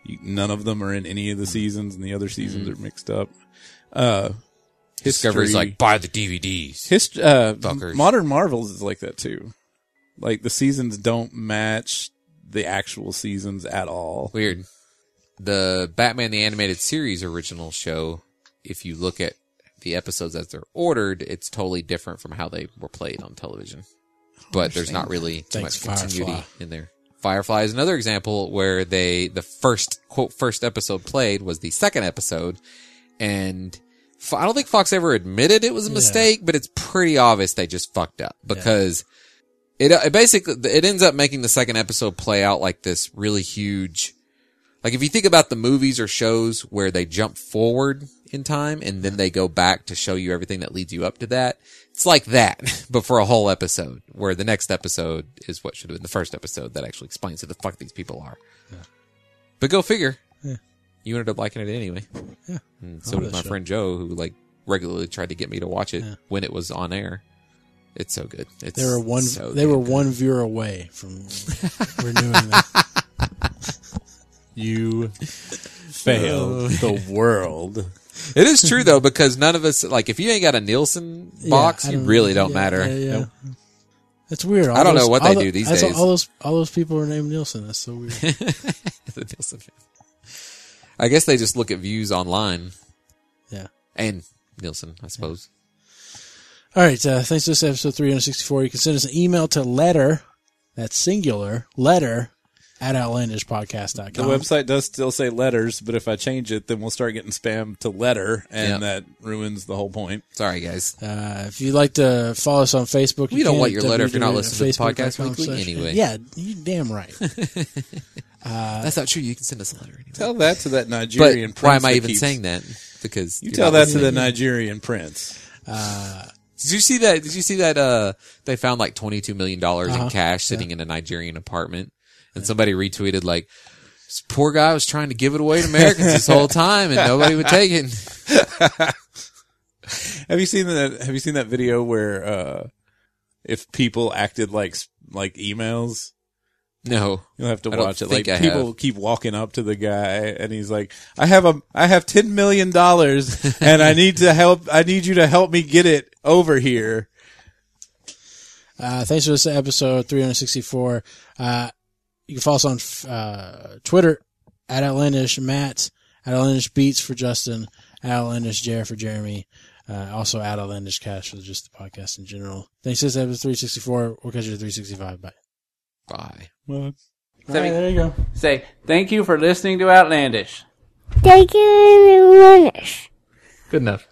[SPEAKER 3] you, none of them are in any of the
[SPEAKER 2] Hmm.
[SPEAKER 3] seasons, and the other seasons are mixed up. Uh,
[SPEAKER 2] Discovery's
[SPEAKER 3] history-
[SPEAKER 2] like buy the DVDs.
[SPEAKER 3] Hist- uh,
[SPEAKER 2] Fuckers.
[SPEAKER 3] Modern Marvels is like that too. Like the seasons don't match the actual seasons at all.
[SPEAKER 2] Weird. The Batman the Animated Series original show, if you look at the episodes as they're ordered, it's totally different from how they were played on television. But there's not really too
[SPEAKER 1] Thanks,
[SPEAKER 2] much continuity
[SPEAKER 1] Firefly.
[SPEAKER 2] in there. Firefly is another example where they the first quote first episode played was the second episode, and Fo- I don't think Fox ever admitted it was a mistake, but it's pretty obvious they just fucked up because it, uh, it basically it ends up making the second episode play out like this really huge like if you think about the movies or shows where they jump forward in time and then they go back to show you everything that leads you up to that, it's like that, but for a whole episode, where the next episode is what should have been the first episode that actually explains who the fuck these people are. But go figure. You ended up liking it anyway.
[SPEAKER 1] Yeah.
[SPEAKER 2] And
[SPEAKER 1] I
[SPEAKER 2] so
[SPEAKER 1] love
[SPEAKER 2] did
[SPEAKER 1] that
[SPEAKER 2] my
[SPEAKER 1] show.
[SPEAKER 2] friend Joe, who like regularly tried to get me to watch it when it was on air. It's so good. It's
[SPEAKER 1] They were one.
[SPEAKER 2] so
[SPEAKER 1] they
[SPEAKER 2] damn
[SPEAKER 1] were
[SPEAKER 2] good.
[SPEAKER 1] one viewer away from renewing. That.
[SPEAKER 3] You failed the world.
[SPEAKER 2] It is true though, because none of us like if you ain't got a Nielsen box,
[SPEAKER 1] Yeah, I
[SPEAKER 2] you really don't
[SPEAKER 1] yeah,
[SPEAKER 2] matter.
[SPEAKER 1] Yeah, yeah. That's weird. All
[SPEAKER 2] I don't know
[SPEAKER 1] those-
[SPEAKER 2] what they
[SPEAKER 1] all the-
[SPEAKER 2] do these
[SPEAKER 1] that's
[SPEAKER 2] days.
[SPEAKER 1] All those all those people are named Nielsen. That's so weird.
[SPEAKER 2] The Nielsen fan. I guess they just look at views online
[SPEAKER 1] yeah.
[SPEAKER 2] and Nielsen, I suppose.
[SPEAKER 1] All right. Uh, thanks to this episode 364. You can send us an email to letter, that's singular, letter at outlandishpodcast.com.
[SPEAKER 3] The website does still say letters, but if I change it, then we'll start getting spam to letter, and
[SPEAKER 2] Yep.
[SPEAKER 3] that ruins the whole point.
[SPEAKER 2] Sorry, guys.
[SPEAKER 1] Uh, if you'd like to follow us on Facebook,
[SPEAKER 2] We
[SPEAKER 1] you
[SPEAKER 2] don't
[SPEAKER 1] can
[SPEAKER 2] want your
[SPEAKER 1] at
[SPEAKER 2] letter if you're not listening to the podcast
[SPEAKER 1] facebook.com
[SPEAKER 2] weekly
[SPEAKER 1] slash-
[SPEAKER 2] anyway.
[SPEAKER 1] Yeah, you damn right. Uh,
[SPEAKER 2] That's not true. You can send us a letter anyway.
[SPEAKER 3] Tell that to that
[SPEAKER 2] but
[SPEAKER 3] Nigerian prince.
[SPEAKER 2] why am I
[SPEAKER 3] that
[SPEAKER 2] even
[SPEAKER 3] keeps-
[SPEAKER 2] saying that? Because
[SPEAKER 3] You
[SPEAKER 2] you're
[SPEAKER 3] tell
[SPEAKER 2] not
[SPEAKER 3] that to
[SPEAKER 2] listening.
[SPEAKER 3] the Nigerian prince.
[SPEAKER 2] Did you see that? Did you see that? Uh, they found like twenty two million dollars in cash sitting in a Nigerian apartment, and somebody retweeted like, "This poor guy was trying to give it away to Americans this whole time, and nobody would take it."
[SPEAKER 3] Have you seen that? Have you seen that video where uh, if people acted like s- like emails,
[SPEAKER 2] No,
[SPEAKER 3] You'll have to
[SPEAKER 2] I don't
[SPEAKER 3] watch it. Like
[SPEAKER 2] think I
[SPEAKER 3] people keep walking up to the guy, and he's like, "I have a, I have ten million dollars, and I need to help. I need you to help me get it over here."
[SPEAKER 1] Uh, thanks for this episode 364. Uh, you can follow us on f- uh, Twitter at Outlandish Matt, at Outlandish Beats for Justin, at Outlandish Jer for Jeremy, uh, also at Outlandish Cash for just the podcast in general. Thanks for this episode 364. We'll catch you at 365. Bye.
[SPEAKER 2] bye.
[SPEAKER 1] there you go.
[SPEAKER 4] Say, thank you for listening to Outlandish.
[SPEAKER 5] Thank you, Lunish.
[SPEAKER 4] Good enough.